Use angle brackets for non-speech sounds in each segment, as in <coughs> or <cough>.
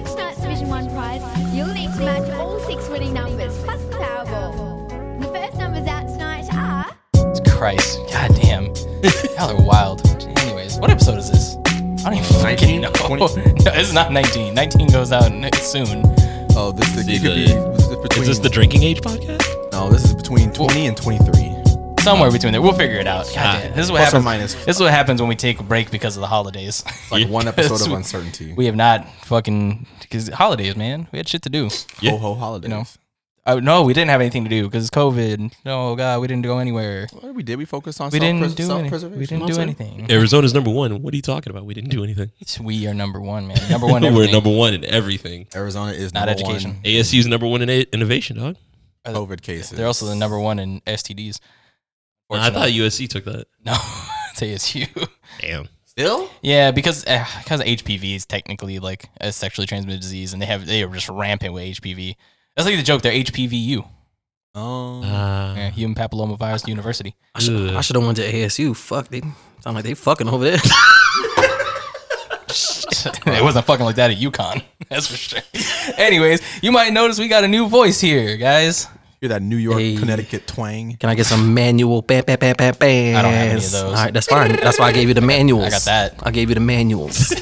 Division 1 prize, you'll need to match all six winning numbers plus the Powerball. The first numbers out tonight are. Christ, goddamn, y'all are wild. Anyways, what episode is this? I don't even fucking 19? know. 20? <laughs> No, it's not 19. 19 goes out n- soon. Oh, this thing See you could the- be this is between. Is this the drinking age podcast? No, this is between 20 and 23. Somewhere between there, we'll figure it out. Goddamn, this is what Plus or happens. minus. This is what happens when we take a break because of the holidays. <laughs> It's like one episode of we- uncertainty. we have not fucking because holidays, man. We had shit to do. Yeah. Ho ho holidays. No. Oh no, we didn't have anything to do because COVID. No, God, we didn't go anywhere. What we did? We focused on We self didn't do anything. preservation. We didn't do anything. Arizona's number one. What are you talking about? We didn't do anything. We are number one, man. Number one. We're everything. number one in everything. Arizona is Not number education. ASU's number one in a- innovation, dog. One COVID cases. They're also the number one in STDs. Nah, I thought USC took that. No, <laughs> it's ASU. Damn. still. Yeah, because uh, because HPV is technically like a sexually transmitted disease, and they have they are just rampant with HPV. That's like the joke. They're HPVU, Um, Uh, Mm-hmm. yeah, Human Papillomavirus University. <laughs> I should, I should have went to ASU. Fuck, they sound like they fucking over there. <laughs> it wasn't fucking like that at UConn, <laughs> that's for sure. Anyways, you might notice we got a new voice here, guys. hear that New York, Hey. Connecticut twang. Can I get some manual? Bam, bam, bam, bam, bam. I don't have any of those. All right, that's fine. That's why I gave you the manuals. <laughs> I got that. I gave you <laughs> the manuals.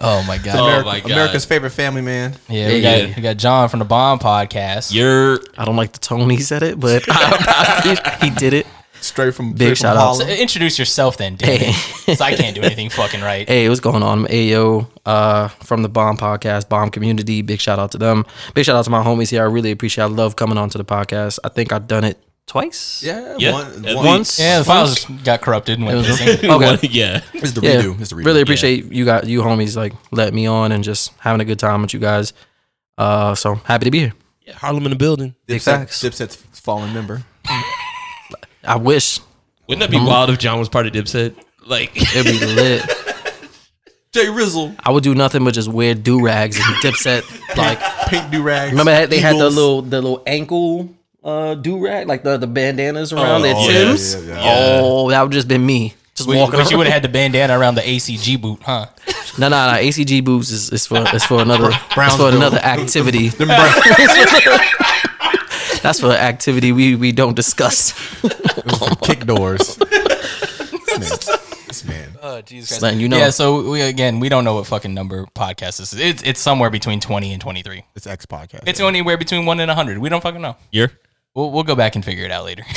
Oh my god. Oh America- my God. America's favorite family man. Yeah, we Yeah. got we got John from the Bomb Podcast. You're I don't like the tone he said it, but <laughs> I, I, he did it. Straight from Big straight from shout out. So Holland. introduce yourself then, dude. Hey. I can't do anything fucking right. Hey, what's going on? I'm Ayo uh, from the Bomb Podcast, Bomb Community. Big shout out to them. Big shout out to my homies here. I really appreciate. I love coming onto the podcast. I think I've done it twice. Yeah, Yeah, one, at one- least. Yeah, the files got corrupted and went missing. <laughs> Okay. yeah. It's the Yeah, redo. It's the redo. really appreciate you got you homies like letting me on and just having a good time with you guys. Uh, so happy to be here. yeah. Harlem in the building. Big Dipset, facts. Dipset's fallen member. I wish Wouldn't that be wild if John was part of Dipset? Like, <laughs> it'd be lit. Jay Rizzle, I would do nothing but just wear do rags and dipset. Like pink do rags. remember they had the Eagles. little the little ankle uh, do rag like the the bandanas around their yeah, Tims. yeah, yeah. Oh, that would just been me just But walking. but you around. would have had the bandana around the ACG boot, huh? No, no, no. ACG boots is, is for is for another it's for Brownsville. another <laughs> activity. Them brown- That's for an activity we we don't discuss. <laughs> kick doors. this man. This man. Oh, Jesus Christ. letting you know. Yeah, so we again, we don't know what fucking number podcast this is. It's, it's somewhere between 20 and 23. It's X podcast. It's anywhere between 1 and 100. We don't fucking know. you're. We'll, we'll go back and figure it out later. <laughs>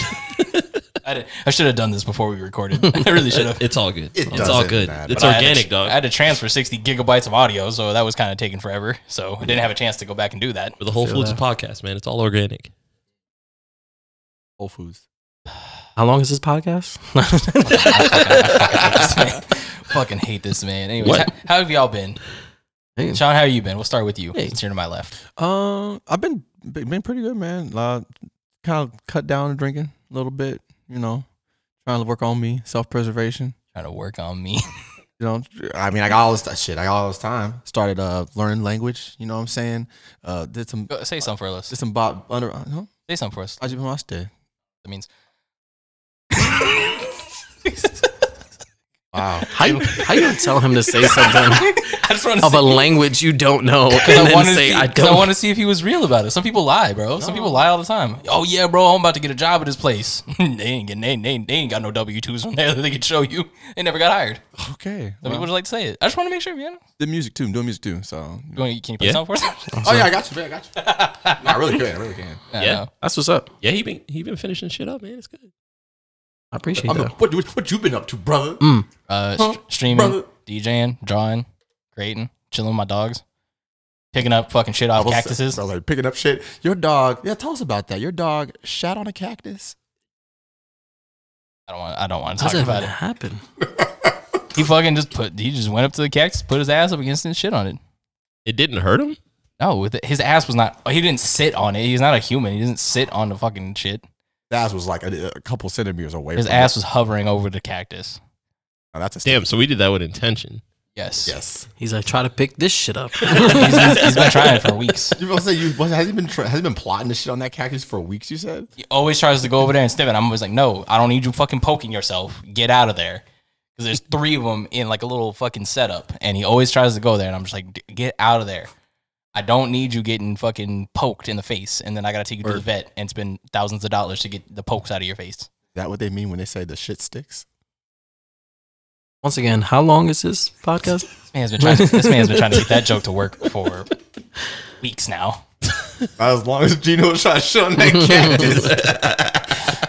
I, did- I should have done this before we recorded. I really should have. It's all good. It it's all doesn't good. matter. It's But I had to organic, tr- dog. I had to transfer 60 gigabytes of audio, so that was kind of taking forever. So I didn't have a chance to go back and do that. For the Whole Feel Foods that. podcast, man. It's all organic. Whole Foods. How long is this podcast? fucking hate this man. Anyways, how, What? how have y'all been? Hey. Sean, how have you been? We'll start with you Hey. since you're to my left. Um, I've been been pretty good, man. Uh, kind of cut down on drinking a little bit. You know, trying to work on me, self preservation. Trying to work on me. <laughs> You know, I mean, I got all this ti- shit. I got all this time. Started uh learning language. You know what I'm saying? Uh, did some Go- Say something for us. did some bot under. uh, No, Say something for us. I just been watched there. That means Wow. How you, how you gonna tell him to say something I just want to of see. a language you don't <laughs> know and Cause I then want to say see, I 'cause I don't? want to see if he was real about it. Some people lie, bro. Some people lie all the time. Oh yeah, bro, I'm about to get a job at this place. <laughs> they ain't getting, they, ain't- they, ain't- they ain't got no W twos on there that they could show you. They never got hired. Some Okay. people Well, just like to say it. I just want to make sure, man. the music too. I'm doing music too. So. You wanna- Can you play Yeah. something for <laughs> us? <laughs> Oh yeah, I got you. man, I got you. No, I really can. I really can. I Yeah. know. That's what's up. Yeah, he been he been finishing shit up, man. It's good. I appreciate I'm a, that. what, what you been up to, brother? Mm. Uh, Huh, st- streaming, brother? DJing, drawing, creating, chilling with my dogs, picking up fucking shit off was- cactuses. I was like picking up shit. Your dog. Yeah, tell us about that. Your dog shat on a cactus. I don't want. I don't want to How talk does about that it. happen? He fucking just put. He just went up to the cactus, put his ass up against it, and shit on it. It didn't hurt him. No, with it- his ass was not. He didn't sit on it. He's not a human. He doesn't sit on the fucking shit. That was like a, a couple centimeters away. His from ass it. was hovering over the cactus. Now, that's a Damn. So we did that with intention. Yes. Yes. He's like, try to pick this shit up. <laughs> He's been, he's been trying for weeks. You gonna say you what- has he been tra- has he been plotting this shit on that cactus for weeks? You said. He always tries to go over there and sniff it. I'm always like, no, I don't need you fucking poking yourself. Get out of there. 'Cause 'Cause There's three of them in like a little fucking setup, and he always tries to go there, and I'm just like, "D- get out of there. I don't need you getting fucking poked in the face, and then I gotta take you to the Word. vet and spend thousands of dollars to get the pokes out of your face. that what they mean when they say the shit sticks? Once again, how long is this podcast? This man's been trying. To, this man's been trying to get that joke to work for weeks now. As long as Gino was trying to shit <laughs> on that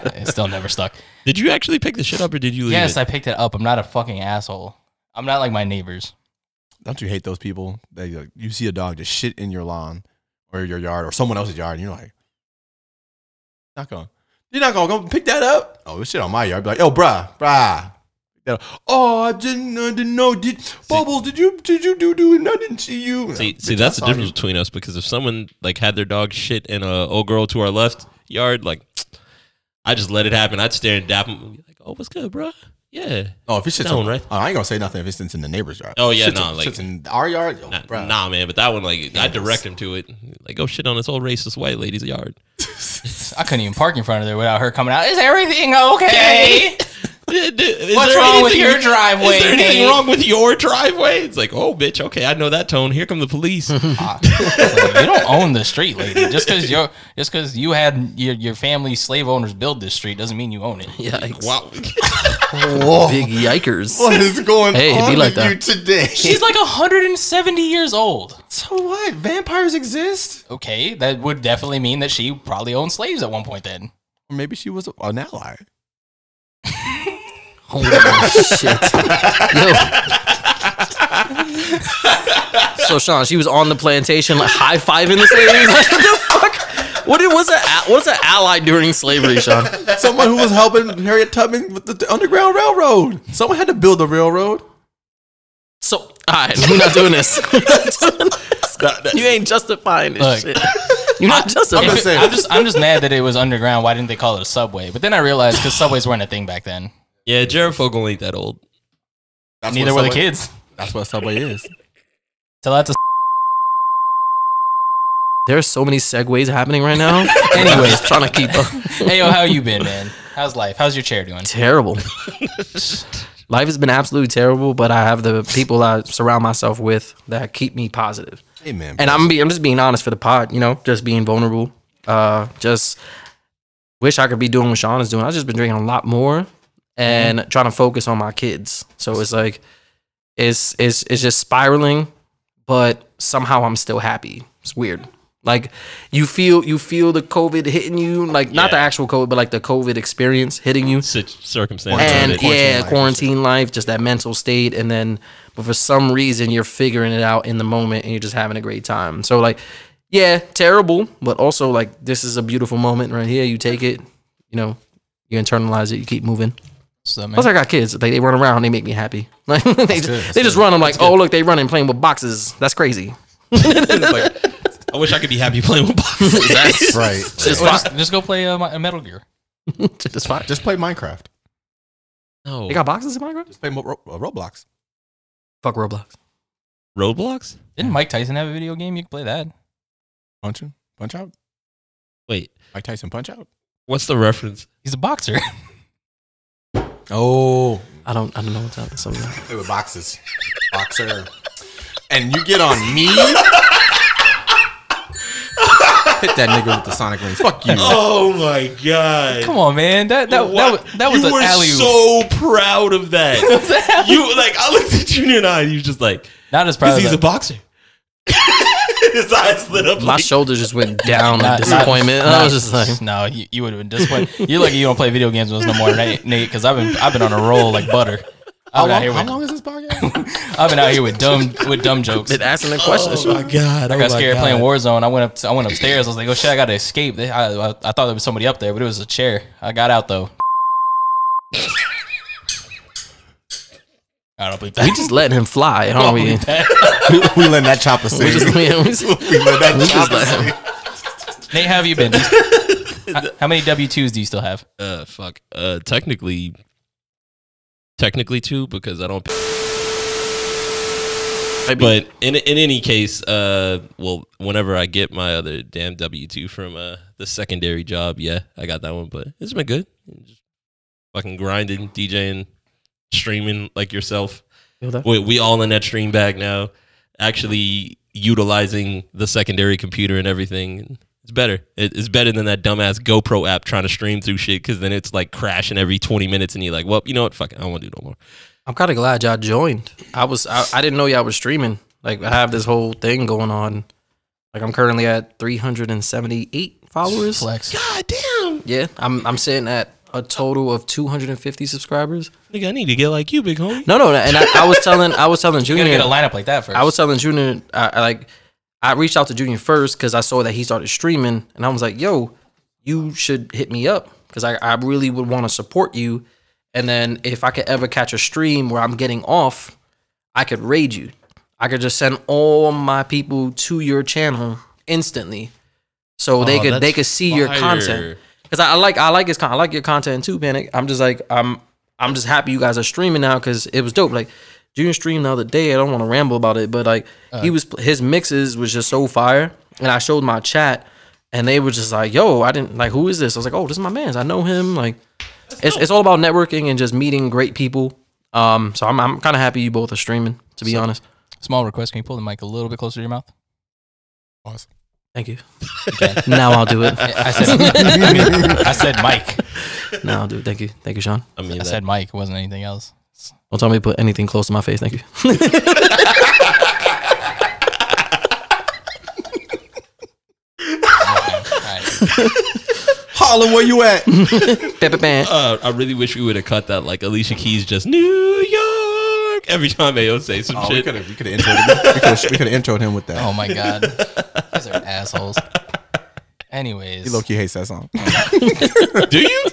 cactus. It's still never stuck. Did you actually pick the shit up or did you leave Yes, it? I picked it up. I'm not a fucking asshole. I'm not like my neighbors. Don't you hate those people that like, you see a dog just shit in your lawn or your yard or someone else's yard, and you're like, not going. You're not gonna go pick that up. Oh, this shit on my yard. Be like, yo, bruh, bruh. Pick that up. Oh, I didn't, I didn't know. Did Bubbles? Did you, did you do do? And I didn't see you. See, Bitch, see, I that's the saw you. difference between us because if someone like had their dog shit in a old girl to our left yard, like I just let it happen. I'd stare and dap him, and be like, "Oh, what's good, bro? Yeah, Oh, if it's shit's Down, on, right? oh, I ain't gonna say nothing if it's in the neighbor's yard. Oh, yeah, shit's nah, in, like- shit's in our yard, yo, nah, bruh. nah, man." But that one, like, I Yes. direct him to it, like, "Go shit on this old racist white lady's yard." I couldn't even park in front of there without her coming out. Is everything okay? Yeah, dude, is What's there wrong with anything- your driveway, Is there anything Nate? wrong with your driveway? It's like, oh, bitch. Okay, I know that tone. Here come the police. Like, Ah, you don't own the street, lady. Just because you just because you had your your family slave owners build this street doesn't mean you own it. <laughs> Yikes. <laughs> wow. Whoa, Big yikers. <laughs> what is going Hey, it'd on be like with you that. today? She's like 170 years old. so <laughs> what? Vampires exist? Okay, that would definitely mean that she probably owned slaves at one point. Then Or maybe she was an ally. Holy shit. Yo. So Sean, she was on the plantation, like high fiving the slaves. <laughs> Like, what the fuck? What it was a what's an ally during slavery, Sean? <laughs> Someone who was helping Harriet Tubman with the, the Underground Railroad. Someone had to build the railroad. So all right, we're not doing <laughs> this. We're not doing this. <laughs> you ain't justifying this Look. shit. You're not justifying. just it. saying. I'm just I'm just mad that it was underground. Why didn't they call it a subway? But then I realized because subways weren't a thing back then. Yeah, Jared Fogle ain't that old. That's Neither what were the subway- kids. That's what Subway is. So that's a There are so many segues happening right <laughs> now. Anyways, trying to keep up. hey yo, how you been, man? How's life? How's your chair doing? <laughs> terrible. Life has been absolutely terrible, but I have the people I surround myself with that keep me positive. Hey, man. and I'm be, I'm just being honest for the pod, you know, just being vulnerable. Uh, just wish I could be doing what Sean is doing. I've just been drinking a lot more and trying to focus on my kids. So it's like it's it's it's just spiraling, but somehow I'm still happy. It's weird. Like you feel you feel the COVID hitting you, like not the Yeah. actual COVID, but like the COVID experience hitting you Such circumstance. and of it. yeah, life. quarantine life, just that mental state, and then but for some reason you're figuring it out in the moment and you're just having a great time. So like, yeah, terrible, but also like this is a beautiful moment right here. You take it, you know, you internalize it, you keep moving. So, man, Plus, I got kids. Like they run around, they make me happy. <laughs> Like they, they just run. I'm like, oh look, they running playing with boxes. That's crazy. <laughs> It's like, I wish I could be happy playing with <laughs> boxes. <laughs> That's right. just Well, fine. just, just go play uh, Mi- Metal Gear. Just fine. Just play Minecraft. No. They got boxes in Minecraft. Just play Mo- Ro- uh, Roblox. Fuck Roblox. Roblox? Didn't Mike Tyson have a video game? You can play that. Punch in, punch out. Wait, Mike Tyson, punch out. what's the reference? He's a boxer. <laughs> Oh, I don't. I don't know what's up. So play with boxes. Boxer. And you get on me? Hit that nigga with the sonic rings. Fuck you. Oh my god! Come on, man. That that that, was- that was you an were alley. so proud of that. you like I looked at Junior and I, and he was just like, <laughs> Not as proud. because Of he's a that. boxer. <laughs> His eyes lit up. my like, shoulders just went down Not- with disappointment. <laughs> not- I was just like, no, you, you would have been disappointed. You're lucky you don't play video games with us no more, Nate. Because I've been I've been on a roll like butter. I've How been, out long, here how with, long is this podcast? I've been out here with dumb with dumb jokes. been asking the question. oh my god! I got scared playing Warzone. I went up. I went upstairs. I was like, "Oh shit, I gotta escape." They- I, I, I thought there was somebody up there, but it was a chair. I got out though. I don't believe that. <laughs> We just letting him <laughs> fly, aren't we? <laughs> we let that chopper Oh, sing. We <laughs> just, we just, we let <laughs> that just chopper let sing. him. Nate, how have you been? how, how many W twos do you still have? Uh, fuck. Uh, technically, technically two because I don't. But in in any case, uh, well, whenever I get my other damn W two from uh the secondary job, yeah, I got that one. But it's been good. Just fucking grinding, DJing, streaming like yourself. Yo, that- We, we all in that stream bag now, actually utilizing the secondary computer and everything. It's better. It, it's better than that dumbass GoPro app trying to stream through shit because then it's like crashing every 20 minutes and you're like, well, you know what? Fuck it. I don't want to do no more. I'm kind of glad y'all joined. I was I, I didn't know y'all were streaming. Like I have this whole thing going on. Like I'm currently at 378 followers. Flex. God damn. Yeah, I'm I'm sitting at a total of 250 subscribers. Nigga, I need to get like you, big homie. No, no, and I, I <laughs> was telling I was telling You gotta Junior get a lineup like that first. I was telling Junior, I, I like, I reached out to Junior first because I saw that he started streaming, and I was like, "Yo, you should hit me up because I, I really would want to support you." And then if I could ever catch a stream where I'm getting off, I could raid you. I could just send all my people to your channel instantly, so they Oh, could they that's could see your fire. content. Because I, I like I like his con- I like your content too, Panic. I'm just like I'm I'm just happy you guys are streaming now because it was dope. Like Junior streamed the other day. I don't want to ramble about it, but like he was his mixes was just so fire. And I showed my chat, and they were just like, "Yo, I didn't like who is this?" I was like, "Oh, this is my man's. I know him." Like it's it's all about networking and just meeting great people. Um, so I'm I'm kind of happy you both are streaming. To be honest, Small request. Can you pull the mic a little bit closer to your mouth? thank you. <laughs> Now I'll do it. I said, I said Mike. Now I'll do it. Thank you. Thank you, Sean. I mean, I that- said Mike. It wasn't anything else. <laughs> Don't tell me to put anything close to my face. Thank you. All right. Holla, where you at? Ba-ba-bam. Uh, I really wish we would have cut that like Alicia Keys just New York every time Ayo say <laughs> some Oh, we shit. could have, we could have introed him. We could have introed him with that. Oh my god, these are assholes. Anyways, He low key hates that <laughs> song. Do <laughs> you?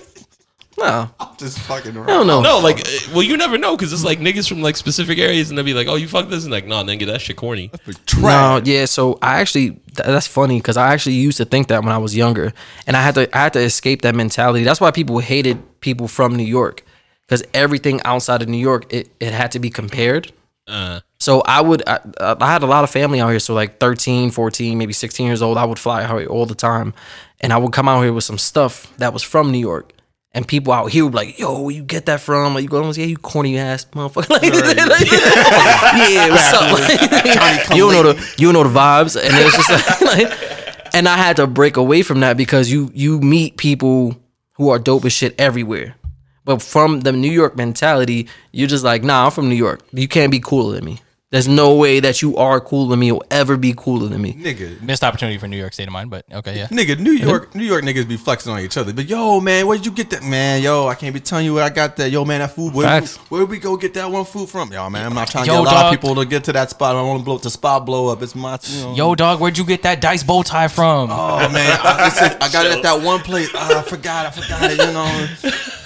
No, I Just fucking around. don't know. No, like, uh, well, you never know because it's like niggas from like specific areas and they'll be like, oh, you fuck this. And like, nah, nigga, that shit corny. No, yeah. So I actually th- that's funny because I actually used to think that when I was younger, and I had to I had to escape that mentality. That's why people hated people from New York because everything outside of New York it, it had to be compared. Uh, So I would I, I had a lot of family out here. So like 13, 14, maybe 16 years old, I would fly out here all the time, and I would come out here with some stuff that was from New York. And people out here would be like, "Yo, where you get that from?" Like, you go, "Oh, "Yeah, you corny ass motherfucker." <laughs> Like, like, yeah, what's up? Like, you don't know the you don't know the vibes, and it was just like, <laughs> like- and I had to break away from that because you you meet people who are dope as shit everywhere, but from the New York mentality, you're just like, "Nah, I'm from New York. You can't be cooler than me. There's no way that you are cooler than me or ever be cooler than me." Nigga, missed opportunity for New York State of Mind, but okay, yeah. nigga, New York, New York niggas be flexing on each other. But yo, man, where'd you get that? Man, yo, I can't be telling you where I got that. Yo, man, that food. Where, Facts. where we go get that one food from? Yo, man, I'm not trying to Yo, get a lot dog. of people to get to that spot. I don't want to blow up the spot. Blow up. It's my. You know. Yo, dog, where'd you get that dice bow tie from? Oh man, I, it's like, I got it at that one place. Ah, I forgot, I forgot it. You <laughs> know,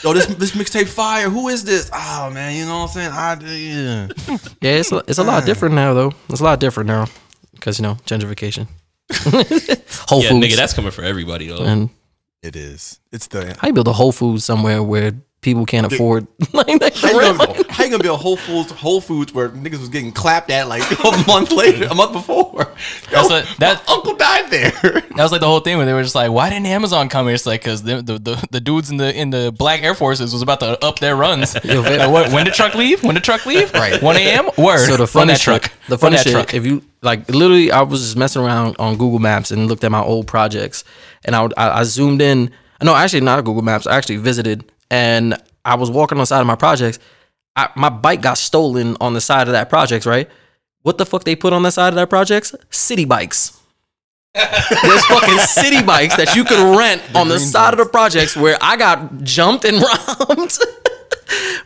yo, this this mixtape fire. Who is this? Oh man, you know what I'm saying? I do. Yeah. Yeah, it's a, it's a lot different now though. It's a lot different now because you know gentrification, <laughs> Whole yeah, Foods, nigga, that's coming for everybody, though. and It is. It's the. How you build a Whole Foods somewhere where people can't afford <laughs> like that? How you, gonna, how you gonna be a Whole Foods Whole Foods where niggas was getting clapped at like <laughs> a month later, a month before? Yo, That's what- that- my uncle died there. That was like the whole thing where they were just like, "Why didn't Amazon come?" It's like because the, the the the dudes in the in the black Air Forces was about to up their <laughs> runs. Like, what, when did truck leave? When did truck leave? Right, one a.m. Word. So the Run funny that truck, truck. the Run funny that shit. If you like, literally, I was just messing around on Google Maps and looked at my old projects, and I would- I, I zoomed in. No, actually, not Google Maps. I actually visited, and I was walking on the side of my projects. I, my bike got stolen on the side of that projects. Right? What the fuck they put on the side of that projects? <laughs> City bikes. There's fucking city bikes that you could rent on the side of the projects where I got jumped and <laughs> robbed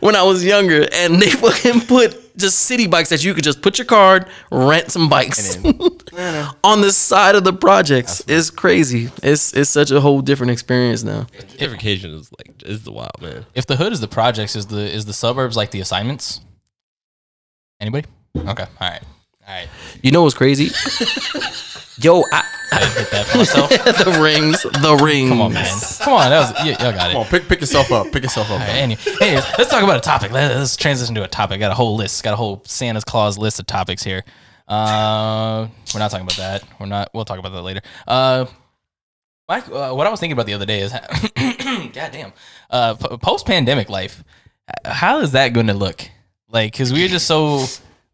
when I was younger, and they <laughs> fucking put just city bikes that you could just put your card, rent some bikes <laughs> on the side of the projects. It's crazy. It's it's such a whole different experience now. Gentrification is like, is the wild, man. If the hood is the projects, is the is the suburbs like the assignments? Anybody? Okay, all right, all right. You know what's <laughs> crazy? Yo, I, I hit that for myself. <laughs> the rings, the rings. Come on, man. Come on, that was you, y'all got it. Come on, pick pick yourself up. Pick yourself up. All right, any- anyways, let's talk about a topic. Let, us transition to a topic. I got a whole list. Got a whole Santa's Claus list of topics here. Uh, we're not talking about that. We're not. We'll talk about that later. Uh, <coughs> my, uh, what I was thinking about the other day is, goddamn, uh, post pandemic life. how is that going to look? Like, because we're just so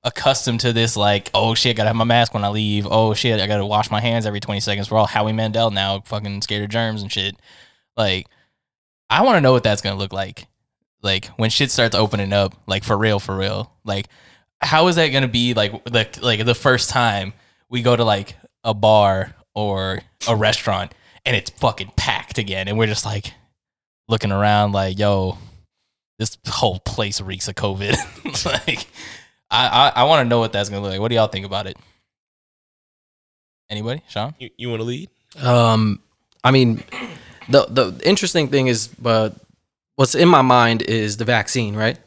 accustomed to this, like, oh shit, gotta have my mask when I leave. Oh shit, I gotta wash my hands every 20 seconds. We're all Howie Mandel now, fucking scared of germs and shit. Like, I wanna know what that's gonna look like. Like, when shit starts opening up, like, for real, for real. Like, how is that gonna be, like, the, like the first time we go to, like, a bar or a restaurant and it's fucking packed again and we're just like looking around like yo this whole place reeks of covid <laughs> like i i, I want to know what that's gonna look like what do y'all think about it anybody sean You, you want to lead? Um, I mean, the the interesting thing is, but what's in my mind is the vaccine, right?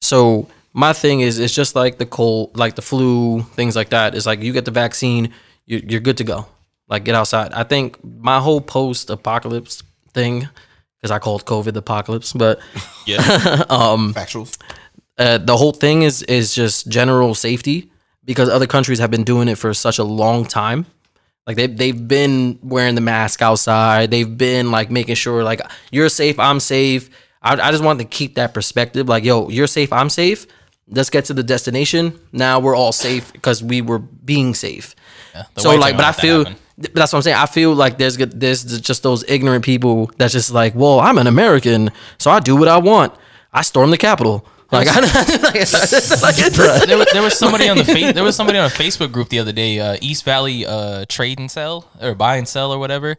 So my thing is, it's just like the cold, like the flu, things like that. It's like you get the vaccine, you're, you're good to go. Like get outside. I think my whole post apocalypse thing, because I called COVID the apocalypse, but <laughs> Yeah. Factuals. uh, the whole thing is is just general safety because other countries have been doing it for such a long time. Like they they've been wearing the mask outside. They've been like making sure like you're safe, I'm safe. I, I just want to keep that perspective. Like yo, you're safe, I'm safe. Let's get to the destination. Now we're all safe because we were being safe. The so whites like, don't but I let that feel happen. th- that's what I'm saying. I feel like there's good- there's just those ignorant people that's just like, well, I'm an American, so I do what I want. I storm the Capitol. Like, <laughs> I, like, it's- like, it's- there was, there was somebody <laughs> on the fa- there was somebody on a Facebook group the other day, uh, East Valley uh, Trade and Sell or Buy and Sell or whatever,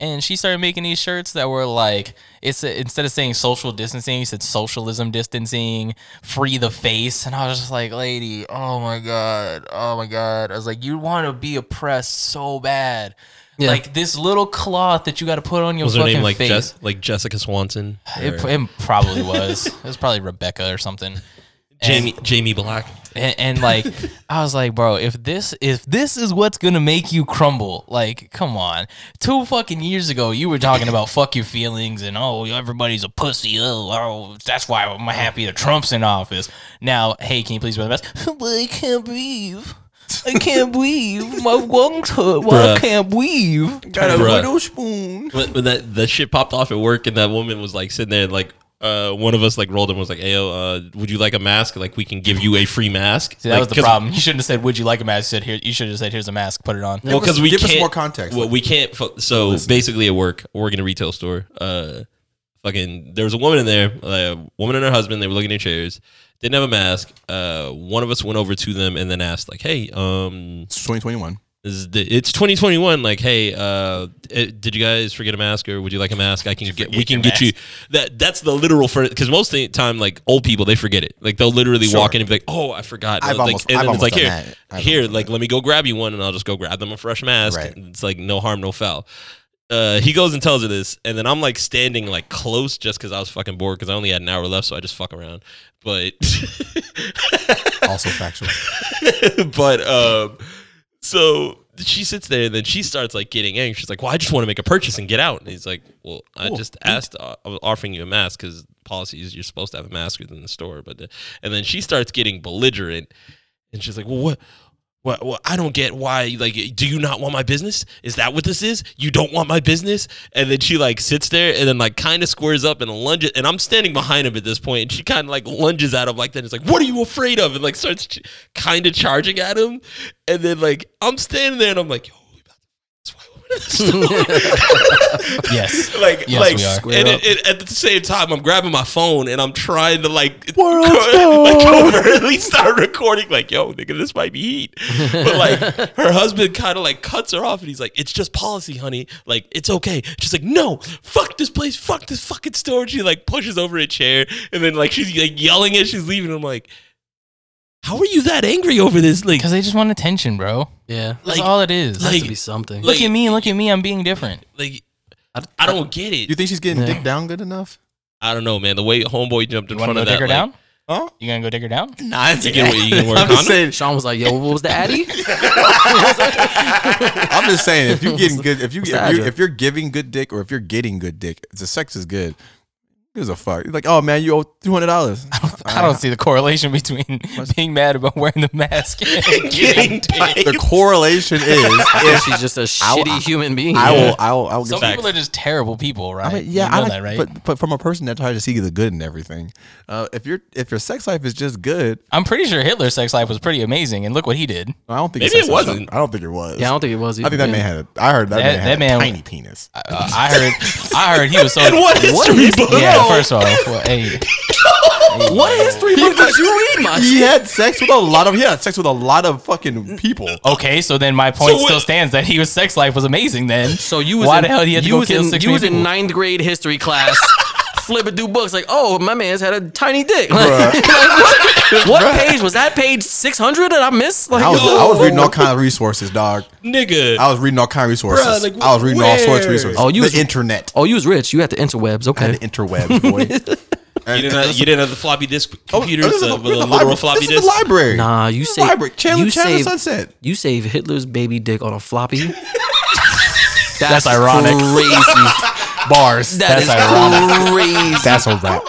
and she started making these shirts that were like it's instead of saying social distancing, it said socialism distancing, free the face, and I was just like, lady, oh my god, oh my god, I was like, you want to be oppressed so bad. Yeah. Like this little cloth that you got to put on your was her fucking name like face. Jess, like Jessica Swanson? it, or it probably was. it was probably Rebecca or something Jamie Jamie Black. and, and <laughs> like I was like, bro, if this if this is what's gonna make you crumble, like, come on. Two fucking years ago, you were talking about fuck your feelings and oh, everybody's a pussy. Oh, oh that's why I'm happy that Trump's in office. Now, hey, can you please wear the mask? <laughs> But I can't believe. I can't believe my lungs hurt. Well, I Bruh. can't believe. Got a Bruh. widow spoon. when, when that that shit popped off at work and that woman was like sitting there like uh, one of us like rolled him was like, "Hey, yo, uh, would you like a mask? Like, we can give you a free mask." See, that Like, was the 'cause- problem. You shouldn't have said, "Would you like a mask?" You said, "Here." You should have said, "Here's a mask. Put it on." Well, because us- we give us can't, more context. Well, we can't. fu- So basically, at work, I work in a retail store. Uh, fucking, there was a woman in there, a woman and her husband. They were looking at chairs. Didn't have a mask. Uh, one of us went over to them and then asked, like, "Hey, um, It's 2021. is the, it's 2021. Like, hey, uh, it- did you guys forget a mask, or would you like a mask? I can get, we can get you. That that's the literal for because most of the time, like old people, they forget it. Like they'll literally walk in and be like, oh, I forgot. I've like, almost- and I've then it's like almost here, done that. I've here, almost done like let me go grab you one, and I'll just go grab them a fresh mask. Right. It's like no harm, no foul. Uh, he goes and tells her this, and then I'm like standing like close just because I was fucking bored because I only had an hour left, so I just fuck around. But <laughs> Also factual. <laughs> but um, so she sits there and then she starts like getting angry. She's like, "Well, I just want to make a purchase and get out." And he's like, "Well, I just asked. I was offering you a mask because policy is you're supposed to have a mask within the store." But the, and then she starts getting belligerent, and she's like, "Well, what?" Well, well, I don't get why. Like, do you not want my business? Is that what this is? You don't want my business? And then she like sits there and then like kind of squares up and lunges. And I'm standing behind him at this point, and she kind of like lunges at him like that. It's like, what are you afraid of? And like starts ch- kind of charging at him. And then like I'm standing there and I'm like, yo, we about to fight this white woman in the store. Yes. like, Yes, like, we are. Square and up. it, it, at the same time, I'm grabbing my phone and I'm trying to like, <laughs> like <laughs> <laughs> overtly start recording. Like, yo, nigga, this might be heat. But <laughs> like, her husband kind of like cuts her off and he's like, "It's just policy, honey. Like, it's okay." She's like, "No, fuck this place, fuck this fucking store." And she like pushes over a chair and then like she's like yelling as she's leaving. I'm like, "How are you that angry over this?" Like, Because they just want attention, bro. yeah, it That's Like- all it is. has like- to be something. look at me, look at me. I'm being different. like I don't get it. You think she's getting Yeah. dicked down good enough? I don't know, man. The way homeboy jumped in You want to front go dig of that, her like, down? Huh? You gonna go dig her down? Nah, you can wear, you can wear a I'm just condom. saying. Sean was like, "Yo, what was <laughs> the addy?" I'm just saying. If <laughs> you're getting good, if you, if, the you address? if you're giving good dick or if you're getting good dick, the sex is good. Who Gives a fuck. You're like, oh man, you owe two hundred dollars. <laughs> I don't see the correlation <laughs> between being mad about wearing the mask <laughs> and <laughs> getting bit. The <laughs> correlation is <laughs> Yeah, she's just a shitty human being. I will I will I will <laughs> get Some back. people are just terrible people, right? I mean, yeah, you know I like- that, right? But but from a person that tries to see the good in everything, uh, if your if your sex life is just good, I'm pretty sure Hitler's sex life was pretty amazing, and look what he did. I don't think Maybe his it sex life- wasn't. I don't think it was. yeah, I don't think it was. I think that man had. A, I heard that, That- man had that a man- tiny penis. I, uh, I heard, I heard he <laughs> was so. And what history book? Yeah, first off, well, hey, What history book did you <laughs> read, my He had sex with a lot of. He had sex with a lot of fucking <laughs> people. okay, so then my point So still what- stands that he was sex life was amazing then. So you was why in, the hell he had to you go was kill in, six You was people? in ninth grade history <laughs> class, flipping through books like, oh, my man's had a tiny dick. Like, <laughs> what what page was that? Page six hundred that I missed? Like, I was, I was reading all kind of resources, dog. Nigga. I was reading all kind of resources. Bruh, like, I was reading all sorts of where? resources. Oh, you the was- internet, oh, you was rich. You had the interwebs. and Okay. the interwebs, <laughs> boy. you, didn't have, you didn't have the floppy disk Oh, computers, this is the- the, this is the, the literal library. floppy This disk. is the library. Nah, you This is say library. Chandler, you Chandler save- Sunset. You save Hitler's baby dick on a floppy. That's ironic. Crazy. <laughs> Bars. That is That's ironic. crazy. That's a wrap.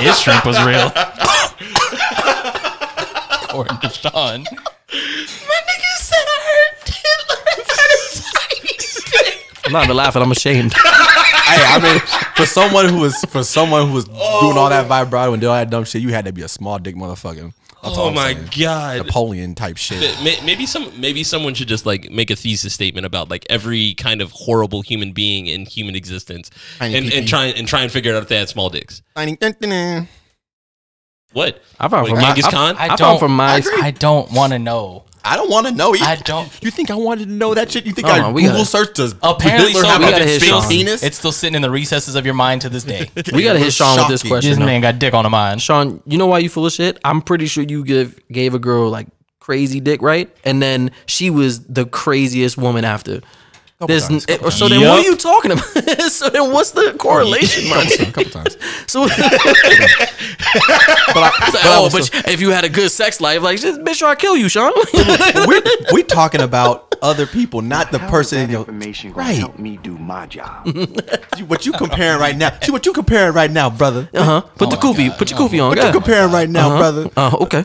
His shrimp was <laughs> real. <laughs> According to Sean. I'm not even laughing. I'm <laughs> ashamed. hey, I mean, for someone who was for someone who was doing all Oh. that vibrato and did all that dumb shit, you had to be a small dick motherfucker. That's all Oh I'm my saying. god. Napoleon type shit. May- Maybe some maybe someone should just like make a thesis statement about like every kind of horrible human being in human existence, Tiny and, pee-pee. and try and try and figure out if they had small dicks. I What? I found Like from my- Genghis Khan. I found from my. I don't want to know. don't want to know. I don't. You think I wanted to know that shit? You think Hold I on, we Google gotta- searched to Apparently, Hitler so have we but gotta a hit it's big still, Sean. penis? <laughs> it's still sitting in the recesses of your mind to this <laughs> day. We gotta hit was Sean with this shocking. question. this though. man got dick on the mind. Sean, you know why you full of shit? I'm pretty sure you give gave a girl like crazy dick, right? And then she was the craziest woman after. There's, times, it- so then what are Yup. you talking about? <laughs> so then what's the correlation? couple times, couple times. So <laughs> it's like, oh, but if you had a good sex life, like just make sure I kill you, Sean. <laughs> we're, we're talking about other people, not the person in that your information gonna right. help me do my <laughs> job. You- What you comparing right now? See what you comparing right now, brother? uh huh. Oh Put the koofy, put your koofy on. What you yeah. comparing right now, Uh-huh. Mm. brother? Uh, okay.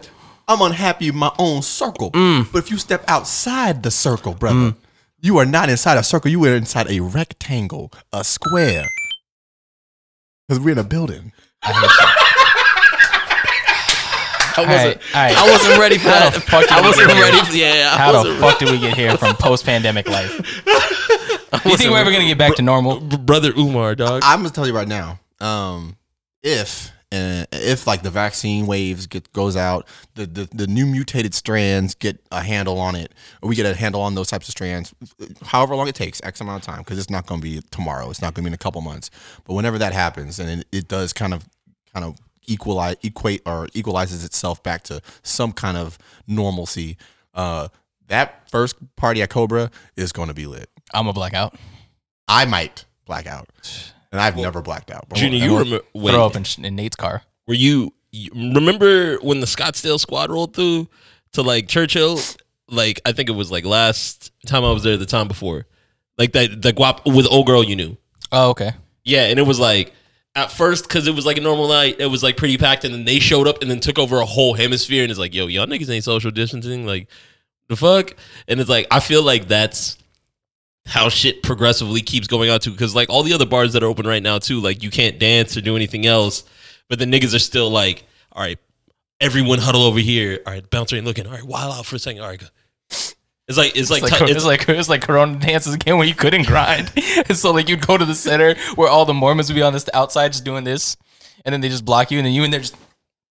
I'm unhappy in my own circle. But if you step outside the circle, brother, Mm. you are not inside a circle. You are inside a rectangle, a square. Because we're in a building. I wasn't. all right. I wasn't <laughs> ready for How the that. fuck did I we wasn't get here? ready. For, yeah, I How the wasn't- fuck did we get here from post-pandemic life? <laughs> Do you think we're ever gonna get back to normal? B- Brother Umar, dog. I'm gonna tell you right now. Um, if uh, if like the vaccine waves get goes out, the, the the new mutated strands get a handle on it, or we get a handle on those types of strands, however long it takes, x amount of time, because it's not gonna be tomorrow, it's not gonna be in a couple months, but whenever that happens, and it, it does kind of kind of equalize equate or equalizes itself back to some kind of normalcy. Uh, that first party at Cobra is gonna be lit. I'm a blackout. I might black out. And I've never blacked out. before. Junior, you remember? Wait, Throw up in, in Nate's car. were you, you remember when the Scottsdale squad rolled through to like Churchill? Like I think it was like last time I was there, the time before, like that the guap with old girl you knew. Oh, okay. Yeah, and it was like at first because it was like a normal night, it was like pretty packed, and then they showed up and then took over a whole hemisphere, and it's like, yo, y'all niggas ain't social distancing, like the fuck, and it's like I feel like that's how shit progressively keeps going on too, because like all the other bars that are open right now too, like you can't dance or do anything else, but the niggas are still like, all right, everyone huddle over here, all right, bouncer ain't looking, all right, wild out for a second, all right. Go. It's like it's like, It's like, t- <laughs> it's, like it's like Corona dances again when you couldn't grind. <laughs> and so like you'd go to the center where all the Mormons would be on this outside just doing this, and then they just block you, and then you in there just.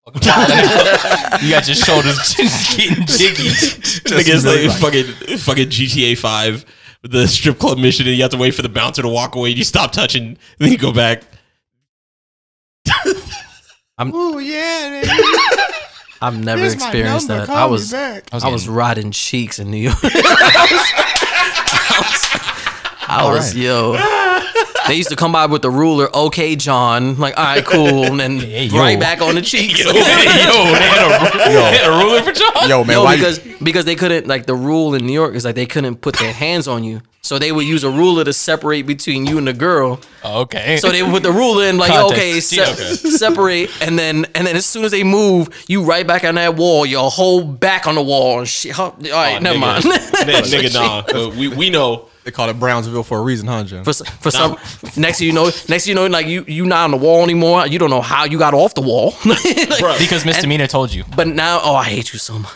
fucking <laughs> wilding out. you got your shoulders <laughs> just getting jiggy. <laughs> Niggas like fucking fucking GTA Five, the strip club mission, and you have to wait for the bouncer to walk away. And you stop touching, then you go back. I've never experienced that. I was. I was rotting cheeks in New <laughs> York. I was, I was, I was, yo. They used to come by with the ruler, okay, John. Like, all right, cool. And then yo. right back on the cheeks. <laughs> yo, they had, a, <laughs> Yo. they had a ruler for John. Yo, man, Yo, why because because they couldn't like the rule in New York is like they couldn't put their hands on you, so they would use a ruler to separate between you and the girl. Oh, Okay. So they would put the ruler in like, yo, Context. okay, se- Yeah, okay. <laughs> separate, and then and then as soon as they move, you right back on that wall, your whole back on the wall and shit. Huh, All right, never mind. Oh, <laughs> nigga, nah. But we, we know. they call it Brownsville for a reason, huh, Jim? for s- for some next thing you know, next thing you know, like you you not on the wall anymore. You don't know how you got off the wall. <laughs> Like, because misdemeanor told you. But now, oh, I hate you so much.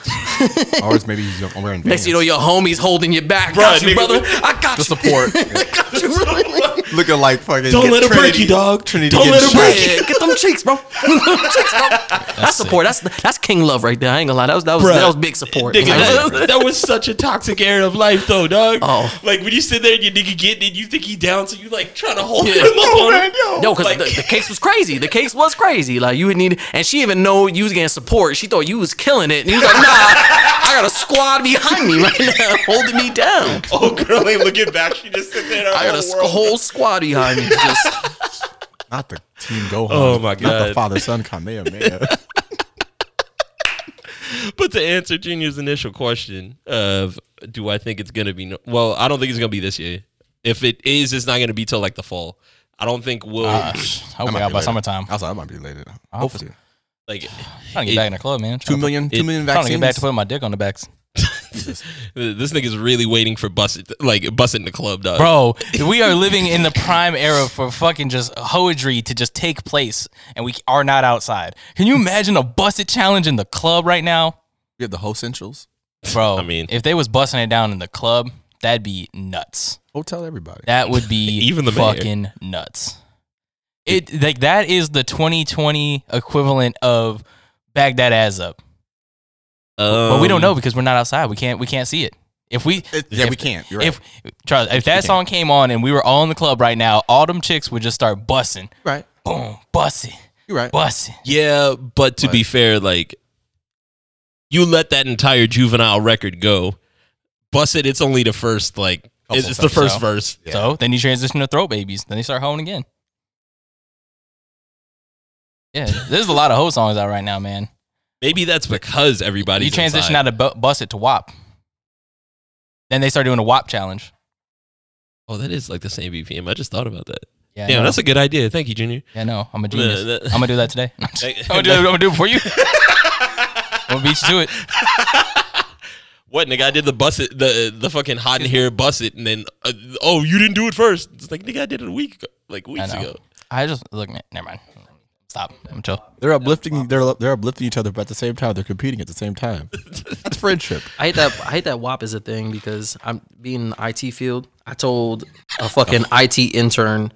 or it's maybe he's wearing Next Vans. thing you know, your homie's holding you back. got you, nigga, brother. we- I got the you. support, <laughs> I got you, brother. looking like fucking. <laughs> Don't let her Trinity- break you, dog. Trinity Don't getting let her shot. break Yeah, <laughs> get them cheeks, bro. <laughs> Them cheeks, bro. That's, support. That's that's king love right there. I ain't gonna lie. That was that was Bruh. that was big support. Nigga, <laughs> Like, that, that was such a toxic era of life, though, dog. Oh. Like when you sit there and your nigga getting it, you think he down, so you like trying to <laughs> hold Yeah. Oh, him up on him. Yo, because Like- the, <laughs> the case was crazy. The case was crazy. Like you would need, and she even know you was getting support. She thought you was killing it, and you was like, Nah, I got a squad behind me right now, <laughs> holding me down. Oh, girl ain't looking back. She just sitting there. I got a whole squ- world. whole squad behind me. Just, Not the team Gohan. Oh, my Not the God. father son <laughs> Kamehameha. But to answer Junior's initial question of do I think it's gonna be no- well, I don't think it's gonna be this year. If it is, it's not gonna be till like the fall. I don't think we'll Oh my god, by summertime. I was like, I might be late. Hopefully. Hopefully, like trying to it- get back in the club, man. two Trying to- million, two it- million Trying to get back to vaccines. putting my dick on the backs. this nigga's really waiting for bus like bus in the club, dog. Bro, we are living in the prime era for fucking just hoedry to just take place and we are not outside. Can you imagine a busted challenge in the club right now? We have the host centrals. Bro, I mean- if they was busting it down in the club, that'd be nuts. Hotel everybody. That would be <laughs> Even the mayor. fucking nuts. It like that is the 2020 equivalent of bag that ass up. But we don't Um, know because we're not outside. We can't we can't see it. If we It- yeah, if- we can't. You're right. If Charles, if that song came on and we were all in the club right now, all them chicks would just start bussing. right. Boom, bussing, You're right. bussing. Yeah, but to be fair, like you let that entire juvenile record go. Bus it, it's only the first like Couple it's, it's the first songs. verse. So then you transition to throat babies. Then they start hoeing again. Yeah, there's a lot of hoe songs out right now, man. Maybe that's because everybody you transition out of bu- bus it to WAP. Then they start doing a WAP challenge. Oh, that is like the same BPM. I just thought about that. Yeah, Damn, no, that's a good idea. Thank you, Junior. yeah, no, I'm a genius. that- I'm gonna do that today. <laughs> I'm gonna <laughs> do, it- I'm gonna do it for you. I'm gonna beat you to it. What nigga? I did the bus it, the the fucking hot in here bus it, and then uh, oh, you didn't do it first. It's like nigga, I did it a week ago, like weeks know. ago. I just look, man. Never mind. Stop. I'm chill. They're uplifting. They're they're uplifting each other, but at the same time, they're competing at the same time. That's friendship. I hate that. I hate that WAP is a thing because I'm being in the IT field. I told a <laughs> fucking IT intern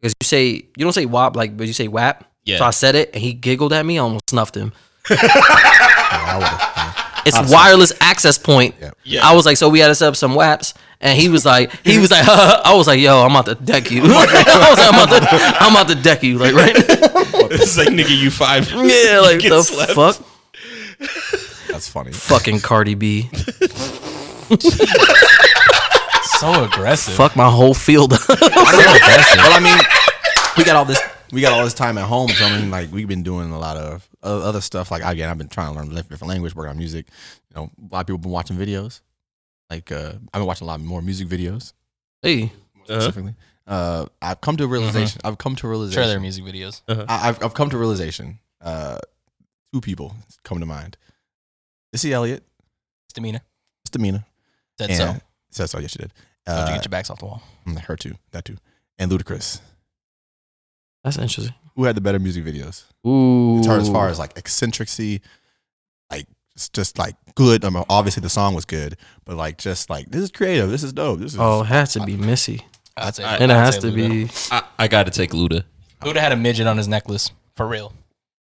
because you say you don't say WAP like, but you say WAP. Yeah. So I said it, and he giggled at me. I almost snuffed him. <laughs> I would've- It's wireless access point. Yeah. I was like, so we had to set up some WAPs, and he was like, he was like, <laughs> I was like, yo, I'm about to deck you. <laughs> I was like, I'm about to, I'm about to deck you, like right. <laughs> <laughs> it's like nigga, <laughs> you five. yeah, like Get the slapped. fuck, That's funny. fucking Cardi B, So aggressive. fuck my whole field. well, I mean, we got all this. We got all this time at home, so I mean, like we've been doing a lot of o- other stuff. Like again, I've been trying to learn a different language, working on music. You know, a lot of people been watching videos. Like uh, I've been watching a lot more music videos <laughs> hey, Uh-huh. specifically. Uh, I've come to a realization. I've come to a realization. Sure, their music videos. I, I've I've come to a realization. Uh, two people come to mind: Missy Elliott, Misdemeanor. Stamina, Said and so. said so. Yes, she did. Don't you Uh, mm, get your backs off the wall. her too. That too. And Ludacris, that's interesting. who had the better music videos? Ooh, guitar as far as like eccentricity, like it's just like good. I mean, obviously the song was good, but like just like this is creative. This is dope. This is oh, it has to be Missy, I'd say, and it I'd has say to Luda. be. I, I got to take Luda. Luda had a midget on his necklace for real.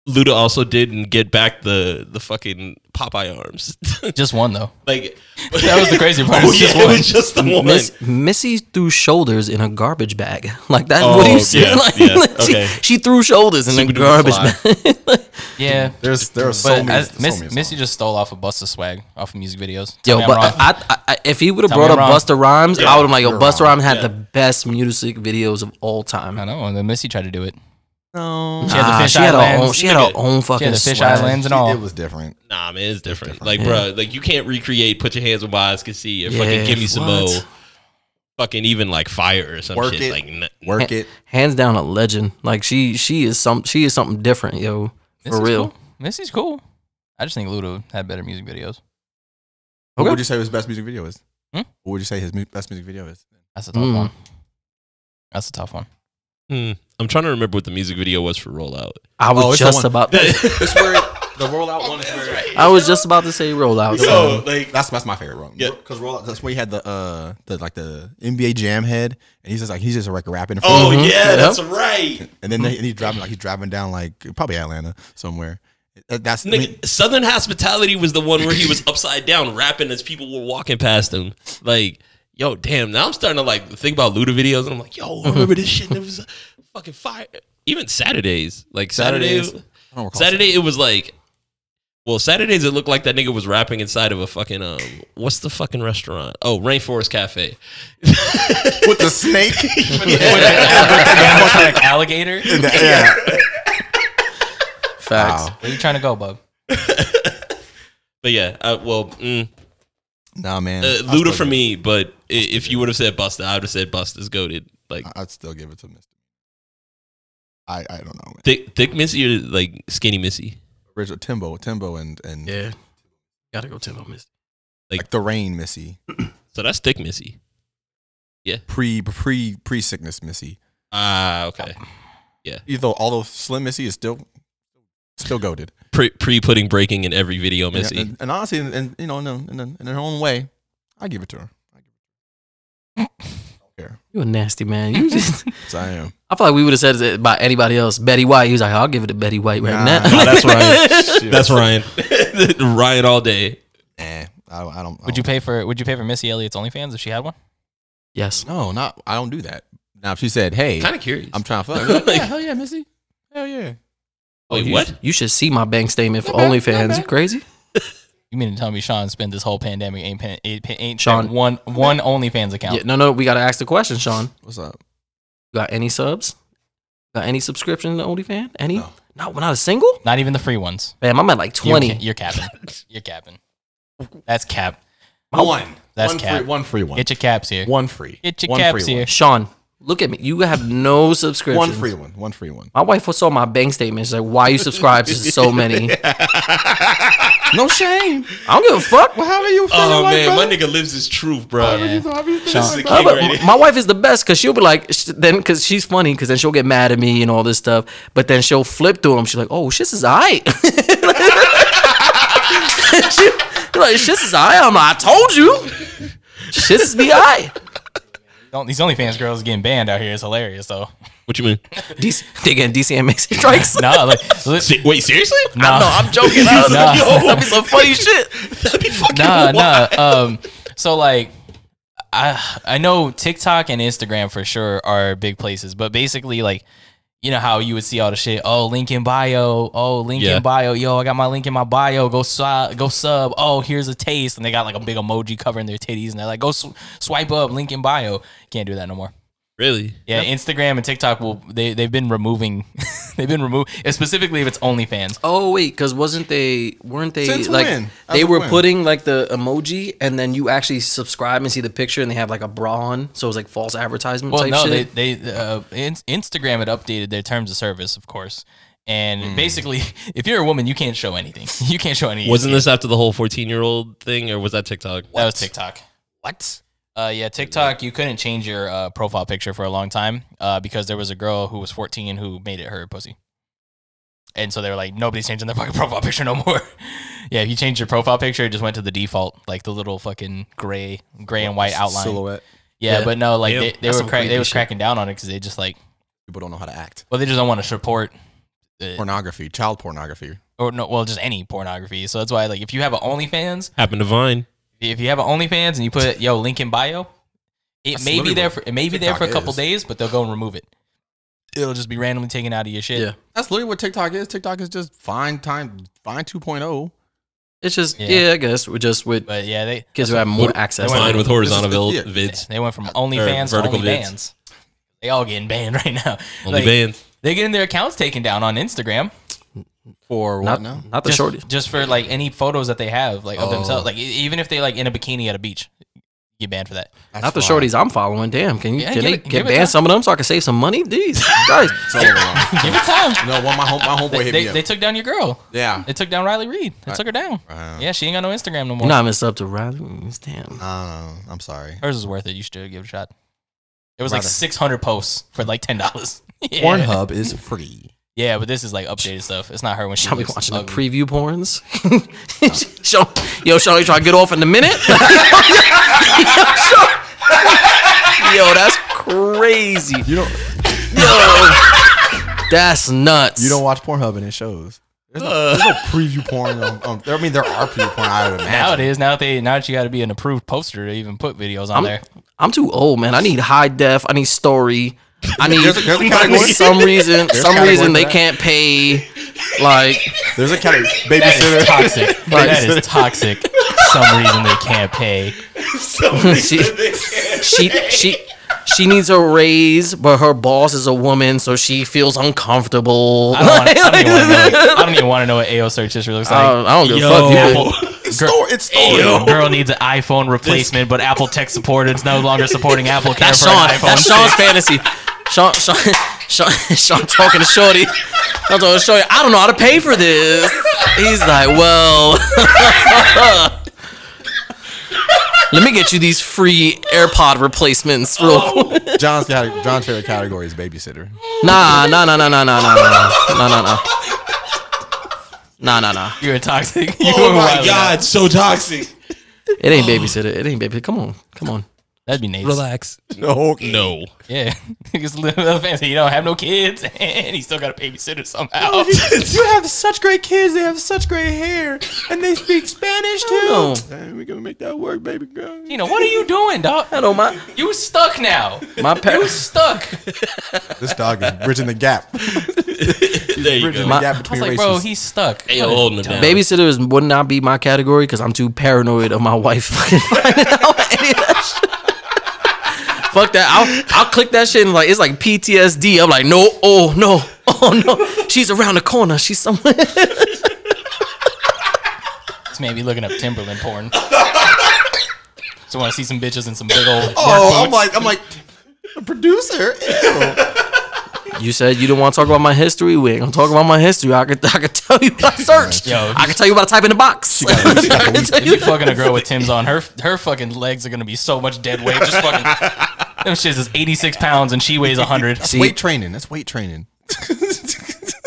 Luda also did and get back the the fucking Popeye arms. <laughs> Just one though. like <laughs> That was the crazy part. <laughs> Oh, It's just yeah, one. it was just the one. Miss, Missy threw shoulders in a garbage bag. <laughs> Like that. what do Oh, you see? yeah, <laughs> like, yeah, like, she, okay. she threw shoulders in a Scooby-Doo garbage fly. bag. Yeah. There's there are so But many. I- so Miss, many songs. Missy just stole off of Busta swag off of music videos. Tell Yo, me I'm but wrong. I, I, I, if he would have Tell me brought up I'm wrong. Buster Rhymes, I would have like, yo, you're Buster wrong. Rhymes had Yeah. the best music videos of all time. I know, and then Missy tried to do it. No. She had the Nah, fish she had eye her own. lens. She had her Nigga. own fucking. She had the fish swag. eye lens and It- all. It was different. Nah, man, it's different. different. Like, bruh, like you can't recreate. Put your hands where my eyes can see, or Yeah, fucking give me some what? mo. Fucking even like fire or some Work shit. it. Like n- Work it. Hands down, a legend. Like she, she is some. She is something different, yo. Missy's For real. Cool. Missy's cool. I just think Luda had better music videos. What Okay. would you say his best music video is? Hmm? What would you say his mu- best music video is? That's a tough Mm. one. That's a <laughs> tough one. Hmm. I'm trying to remember what the music video was for Rollout. I was Oh, it's the just one- about. <laughs> It's where the rollout one is where I was just about to say rollout. So like, Um, That's that's my favorite one. Yeah. because rollout. That's when he had the uh the like the NBA jam head, and he's just like he's just like rapping. in front oh of him. yeah, Yeah. that's right. and then they, Hmm. and he's driving like he's driving down like probably Atlanta somewhere. That- That's I mean, Nigga, Southern Hospitality was the one where he was upside down rapping as people were walking past him. Like, yo, damn. Now I'm starting to like think about Luda videos, and I'm like, yo, I remember this shit. And it was uh, fucking fire. Even Saturdays, like Saturday, Saturdays. I don't recall Saturday, it was like, well, Saturdays it looked like that nigga was rapping inside of a fucking um, what's the fucking restaurant? Oh, Rainforest Cafe. with the <laughs> snake. <laughs> like alligator. yeah. Facts. Wow. Where you trying to go, bub? But yeah, uh, well, mm, Nah, man. uh, I'd Luda still for give- me. But i- if you would have said Busta, I would have said Busta's goaded. Like I'd still give it to Mr. I I don't know. thick, thick Missy or like skinny Missy. Original Timbo, Timbo, and and Yeah. Gotta go Timbo Miss. like the rain, Missy. So that's thick Missy. Pre pre pre sickness, Missy. Ah, okay. Even though although Slim Missy is still still goaded. Pre pre putting breaking in every video, Missy. <laughs> And, and honestly, and, and, you know, in, a- in, a- in her own way, I give it to her. I give it to her. You a nasty man. You just. Yes, I am. I feel like we would have said it about anybody else. Betty White. He was like, I'll give it to Betty White right Nah. now. No, <laughs> that's right. Shit. That's Ryan. Ryan <laughs> all day. Eh, I, I don't. I Would you don't- pay for Would you pay for Missy Elliott's OnlyFans if she had one? yes. No, not. I don't do that. Now, if she said, "Hey, Kind of curious. I'm trying <laughs> to fuck," I'd be like, Like- yeah, hell yeah, Missy, hell yeah. Wait, You- what? You should see my bank statement for Not bad, not OnlyFans. You bad. crazy? You mean to tell me Sean spent this whole pandemic ain't pay, ain't, pay, ain't Sean- Sean one one OnlyFans account? Yeah, no, no. We gotta ask the question, Sean. What's up? You got any subs? Got any subscription to OnlyFans? Any? No. No, not a single. Not even the free ones. Man, I'm at like You're ca- 20. You're, capping. <laughs> You're capping. That's cap. One. That's one cap. Free, one free one. Get your caps here. one free. Get your one caps free here. Sean, look at me. You have no One. subscription. one free one. One free one. My wife saw my bank statement. She's like, "Why you subscribe to <laughs> so many?" No shame. I don't give a fuck. Well, how do you feel? Oh like, man, brother? my nigga lives his truth, bro. Yeah. This is the My, king right here. my wife is the best because she'll be like, sh- then because she's funny, because then she'll get mad at me and all this stuff. But then she'll flip through them. She's like, "Oh, shit is alright." <laughs> she, like, "Shit is alright." I'm like, "I told you, shit is be alright." Don't, these OnlyFans girls getting banned out here is hilarious <laughs> though. What you mean? <laughs> DC, they getting DCMA <laughs> strikes. nah, like, li- Se- Wait, seriously? nah. No, I'm joking. I was like, Nah. Yo, that'd be some funny shit. <laughs> That'd be fucking <laughs> nah, wild. nah. Um, so like, I I know TikTok and Instagram for sure are big places, but basically like, you know how you would see all the shit. Oh, link in bio. Oh, link Yeah. in bio. Yo, I got my link in my bio. Go swi- go sub. Oh, here's a taste, and they got like a big emoji covering their titties, and they're like, go sw- swipe up, link in bio. Can't do that no more. Really? Yeah, Instagram and TikTok will they they've been removing, <laughs> they've been removed specifically if it's OnlyFans. Oh wait, because wasn't they? Weren't they Since like when? As they of were when? putting like the emoji, and then you actually subscribe and see the picture, and they have like a bra on, so it's like false advertisement Well, type no, shit. they they uh, in- Instagram had updated their terms of service, of course, and Hmm. basically, <laughs> if you're a woman, you can't show anything. <laughs> You can't show any. Wasn't this after the whole 14 year old thing, or was that TikTok? that was TikTok? What? Uh, yeah, TikTok. You couldn't change your uh, profile picture for a long time uh, because there was a girl who was 14 who made it her pussy, and so they were like, nobody's changing their fucking <laughs> profile picture no more. yeah, if you changed your profile picture, it just went to the default, like the little fucking gray, gray and white outline. Silhouette. Yeah, Yeah. but no, like Damn, they, they that's were some crack creepy they was shit. cracking down on it because they just like. People don't know how to act. Well, they just don't want to support uh, pornography, child pornography. or no, well, just any pornography. So that's why, like, if you have an OnlyFans, Happened to Vine. if you have an OnlyFans and you put yo link in bio, it That's may be literally there what for it may be there for a TikTok couple is. days, but they'll go and remove it. It'll just be randomly taken out of your shit. Yeah. That's literally what TikTok is. TikTok is just fine time, fine oh. 2.0. It's just Yeah. yeah, I guess we're just with But yeah, they kids who have more What- access. That's Vine what- with horizontal vil- yeah. vids. they went from OnlyFans to vertical vids. OnlyFans. They all getting banned <laughs> right now. Only Like, bands. They're getting their accounts taken down on Instagram. For not, what now? not the just, shortest. just for like any photos that they have like of Oh. themselves like e- even if they like in a bikini at a beach get banned for that That's Not the why. shorties I'm following. Damn, can you Yeah, can give they it- give get it banned time. some of them so I can save some money? <laughs> These guys. It's all wrong. give it time no, well, my, home, my homeboy they, hit they, me up. they took down your girl yeah. they took down riley reed they took her down Wow. yeah she ain't got no instagram no more You're not messed up to Riley. Reeves, Damn. Uh, I'm sorry. hers is worth it you should give it a shot it was like Rather. 600 posts for like $10 <laughs> yeah. Pornhub is free. yeah but this is like updated stuff it's not her when she I'll be looks watching the ugly. preview porns. <laughs> Sean, yo, Sean, you try to get off in a minute? <laughs> yo, that's crazy. You don't Yo, that's nuts. you don't watch Pornhub and it shows. There's no, there's no preview porn. On, on, there, I mean, there are preview porn. I would imagine. now it is now that they now that you got to be an approved poster to even put videos on <laughs> there I'm too old, man. I need high def. I need story. <laughs> I need There's a- there's a category. some reason. a some category reason for they that. can't pay. Like <laughs> There's a category. that is Babysitter. toxic that is toxic some reason they can't pay she, she she she needs a raise, but her boss is a woman, so she feels uncomfortable. <laughs> I don't, wanna, I, don't even wanna know what, I don't even want to know what AO search history looks I like. don't, I don't give a Yo. Uh, fuck. dude. It's store. It's store. Girl- Girl needs an iPhone replacement, but Apple tech support is no longer supporting Apple care That's for an Sean. iPhone. That's Sean's fantasy. Sean, Sean, <laughs> Sean, Sean talking to Shorty. I'm talking to Shorty. I don't know how to pay for this. He's like, well, <laughs> let me get you these free AirPod replacements real quick. John's cate- John's favorite category is babysitter. Nah, nah, nah, nah, nah, nah, nah, nah, nah, nah, nah. Nah, nah, nah. You're toxic. <laughs> You Oh were my wild. god, so toxic. It ain't babysitter. It ain't babysitter. Come on, come on. That'd be Nate. Relax. No, No. <laughs> Yeah, <laughs> because fancy, you don't have no kids, <laughs> and he still got a babysitter somehow. <laughs> you have such great kids. They have such great hair, and they speak Spanish too. No, we're gonna make that work, baby girl. You know what are you doing, dog? I don't mind. You stuck now. My parents. Stuck. This dog is bridging the gap. There you Bridging go. My- the gap I was between like, races. bro, he's stuck. Ayo, holding it down. Babysitters would not be my category because I'm too paranoid of my wife <laughs> fucking finding out any of that shit. Fuck that. I'll, I'll click that shit and like it's like PTSD. I'm like, no, oh no, oh no. She's around the corner. She's somewhere. This man be looking up Timberland porn. <laughs> So want to see some bitches in some big old. oh, I'm like, I'm like, a producer. You said you didn't want to talk about my history. We ain't gonna talk about my history. I could I could tell you what I searched. Yo. I could tell you what I type in the box. I could tell If you you- fucking a girl with Tim's on, her her fucking legs are gonna be so much dead weight. Just fucking them shits is eighty six pounds and she weighs hundred. See, weight training. That's weight training.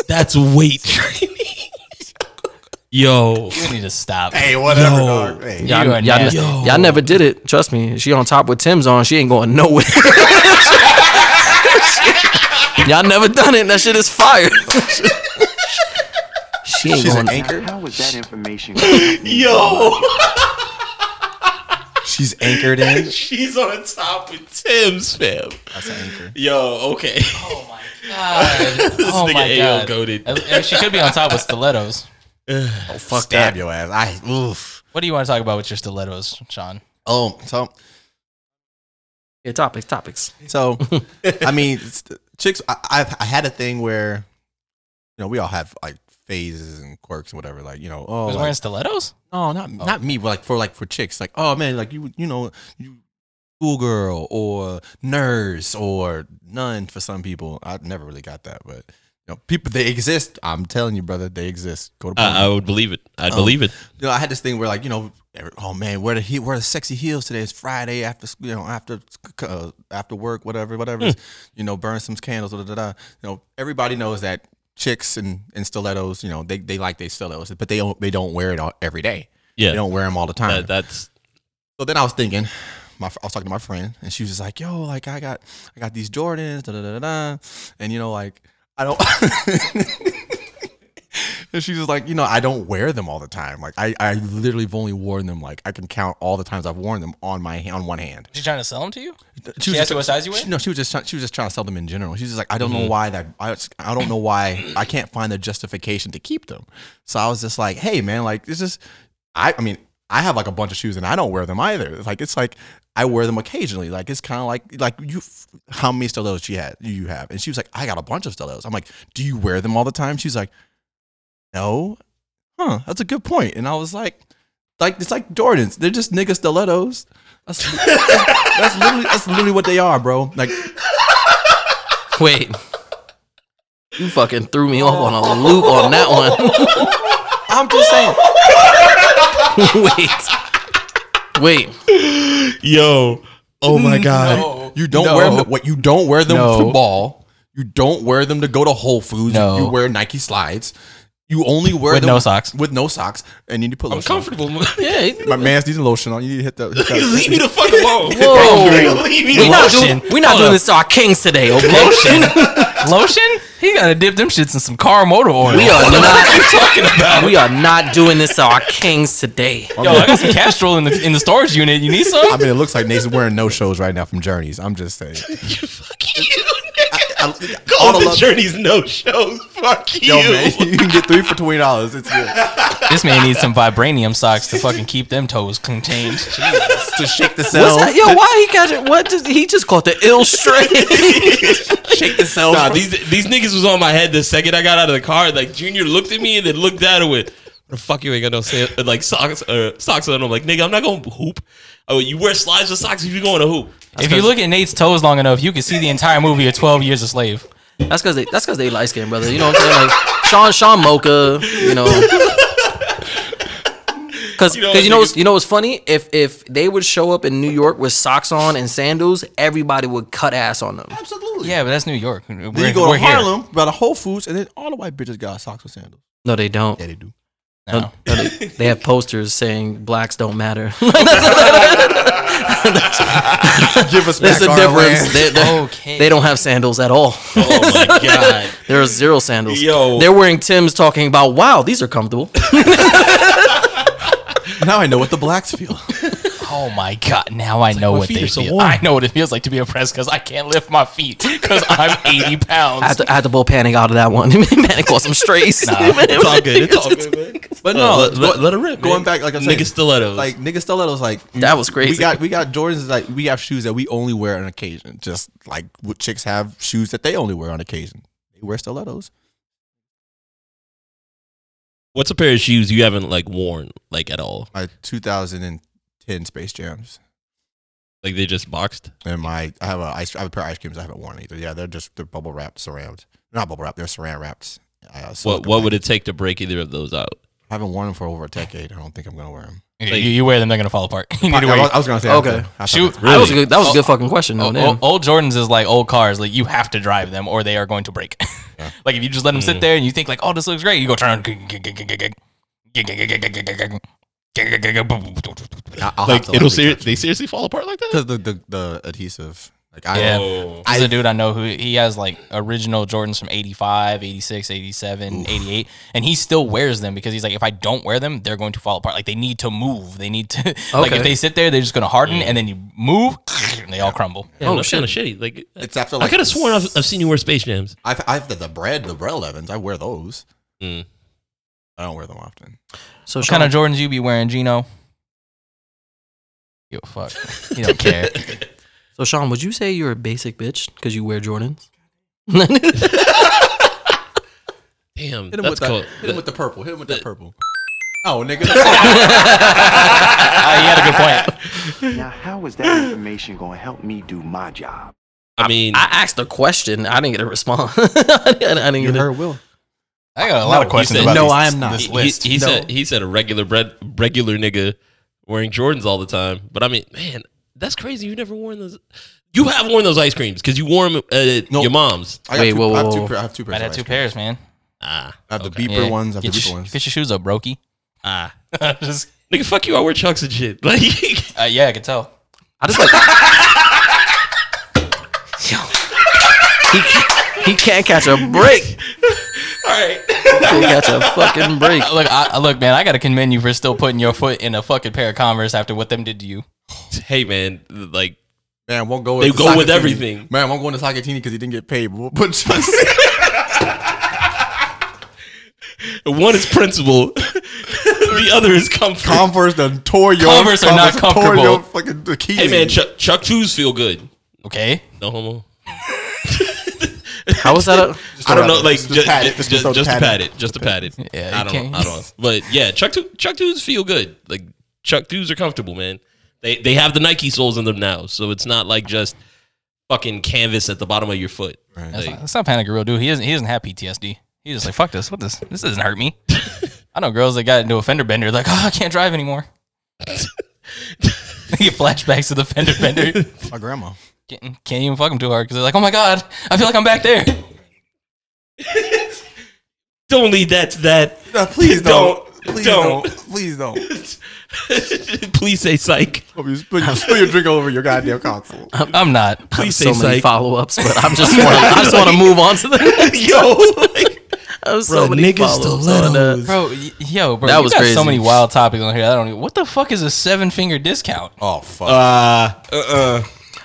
That's weight <laughs> training. Uh, Yo. You need to stop. whatever. Yo. dog. Hey. you are Y'all, y'all, nasty. Yo. y'all never did it. Trust me. She on top with Tim's on. She ain't going nowhere. <laughs> y'all never done it. That shit is fire. <laughs> she ain't She's going. an anchor. How was that information? <laughs> Yo. She's anchored in. <laughs> She's on top with Tim's fam. That's an anchor. Yo, okay. Oh my <laughs> god. this Oh my god. goaded. Uh, She could be on top with stilettos. Oh, fuck Stab your ass. I oof. What do you want to talk about with your stilettos, Sean? Oh, so Yeah, topics, topics. So, I mean, it's- chicks. I, I've, I had a thing where, you know, we all have like phases and quirks and whatever. Like, you know, oh, Was like, wearing stilettos? no, not not me, but like for like for chicks, like oh man, like you you know you schoolgirl or nurse or nun for some people. I never really got that, but you know, people they exist. I'm telling you, brother, they exist. Go to I, I would believe it. I'd Um, believe it. you know, I had this thing where like you know, every- oh man, where the he, where the sexy heels today? It's Friday after sc- you know after sc- uh, after work, whatever, whatever. You know, burn some candles, da da da. You know, everybody knows that chicks and, and stilettos, you know, they, they like their stilettos, but they don't they don't wear it all, every day. They Yeah. don't wear them all the time. That, that's So then I was thinking, my I was talking to my friend, and she was just like, "Yo, like I got I got these Jordans, da da da da, da, and you know, like I don't." <laughs> And she's just like, you know, I don't wear them all the time. Like I, I literally have only worn them. Like I can count all the times I've worn them on my on one hand. She trying to sell them to you? She asked you what size you wear? she- no, she was just trying, she was just trying to sell them in general. She's just like, I don't know why that I, was- I don't know why I can't find the justification to keep them. So I was just like, hey man, like this is I I mean I have like a bunch of shoes and I don't wear them either. Like it's like I wear them occasionally. Like it's kind of like like you how many stilettos she had you have and she was like I got a bunch of stilettos. I'm like, do you wear them all the time? She's like, no. Huh, that's a good point. And I was like, like it's like Jordans. They're just nigga stilettos. That's, <laughs> that's literally that's literally what they are, bro. Like Wait. You fucking threw me off on a loop on that one. <laughs> I'm just saying. Wait. Wait. Yo, oh my god. You don't No. wear them. What you don't wear them No. to ball. You don't wear them to go to Whole Foods. You- No. You, wear Nike slides. You only wear With them no socks. With no socks, and you need to put I'm lotion. on. <laughs> comfortable. Yeah, My man's needing lotion on. You need to hit the. hit <laughs> that- leave me the fuck alone. Whoa. leave We're me not Lotion. doing, we not Hold doing up. this to our kings today, okay? Lotion? He gotta dip them shits in some car motor oil. <laughs> We are you not talking about? we are not doing this to our kings today. Yo, I <laughs> got some Castrol in the in the storage unit. You need I <laughs> some? mean, it looks like Nate's wearing no shows right now from Journeys. I'm just <laughs> saying. Fuck you, nigga. I, Call all the love- journeys no shows. Fuck Yo, you. man, <laughs> you can get three for twenty dollars. It's good. This man needs some vibranium socks to fucking keep them toes <laughs> contained. Jesus. to shake the What's cell. that? Yo, why he got it? What just, he just caught the ill string? Shake the cell. <laughs> Nah, these these niggas was on my head the second I got out of the car. Like Junior looked at me and then looked down and went, "The fuck you ain't got no sa- like socks or socks on." I'm like, "Nigga, I'm not gonna hoop. Oh, you wear slides with socks if you going to hoop." If you look at Nate's toes long enough, you can see the entire movie of Twelve Years a Slave. That's because they that's because they light skinned brother. You know what I'm saying? Like Sean Sean Mocha, you know. Cause, you You know, know cause what, you know, nigga? what's- you know what's funny? If if they would show up in New York with socks on and sandals, everybody would cut ass on them. Absolutely. Yeah, but that's New York. We're, Then you go we're to here. Harlem, got a Whole Foods, and then all the white bitches got socks with sandals. No, they don't. Yeah, they do. No. No, they, they have posters saying blacks don't matter. <laughs> That's- Give us There's back a our land. difference. <laughs> They, they- <laughs> Okay. they don't have sandals <laughs> at all. Oh my <laughs> god. There are zero sandals. Yo. They're wearing Tim's talking about, wow, these <laughs> are comfortable. Now I know what the blacks feel. Oh my God! Now I know my what feet they are so feel. warm. I know what it feels like to be oppressed because I can't lift my feet because I'm 80 I had pounds. to, I had to blow panic out of that one. <laughs> panic was <laughs> some strays. <laughs> It's all good. It's all <laughs> good, man. But No, no, let, let, go- let it <laughs> rip. going man. back, like I'm saying, nigga stilettos. like nigga stilettos, like That was crazy. We got we got Jordans is like we have shoes that we only wear on occasion. Just like what chicks have shoes that they only wear on occasion. They wear stilettos. what's a pair of shoes you haven't like worn like at all? My 2010 Space Jams Like they just boxed. and my I have a ice I have a pair of ice creams I haven't worn either. Yeah, they're just they're bubble wrapped, saran not bubble wrapped, they're saran wrapped. Uh, so What what would it take to break either of those out? I haven't worn them for over a decade. I don't think I'm gonna wear them. you, you wear them, they're gonna fall apart. You need I, to I wear. was, I was gonna say I was Okay. gonna- I thought Shoe- that's- That was a Really? good. That was Oh, a good fucking question. though. old, damn. old, Jordans is like old cars. Like you have to drive them or they are going to break. like if you just let them sit there and you think like, oh, this looks great, you go turn. I- I'll have Like to, like, it'll ser- research they seriously fall apart like that? because the, the the adhesive like I Yeah. Oh. There's a dude I know who he has like original Jordans from 85, 86, 87, 88, and he still wears them because he's like, if I don't wear them, they're going to fall apart. Like they need to move. They need to <laughs> like Okay. Mm. if they sit there, they're just going to harden, and then you move, <laughs> and they all crumble. Yeah, Oh, that's kind of shitty. Like, It's after I like could have sworn I've, I've seen you wear Space Jams. I've, I've the, the bread, the bread elevens. I wear those. Mm. I don't wear them often. so What Sean, kind of Jordans you be wearing, Gino? Yo, <laughs> fuck. You don't care. so Sean, would you say you're a basic bitch because you <laughs> wear Jordans? Damn, Hit him, that's with, cool. that, hit him with the purple. Hit him with that the- purple. Oh, nigga. Ah, you had a good point. Now, how is that information going to help me do my job? I mean, <laughs> I asked a question. I didn't get a response. <laughs> I didn't, I didn't get a, Will. I got a lot of questions said- about no, these- I am not. this he, list. he- he said he said a regular bread, regular nigga wearing Jordans all the time. But I mean, man, that's crazy. You never worn those. You have worn those ice creams because you wore them at No. your mom's. I got Wait, two, whoa, I whoa, have two, whoa. pair- I have two I pairs. had of two ice cream. pairs, man. Ah, I have the okay. beeper ones. I have Get the beeper your, ones. get your shoes up, brokey. ah. <laughs> Just- Nigga, fuck you. I wear chucks and shit. <laughs> Like, uh, yeah, I could tell. I just like. <laughs> Yo, he, can't- he can't catch a break. all right. You got your fucking break. Look, I, I- look, man, I gotta commend you for still putting your foot in a fucking pair of Converse after what them did to you. <laughs> hey man, like Man, won't go. They with the go with Sakatini. everything. Man, won't go into Sakatini because he didn't get paid. But we'll put Chauncey. one is principle, <laughs> the other is comfort. Converse done tore your. Converse are not done tore your comfortable. fucking Achilles. hey man, Chuck, Chuck Chews feel good. Okay, No homo. How was that? A, I don't know, like Just just, just, pat it. just, Just throw the to pat pat it. it, just to pat it. Yeah, I you don't, can't- I don't. know. But yeah, Chuck Tu- Chuck dudes feel good. Like Chuck dudes are comfortable, man. They they have the Nike soles in them now, so it's not like just fucking canvas at the bottom of your foot. that's Like, not, that's not panic, a real dude. He doesn't. He doesn't have PTSD. He's just like, fuck this. What this? This doesn't hurt <laughs> me. I know girls that got into a fender bender, like, oh, I can't drive <laughs> anymore. they get flashbacks to the fender bender. my grandma. Can't, can't even fuck them too hard because they're like, oh my god, I feel like I'm back there. don't lead that to that. <laughs> No, please don't. Don't. Please Don't. don't. Please don't. Please say psych. Hope you spill, you spill your drink all over your goddamn <laughs> console. Oh, Um, I'm not. <laughs> Please so say many psych. follow ups, but <laughs> I'm just wanna, I just want to move on to the next. Yo, <laughs> like, I have so many follow-ups on that. Bro, y- yo, bro, That you was got so crazy. many wild topics on here. I don't even. What the fuck is a seven finger discount? Oh fuck. uh, uh,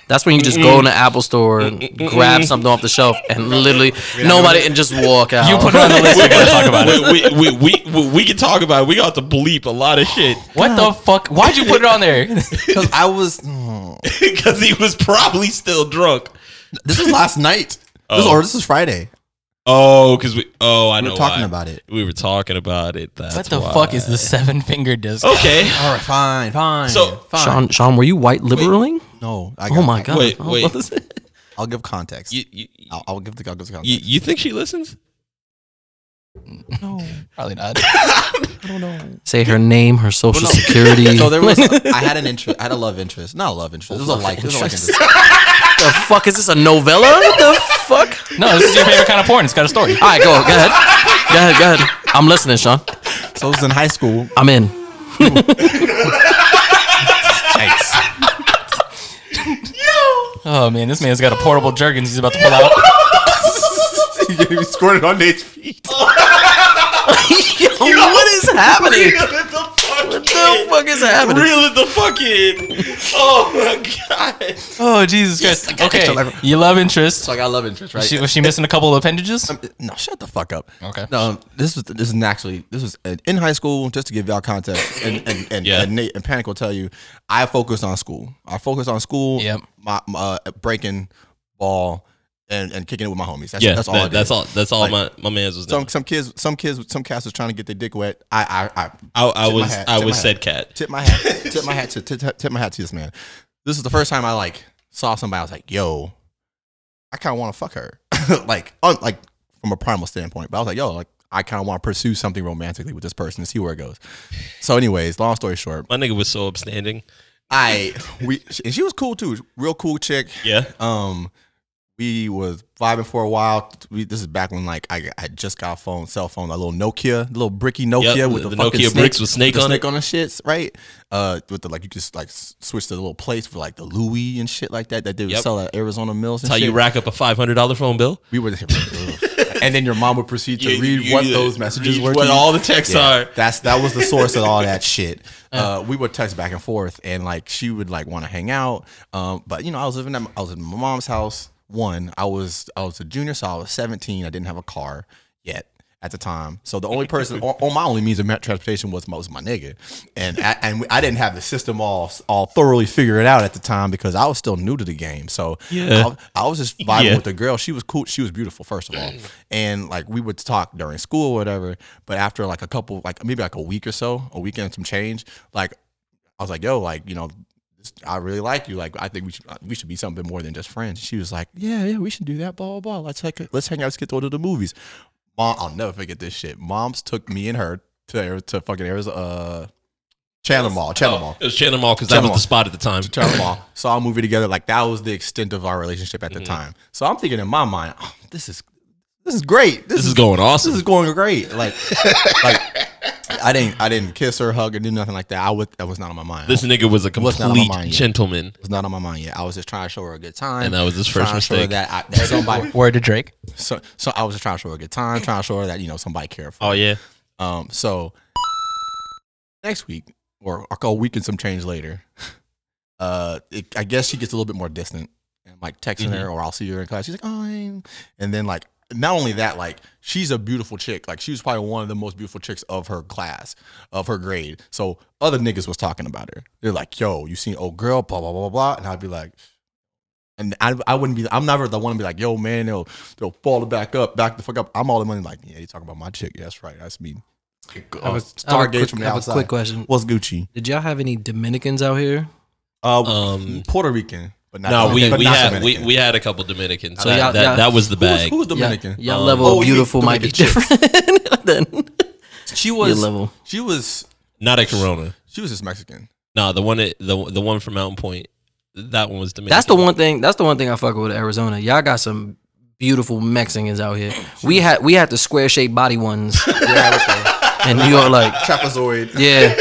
That's when you just go in the Apple store, Mm, and grab something off the shelf, and literally nobody, and just walk out. You put it on the list. We're gonna talk about it. we, we, we, we, we can talk about it. We got to bleep a lot of shit <laughs> What the fuck? Why'd you put it on <laughs> there? Because I was. mm, because he was probably still drunk. This is last night. This, Oh. or this is Friday. Oh, because we. Oh, I We know. were talking why. about it. We were talking about it. That's What the why. fuck is the seven finger discount? Okay. All right, fine, fine, So- fine. Sean, Sean, were you white liberaling? no, I Oh my god! Wait, I was wait. about to say- I'll give context. You, you, I'll, I'll give the I'll give the you, context. you think she listens? Probably not. Say her name, her oh, <laughs> social <laughs> security. So there was I <laughs> had an interest. I had a love interest, not a love interest. It was a like. It was a like interest. interest. the fuck is this? A novella? What the fuck? No, this is your favorite kind of porn. It's got a story. All right, go, go ahead, go ahead, go ahead. I'm listening, Sean. So it was in high school. <laughs> I'm in. Oh man, this man's got a portable jerkins he's about to pull out. he squirted on Nate's <laughs> feet. <laughs> Yo, what is happening? What the fuck is happening? Reel it the fuck in. Oh my god. Oh Jesus Christ! okay, extra- you love interest. So I got love interest, right? She, was she missing a couple of appendages? no, shut the fuck up. Okay. No, um, this was this is actually this was in- in high school. Just to give y'all context, and and and, Yeah. and Nate and Panic will tell you, I focused on school. I focused on school. Yep. My, my uh, breaking ball and and kicking it with my homies. That's, Yeah, that's all. I did. That's all. That's all. Like, my my man's was Some doing. some kids some kids some cats was trying to get their dick wet. I I I I, I tip my was. hat, I tip was my said hat. cat. tip my hat tip my hat to tip, tip my hat to this man. This is the first time I like saw somebody. I was like, yo, I kind of want to fuck her, <laughs> like un, like from a primal standpoint. But I was like, yo, like I kind of want to pursue something romantically with this person and see where it goes. So, anyways, long story short, My nigga was so upstanding. I we and she was cool too, real cool chick. Yeah. Um, we was vibing for a while. We, this is back when like I, I had just got a phone, cell phone, a little Nokia, little bricky Nokia Yep, with the, the fucking Nokia snake, bricks with snake the on it. snake on the shits, right? Uh, with the like you just like s- switch to the little place for like the Louis and shit like that that they would Yep. sell at Arizona Mills. And That's how shit. you rack up a five hundred dollar phone bill. We were, and then your mom would proceed to You- read you- what you- those messages read were. to what you. all the texts are. That's that was the source of all that <laughs> shit. Uh, we would text back and forth, and like she would like want to hang out, um, but you know I was living at I was in my mom's house. One, I was I was a junior, so I was seventeen. I didn't have a car yet at the time, so the only <laughs> person on, on my only means of ma- transportation was my, was my nigga, and I, and I didn't have the system all all thoroughly figured out at the time because I was still new to the game. So Yeah. I, I was just vibing Yeah. with the girl. She was cool. She was beautiful, first of all. And like we would talk during school or whatever. But after like a couple, like maybe like a week or so, a week and some change, like I was like, yo, like you know, this- I really like you. Like I think we should uh, we should be something more than just friends. She was like, yeah, yeah, we should do that. Blah blah blah. Let's like let's hang out. Let's get to go to the movies. Mom, I'll never forget this shit. Moms took me and her to to fucking Arizona. Uh, Chandler Mall, Chandler Mall. Oh, It was Chandler Mall because <laughs> that Chandler was Mall. the spot at the time. Turn them off. Saw a movie together. Like that was the extent of our relationship at the time. So I'm thinking in my mind, oh, this is this is great. This, This is is going this <laughs> awesome. is going great. Like like I didn't. I didn't kiss her, hug, or do nothing like that. I would. That was not on my mind. This nigga was a What's not on my complete mind yet? gentleman, was not on my mind yet. I was just trying to show her a good time, and that was his first trying to show her mistake. that, I, <laughs> that somebody. Word to Drake. so, so I was just trying to show her a good time, trying to show her that you know somebody cared for. Oh yeah, her. Um. So next week, or I call week and some change later. <laughs> Uh, it, I guess she gets a little bit more distant, and I'm, like texting her, or I'll see her in class. She's like, oh, hey." and then like not only that, like she's a beautiful chick. Like she was probably one of the most beautiful chicks of her class, of her grade. So other niggas was talking about her. They're like, yo, you seen old girl, blah blah blah blah blah, and I'd be like. And I, I wouldn't be. I'm never the one to be like, "Yo, man, they'll they'll fall back up, back the fuck up." I'm all the money like, "Yeah, you talking about my chick? Yeah, that's right. That's me." I have a- I have a Stargate quick- from I the have a outside. quick question. Mm. What's Gucci? Did y'all have any Dominicans out here? Uh, Um, Puerto Rican, but not no, we but we not Oh, had we, Dominican. we had a couple Dominicans. So that, y'all- that, y'all- that was the Who's- bag. Who's, Dominican? Y'all Um, level oh, of you mean beautiful might be <laughs> Dominican different than she was level. She was Not a Corona. she was just Mexican. No, the one that- the the one from Mountain Point. That one was Dominican. That's the one thing. That's the one thing I fuck with Arizona. Y'all got some beautiful Mexicans out here. We had we had the square shaped body <laughs> ones in New York, like Trapezoid. yeah,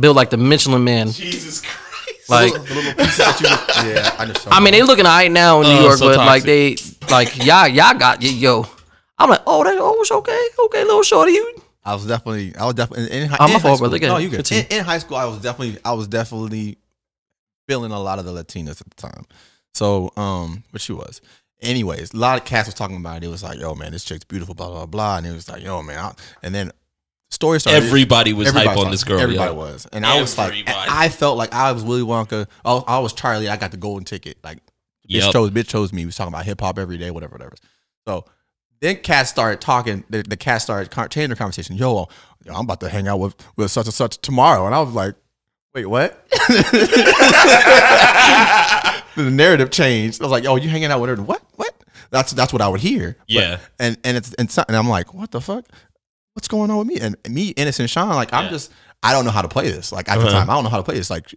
built like the Michelin Man. Jesus Christ. Like the little piece that you. Yeah, I understand. I mean, they looking alright now in New Oh, York, so but like they like y'all y'all got y- yo. I'm like, oh, that oh, it's okay, okay, little shorty, you I was definitely, I was definitely in, in, hi- Oh, my in high fault, school. brother. Go No, ahead. you good. In, Continue. in high school, I was definitely, I was definitely feeling a lot of the Latinas at the time. So, um, what she was. Anyways, a lot of cats was talking about it. It was like, yo, man, this chick's beautiful, blah blah blah, and it was like, yo, man, I, and then story started. Everybody was Everybody hype on talking- this girl. Everybody yo. was, and I was like, Everybody. I felt like I was Willy Wonka. I was, I was Charlie. I got the golden ticket. Like, bitch Yup. chose, bitch chose me. We was talking about hip hop every day, whatever, whatever. So then cats started talking. The, the cats started con- changing their conversation. Yo, yo, I'm about to hang out with with such and such tomorrow, and I was like, wait, <laughs> what? the narrative changed. I was like, oh, you hanging out with her? What? What? That's that's what I would hear. But- Yeah. and and it's and, so- and I'm like, what the fuck? What's going on with me? And me, innocent Sean, like I'm Yeah. just I don't know how to play this. Like at the Uh-huh. time, I don't know how to play this. Like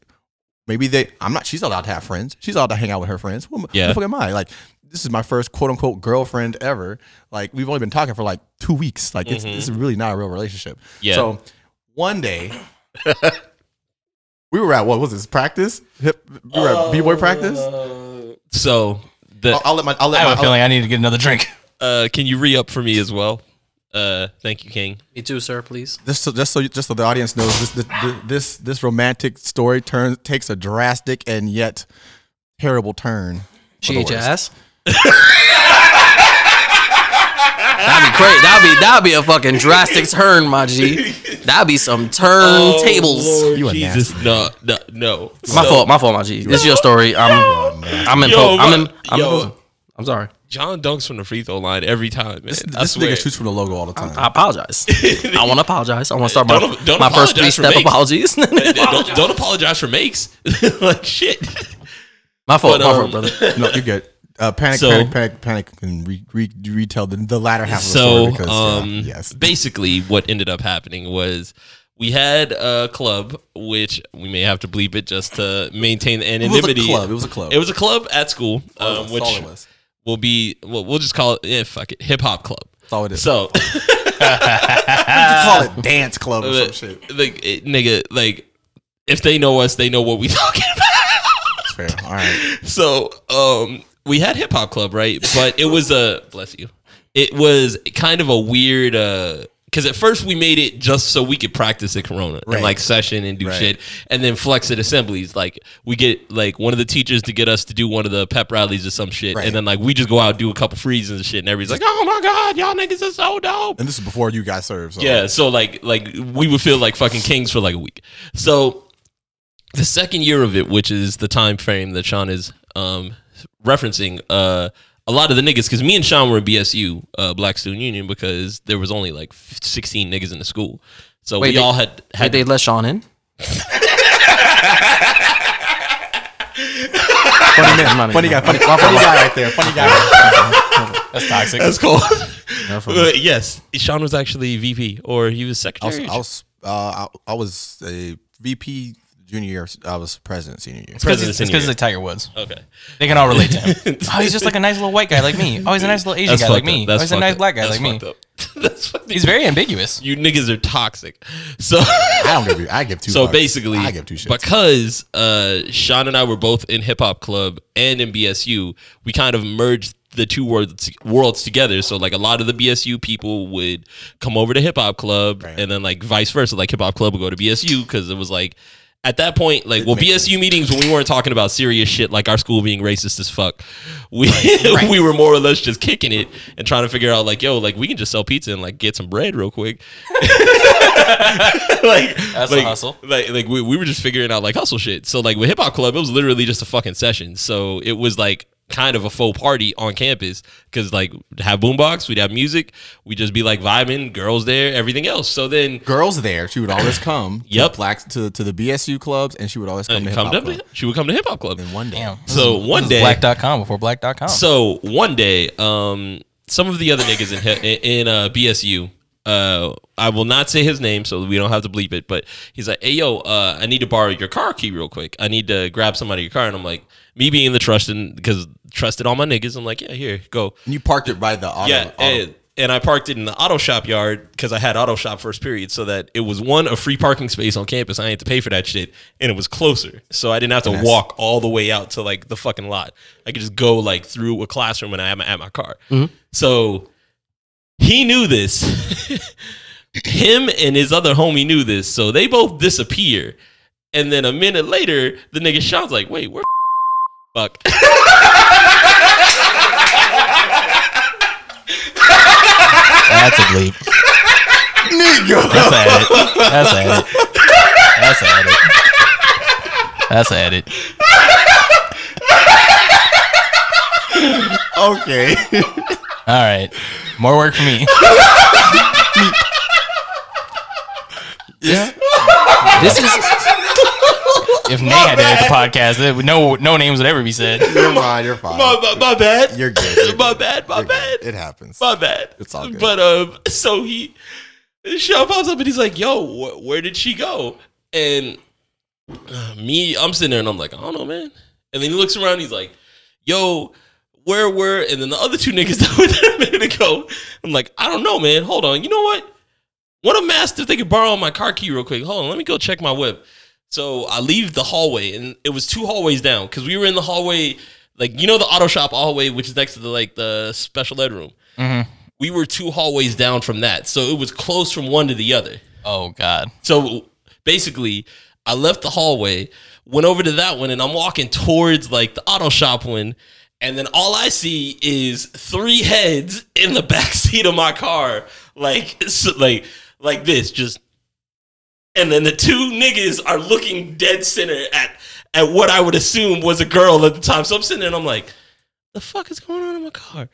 maybe they I'm not she's allowed to have friends. She's allowed to hang out with her friends. Who, am- who Yeah. the fuck am I? Like this is my first quote unquote girlfriend ever. Like we've only been talking for like two weeks. Like it's, Mm-hmm. this is really not a real relationship. Yeah. So one day we were at what was this practice? Hip, we were Oh, at b boy practice. So the I'll, I'll let my I'll I let my have a I'll- feeling I need to get another drink. uh, can you re up for me as well? Uh, thank you, King. me too, sir, please. just so, just so you- just so the audience knows this this this, this romantic story turns takes a drastic and yet terrible turn. She ate your ass. that'd be crazy. That'd be that'd be a fucking drastic turn, my G. That'd be some turn tables. Oh, You a Jesus, no, no, no. My So, fault, my fault, my G. This is your story. I'm I'm in Yo, po- I'm in what- I'm, yo. in- I'm sorry. John dunks from the free throw line every time, man. This, I this swear. nigga shoots from the logo all the time. <laughs> I apologize. I want to apologize. I want to start my, Don't- don't my first three apologize for step Vegas. <laughs> apologies. don't, don't apologize for makes. <laughs> like shit. my fault, But, my um, fault, brother. <laughs> no, you're good. Uh, panic, So- panic, panic, panic, and re, re, retell the, the latter half of the so story because yeah, um, yes, <laughs> basically what ended up happening was we had a club which we may have to bleep it just to maintain the it was a anonymity club. It was a club. Oh, It was a club at school That's um, all it which was. will be well, we'll just call it yeah, fuck it hip hop club That's all it is. <laughs> so <laughs> call it dance club Uh, or some shit. like it- nigga like if they know us they know what we <laughs> talking about That's fair. All right. so um we had hip hop club right but it was a bless you it was kind of a weird uh because at first we made it just so we could practice at corona Right. and like session and do Right. shit and then flex at assemblies like we get like one of the teachers to get us to do one of the pep rallies or some shit Right. and then like we just go out do a couple frees and shit and everybody's like oh my god y'all niggas are so dope And this is before you guys served. So. yeah, so like like we would feel like fucking kings for like a week. So the second year of it, which is the time frame that Sean is um referencing, uh a lot of the niggas, because me and Sean were in BSU, uh, Black Student Union, because there was only like 16 niggas in the school. So Wait, we they- all had Did had they let Sean in? funny man, I'm not Funny even- guy, funny, funny guy right there. Funny guy. <laughs> That's toxic. <laughs> That's cool. No, <laughs> for- Uh, yes, Sean was actually VP, or he was I was, secretary. I was, uh, I, I was a VP junior year. I was president senior year. president. It's because Oh, of Tiger Woods. okay. They can all <laughs> <laughs> relate to him. oh, he's just like a nice little white guy like me. Oh, he's a nice little Asian That's guy like fucked me. up. Oh, That's he's a fucked nice up. black guy That's like me. fucked up. <laughs> That's what He's very ambiguous. you niggas are toxic. So <laughs> I don't give you. I give two. so fucks. basically, I give two shits. because uh, Sean and I were both in Hip Hop Club and in BSU, we kind of merged the two worlds worlds together. So like a lot of the BSU people would come over to Hip Hop Club, Right. and then like vice versa, like Hip Hop Club would go to BSU because it was like. At that point, like, It well, makes BSU meetings when we weren't talking about serious shit like our school being racist as fuck, <laughs> we we were more or less just kicking it and trying to figure out like, yo, like we can just sell pizza and like get some bread real quick <laughs> like That's a like, hustle. Like like we, we were just figuring out like hustle shit. So like with Hip Hop Club, it was literally just a fucking session. So it was like kind of a faux party on campus because like have boombox, we'd have music, we'd just be like vibing, girls there, everything else. So then girls there, she would always come. Yep. to, Black, to to the BSU clubs, and she would always come and to come hip to, hop club. she would come to Hip Hop Club. And one day, Damn. So one day, Black.com before black.com. So one day, um, some of the other niggas in in uh, BSU, uh, I will not say his name, so we don't have to bleep it. But he's like, "Hey yo, uh, I need to borrow your car key real quick. I need to grab some out of your car." And I'm like, me being the trusted because trusted all my niggas, I'm like, "Yeah, here, go." and you parked it by the auto. yeah, auto- and, and I parked it in the auto shop yard because I had auto shop first period, so that it was one a free parking space on campus. I ain't to pay for that shit, and it was closer, so I didn't have to walk all the way out to like the fucking lot. I could just go like through a classroom and I'm at my car. Mm-hmm. So he knew <laughs> this. Him and his other homie knew this, so they both disappear. And then a minute later, the nigga Sean's like, "Wait, where?" Fuck. That's a bleep. That's an edit. That's an edit. That's an edit. That's an edit. okay. All right. More work for me. Yeah. This is If Nate had to edit the podcast, it would- no no names would ever be said. You're fine. You're fine. <laughs> my, my, my bad. Oh, You're good. You're <laughs> my good. bad. My You're bad. good. It happens. My bad. It's all good. But um, so he, Sean pops up and he's like, "Yo, wh- where did she go?" And uh, me, I'm sitting there and I'm like, "I don't know, man." And then he looks around. He's like, "Yo, where were?" And then the other two niggas <laughs> that were there a minute ago, I'm like, "I don't know, man. Hold on. You know what? What a master if they could borrow my car key real quick. Hold on, let me go check my whip." So I leave the hallway, and it was two hallways down because we were in the hallway, like you know the auto shop hallway, which is next to the like the special ed room we were two hallways down from that. So it was close from one to the other. Oh God. So basically, I left the hallway, went over to that one, and I'm walking towards like the auto shop one. And then all I see is three heads in the <laughs> back seat of my car, like so, like like this, just. And then the two niggas are looking dead center at at what I would assume was a girl at the time. So I'm sitting there and I'm like, the fuck is going on in my car?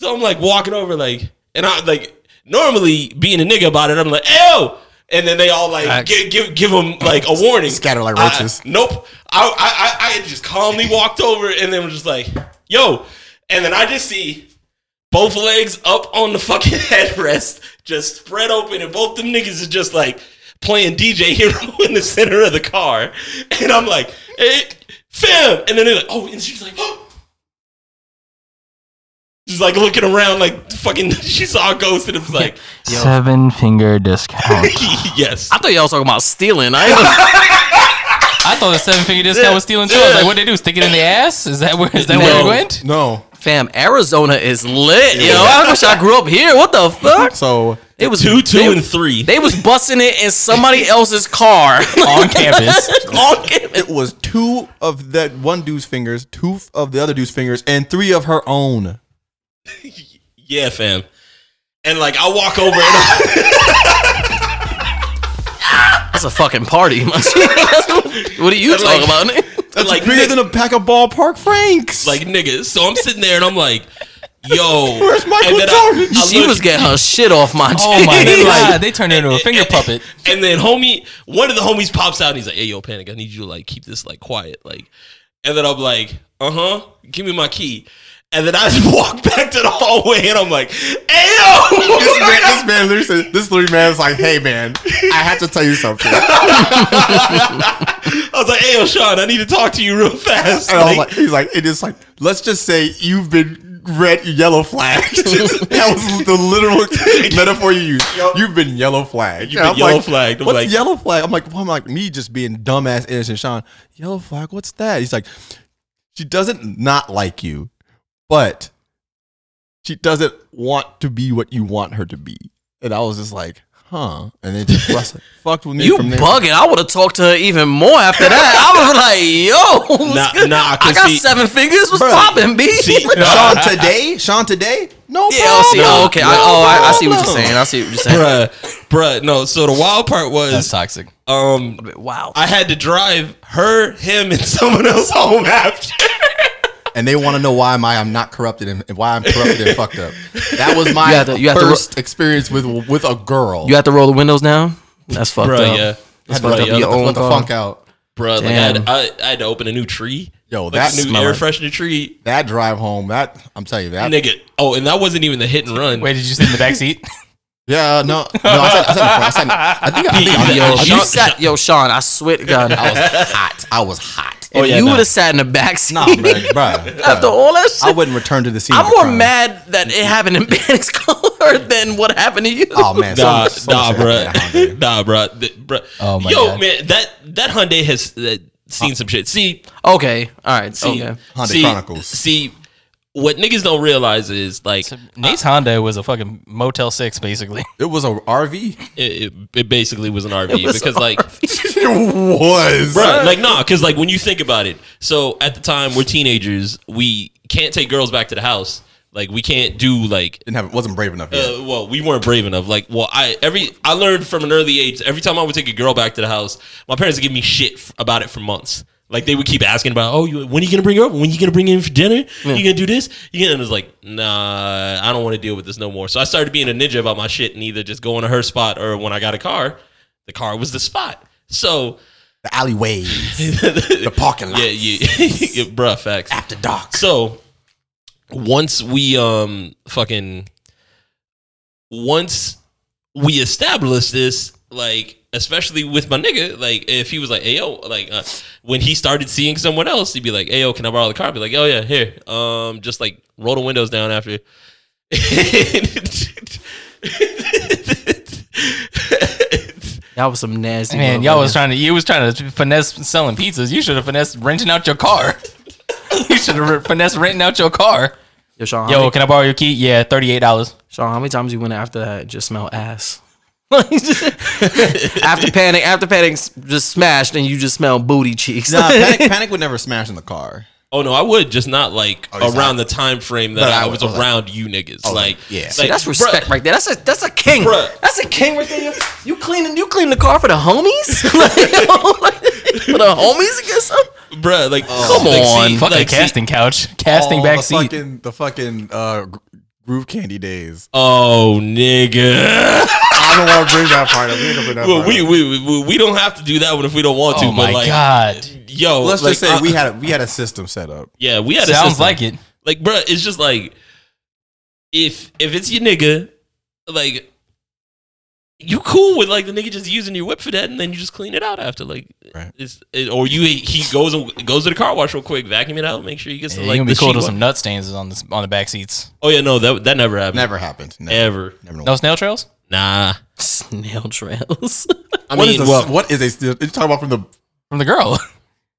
So I'm like walking over, like, and I like normally being a nigga about it, I'm like, ew. And then they all like Facts. give, give give them like a warning, Scatter like I- roaches. nope. I, I I I just calmly walked over and then was just like, yo. And then I just see both legs up on the fucking <laughs> headrest, just spread open, and both them niggas is just like playing DJ Hero <laughs> in the center of the car. And I'm like, hey, fam. And then they're like, oh, and she's like, oh. Just like looking around, like fucking, <laughs> she saw a ghost, and it was like, <laughs> Seven finger discount. yes. I thought y'all was talking about stealing. I ain't I thought the seven finger discount was stealing too. I was like, what they do? Stick it in the ass? Is that where is that where it No. went? No. <laughs> fam, Arizona is lit, yo. I wish I grew up here. What the fuck? So It was Two, two, they, and three. They was busting it in somebody else's car. <laughs> On campus. On campus. it was two of that one dude's fingers, two f- of the other dude's fingers, and three of her own. yeah, fam. And like, I walk over and i That's a fucking party. my <laughs> G. what are you talking about? nigga? <laughs> That's Like, bigger Nick- than a pack of ballpark franks. like niggas. So I'm sitting there and I'm like, yo, <laughs> Where's Michael and then I- Jordan? I She look- was getting her shit off my. <laughs> Oh <laughs> my G. god, they turned it into a finger puppet. And then homie, one of the homies pops out and he's like, hey yo, panic, I need you to like keep this like quiet. Like and then I'm like, uh-huh, give me my key. And then I <laughs> just walk back to the hallway and I'm like, <laughs> this man, hey this man literally said, this literally man is like, hey man, I have to tell you something. And yo. I was like, hey yo, Sean, I need to talk to you real fast. I was Like, like, he's like, it is like, let's just say you've been red yellow flag. <laughs> Just- that was the literal metaphor you used. You've been yellow flagged. You've been I'm yellow like, flagged. I'm What's like- yellow flag? I'm like, well, I'm like me just being dumbass innocent. Sean, yellow flag. What's that? He's like, she doesn't not like you, but she doesn't want to be what you want her to be. And I was just like, huh. And then <laughs> just fuss- fucked with me. You from there. bugging. I would have talked to her even more after that. I was like, yo, Nah, what's good? nah, 'cause I got see- seven fingers. What's Bruh, popping, B? see, yeah, Sean today? Sean today? No oh, see, problem. oh, okay. I, oh, I, I see what you're saying. I see what you're saying. bruh, bruh. No, so the wild part That's was, toxic. um, Wow. I had to drive her, him, and <laughs> someone else home after. and they want to know why am I I'm not corrupted and and why I'm corrupted and fucked up. That was my You have to- you have to ro- first experience with with a girl. You have to roll the windows down? That's fucked Bruh, up. yeah. That's Bruh, fucked up. uh, yeah. Your Let the- own let the car. funk out. Bruh, like I Damn. had, I, I had to open a new tree. Yo, like that's a new smart. air freshener tree, That drive home. That I'm telling you that. nigga. Oh, and that wasn't even the hit and run. Wait, did you sit in the back seat? Yeah, no, no. I said, I said, before, I, said I Oh, think I, think I, Yo, I- you Sean- sat, yo, Sean. I swear to God, I was hot. I was hot. if yeah, you nah. would have sat in the back <laughs> seat Nah, bro, bro, Oh, <laughs> after all that I shit, wouldn't return to the scene. I, of am the more crime. mad that it happened in <laughs> Bannock's color than what happened to you. Oh man, so Nah, much- so nah, much shit happened that Hyundai. bruh. <laughs> nah, bruh. Th- bruh. Oh, my Yo, God. man, that that Hyundai has uh, seen some shit. See, Okay, all right. see, okay. Hyundai see, Chronicles. See, what niggas don't realize is like <laughs> Nate's Honda was a fucking Motel Six, <laughs> basically. It was a RV. it, it, it basically was an RV because like, <laughs> it was. bruh, like nah, because like when you think about it, so at the time we're teenagers, we can't take girls back to the house. Like we can't do like Didn't have. Wasn't brave enough. Yet. uh, well, we weren't brave enough. Like, well, I every I learned from an early age. Every time I would take a girl back to the house, my parents would give me shit f- about it for months. Like they would keep asking about, oh, you, when are you gonna bring her up? When you gonna bring her in for dinner? You gonna do this? You gonna? And it's like, nah, I don't want to deal with this no more. So I started being a ninja about my shit and either just going to her spot or when I got a car, the car was the spot. So <laughs> the alleyways, the parking lot. yeah, yeah, yeah <laughs> bruh, facts. After dark. So once we um fucking once we established this, like especially with my nigga, like if he was like, "Hey yo," like uh, when he started seeing someone else, he'd be like, "Hey yo, can I borrow the car?" I'd be like, "Oh yeah, here." Um, just like roll the windows down after. <laughs> That was some nasty. Man, motherfucker. y'all was trying to you was trying to finesse selling pizzas. You should have finessed renting out your car. <laughs> you should have finessed renting out your car. Yo, Sean, how Yo, many, can I borrow your key? Yeah, thirty eight dollars. Sean, how many times you went after that and just smelled ass? <laughs> after panic, after panic, s- just smashed, and you just smell booty <laughs> cheeks. <laughs> Nah, panic, panic would never smash in the car. Oh no, I would just not like Oh, just around not- the time frame that But I, I was would- oh, around you niggas. like, yeah. See, like, that's bruh, respect right there. That's a that's a king. Bruh. That's a king right there. You cleaning you cleaning the car for the homies? <laughs> like, yo, like, for the homies to get some? bruh. Like, Come like, on. see, Fuck like, the see- casting couch, casting Oh, back the seat. Fucking, the fucking uh, gr- groove candy days. <laughs> Oh, nigga. I don't want to bring that part up. We, ain't gonna bring that <laughs> Well, part we, up. we we we don't have to do that one if we don't want to. oh my but like, god, yo, Let's like, uh, just say I- we had a, we had a system set up. yeah, we had. a sounds system. like it. like, bruh, It's just like if if it's your nigga, like you cool with like the nigga just using your whip for that, and then you just clean it out after, like, Right. it's, it, or you he goes and goes to the car wash real quick, vacuum it out, make sure you get Yeah, some you like gonna the be cool sheet to wa- some nut stains on the on the back seats. Oh yeah, no, that that never happened. Never happened. Never. ever. Never know. No snail trails. Nah. Snail trails. <laughs> I What is mean, a, well, what is a? st- You talking about from the from the girl. <laughs>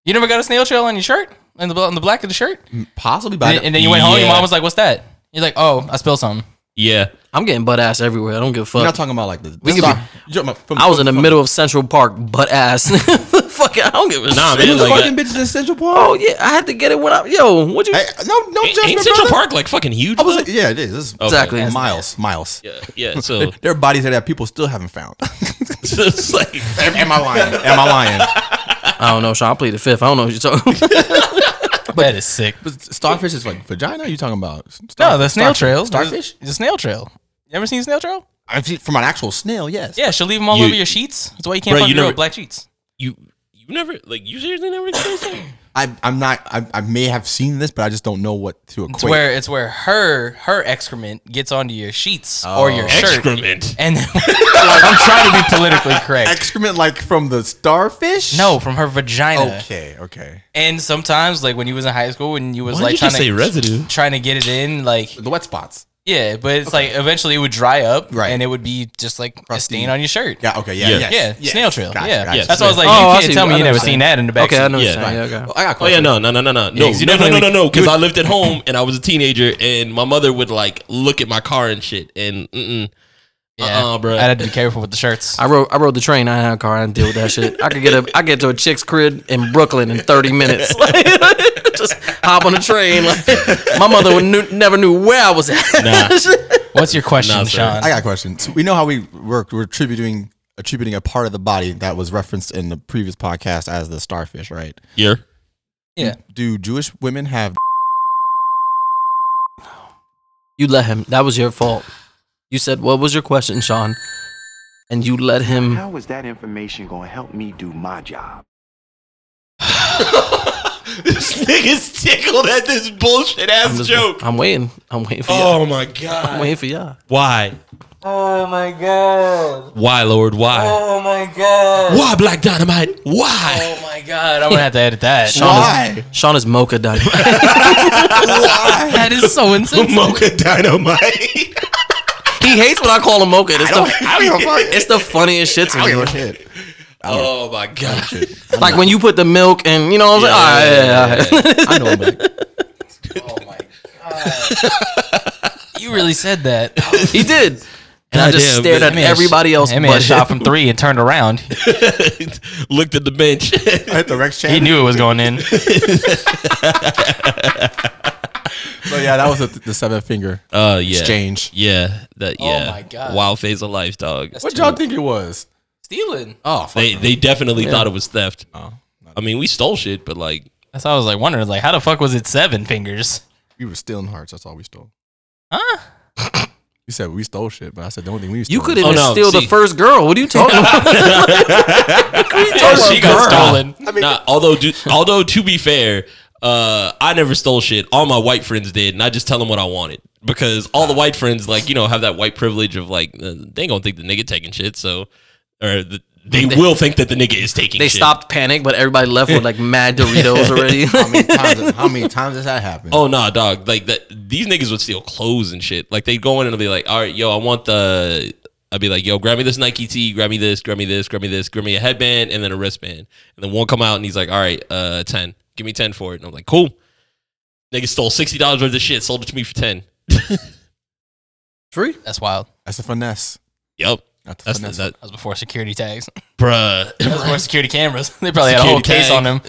You never got a snail trail on your shirt, on the on the black of the shirt, possibly by and, and then you went home. Your yeah. mom was like, "What's that?" You're like, "Oh, I spilled something." yeah. I'm getting butt ass everywhere. I don't give a You're not fuck. talking about like the. We could stop. be- You're talking about from- I was in the from- middle of Central Park, butt ass. <laughs> Fuck it, I don't give a Nah, shit. man. Who's Like, fucking uh, bitches in Central Oh Park? yeah, I had to get it when I yo. What you Hey, no, no ain't, judgment, ain't Central brother. Park like fucking huge? I was though? like, yeah, it is. This is exactly? Miles, miles. Yeah, <laughs> yeah. So, There are bodies there that people still haven't found. so it's like, Am I lying? <laughs> Am I lying? I don't know, Sean. I played the fifth. I don't know what you're talking. <laughs> about. that is sick. But starfish is like vagina. you talking about? No, the snail starfish. trails. Starfish. The snail trail. You ever seen a snail trail? I've seen from an actual snail. Yes. Yeah, she'll leave them all You- over your sheets. That's why you can't Bro, fuck your you girl never- with black sheets. <laughs> you you never like you seriously never experienced that? I, I'm not. I, I may have seen this, but I just don't know what to equate. It's where it's where her her excrement gets onto your sheets or your shirt, Oh. Excrement. and <laughs> then, <laughs> I'm trying to be politically correct. excrement, like from the starfish? no, from her vagina. Okay. Okay. And sometimes, like when you was in high school, when you was Why like did you trying just to say residue? trying to get it in, like The wet spots. yeah, but it's like eventually it would dry up, Right. and it would be just like a stain on your shirt. Yeah. Okay. Yeah. Yeah. yes, yeah, yes. snail trail. Gotcha, yeah, gotcha. that's why I was like, Oh, I you see. can't tell I me you never understand. seen that in the back. Okay, I know. Yeah. Yeah, yeah, okay. Oh, I got. a Oh yeah, question. no, no, no, no, no, no, 'cause you no, no, no, definitely- no, no, because I lived at home and I was a teenager, and my mother would like look at my car and shit, and mm-mm, uh-uh, bruh. I had to be careful with the shirts. I rode I rode the train. I had a car. I didn't deal with that shit. I could get a I get to a chick's crib in Brooklyn in thirty minutes. <laughs> Like, just hop on the train. Like, my mother would knew, never knew where I was at. What's your question, Nah, sir. Sean? I got a question. So we know how we work. We're attributing attributing a part of the body that was referenced in the previous podcast as the starfish, right? yeah, yeah, Do Jewish <laughs> women have? <laughs> You let him. That was your fault. You said, "What was your question, Sean?" And you let him. How is that information going to help me do my job? <laughs> this nigga's tickled at this bullshit I'm, ass just- joke. I'm waiting. I'm waiting for y'all. Oh my I'm god, waiting for y'all. why, Oh my god. why, Lord, why, Oh my god. why, Black Dynamite, why? Oh my god, I'm gonna have to edit that. Sean Why? is Sean is mocha <laughs> died. that is <laughs> so insensitive. Mocha <laughs> Dynamite. he hates when I call him mocha. It's the I don't give a fuck. it's the funniest shit to I don't give me. a shit. oh my god. Like when you put the milk and you know what I'm saying. All right, "Ah, yeah, all I right. know, but <laughs> You really said <laughs> that. Oh. He did. And I just Goddamn, stared man. at everybody else That but man shot him. from three and turned around. Looked at the bench. I hit the Rex He Chan. knew it was going in. So Oh, yeah, that was the, the seven finger <laughs> Uh, yeah, exchange. yeah, that Oh yeah. my God. Wild phase of life, dog. What y'all think it was? <laughs> Stealing. Oh, fuck. They they definitely thought it was theft. I mean, we stole shit, but like That's why I was like wondering, like, how the fuck was it seven fingers? we were stealing hearts. That's all we stole. Huh? <laughs> You said we stole shit, but I said the only thing we stole. You was- couldn't Oh, even no, steal see. the first girl. What are you talking about? oh, she got stolen. nah, although do, although to be fair, uh, I never stole shit. All my white friends did, and I just tell them what I wanted because all the white friends like you know have that white privilege of like uh, they gonna think the nigga taking shit, so or the, they, will think that the nigga is taking. they shit. stopped panic, but everybody left with like mad Doritos already. How many times? How many times has that happened? Oh nah, dog. Like that, these niggas would steal clothes and shit. Like they'd go in and they'd be like, "All right, yo, I want the." I'd be like, "Yo, grab me this Nike tee, grab me this, grab me this, grab me this, grab me a headband, and then a wristband." And then one come out and he's like, "All right, uh, ten. Give me ten for it." And I'm like, "Cool." Nigga stole sixty dollars worth of shit, sold it to me for ten. Free? That's wild. That's a finesse. Yep, Not the that's finesse. that, That was before security tags. <laughs> bruh. That was before security cameras. <laughs> They probably had a whole Security case on them.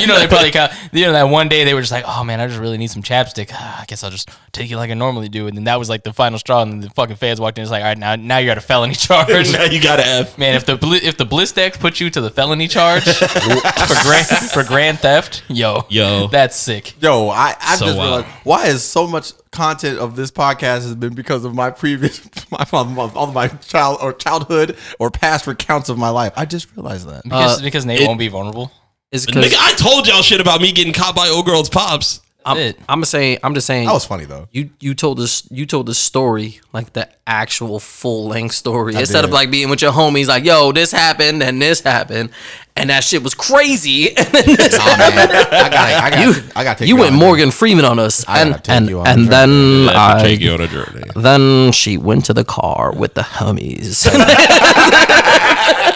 You know, they probably got, you know, that one day they were just like, oh man, I just really need some chapstick. Ah, I guess I'll just take it like I normally do. And then that was like the final straw. And the fucking feds walked in and was like, all right, now, now you're at a felony <laughs> charge. now you got to F. Man, if the bli- if the Blistex put you to the felony <laughs> charge for grand for grand theft, yo, Yo. that's sick. Yo, I I So just wild. realized why is so much content of this podcast has been because of my previous <laughs> my, my, my all of my child or childhood or past recounts of my life. I just realized that. Because, because Nate won't be vulnerable. <laughs> It's because Nigga, I told y'all shit about me getting caught by old girl's pops. I'm, it. I'm just saying I'm just saying That was funny though. you you told this you told the story like the actual full length story instead of like being with your homies like yo this happened and this happened and that shit was crazy <laughs> and then this Nah, man. I got I got you I got you went Morgan Freeman on us I and gotta take and, you on and a then Mm, I Oh, on a journey. Then she went to the car with the <laughs> homies.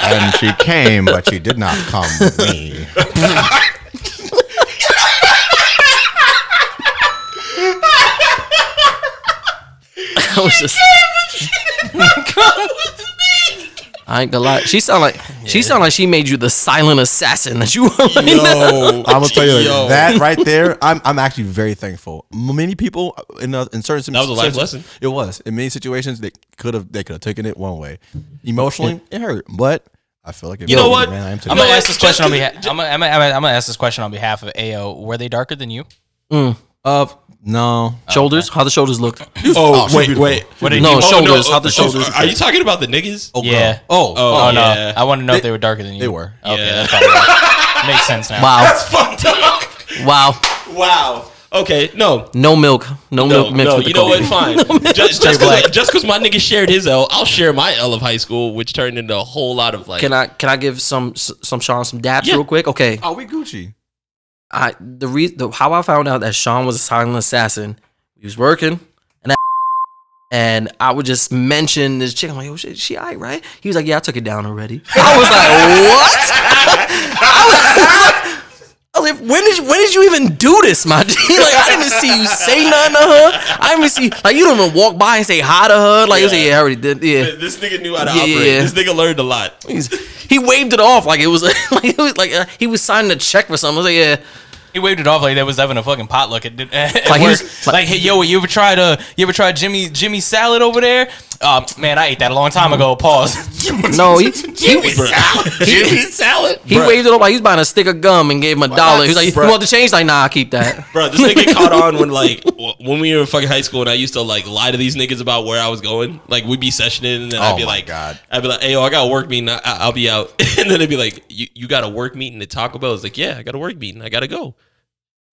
and she came, but she did not come with me. I was just. <laughs> I ain't gonna lie. She sound like she sound like she made you the silent assassin that you were. <laughs> Yo, I'm gonna tell you Yo. that right there. I'm I'm actually very thankful. M- Many people in uh, in certain That was a life certain- lesson. It was in many situations they could have they could have taken it one way. Emotionally, it hurt, but I feel like it You know really, what? Man, I am too. I'm know gonna what? ask this Just question on 'cause- behalf. I'm gonna, I'm, gonna, I'm, gonna, I'm gonna ask this question on behalf of Ao. Were they darker than you? Uh, no. <laughs> shoulders? How the shoulders looked? Oh, wait, wait. What No, Oh, you? shoulders, how the shoulders- are you talking about the niggas? Oh, Yeah. Oh, Oh, Oh no, yeah. I want to know if they were darker than you. They were. Okay, Yeah. <laughs> that's probably right. makes sense now. Wow. <laughs> Fuck, dog. Wow. Wow. Okay, no, No milk. No, no, milk mixed no. with You the know what? coconut. <laughs> Fine. just just because my nigga shared his L, I'll share my L of high school, which turned into a whole lot of like. Can I can I give some some Sean some dabs Yeah. real quick? Okay. Oh, we Gucci. I the re the, how I found out that Sean was a silent assassin. He was working, and that and I would just mention this chick. I'm like, oh shit, she alright, right? He was like, yeah, I took it down already. <laughs> I was like, what? I was like, when did you, when did you even do this, my G? <laughs> Like I didn't see you say nothing to her. I didn't even see like you don't even walk by and say hi to her. Like you say, yeah, I already did. Yeah, this nigga knew how to Yeah, operate. yeah. This nigga learned a lot. <laughs> He's- he waved it off like it was <laughs> like it was like uh, he was signing a check for something. I was like, yeah. He waved it off like that was having a fucking potluck at, <laughs> at Like like he work. was- like, hey, yo, you ever tried uh, you ever tried Jimmy Jimmy salad over there? Uh, man, I ate that a long time ago. Pause. <laughs> No, he, he, Jimmy salad. He waved it up like he was buying a stick of gum and gave him a dollar. He was like, "You want the change?" Like, "Nah, I keep that." Bro, this <laughs> nigga caught on when like w- when we were in fucking high school and I used to like lie to these niggas about where I was going. Like we'd be sessioning and then I'd Oh be my like, God. I'd be like, hey yo, I got a work meeting. I- I'll be out. <laughs> and then they'd be like, you you got a work meeting at Taco Bell? I was like, yeah, I got a work meeting. I gotta go.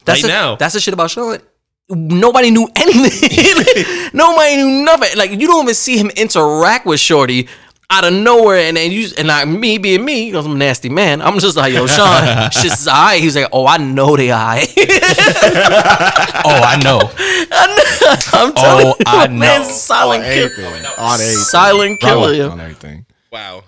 That's right the- now. That's the shit about Sean. Nobody knew anything. <laughs> Nobody knew nothing. Like you don't even see him interact with Shorty out of nowhere. And then you and like me being me, you know, I'm a nasty man. I'm just like, <laughs> "Yo, Sean, shit's alright." He was like, "Oh, I know they alright." <laughs> <laughs> oh, I know. I'm telling Oh, you, I my man's a know. silent Oh, killer. Everything. On everything. Silent killer. Bro, yo. On everything. wow.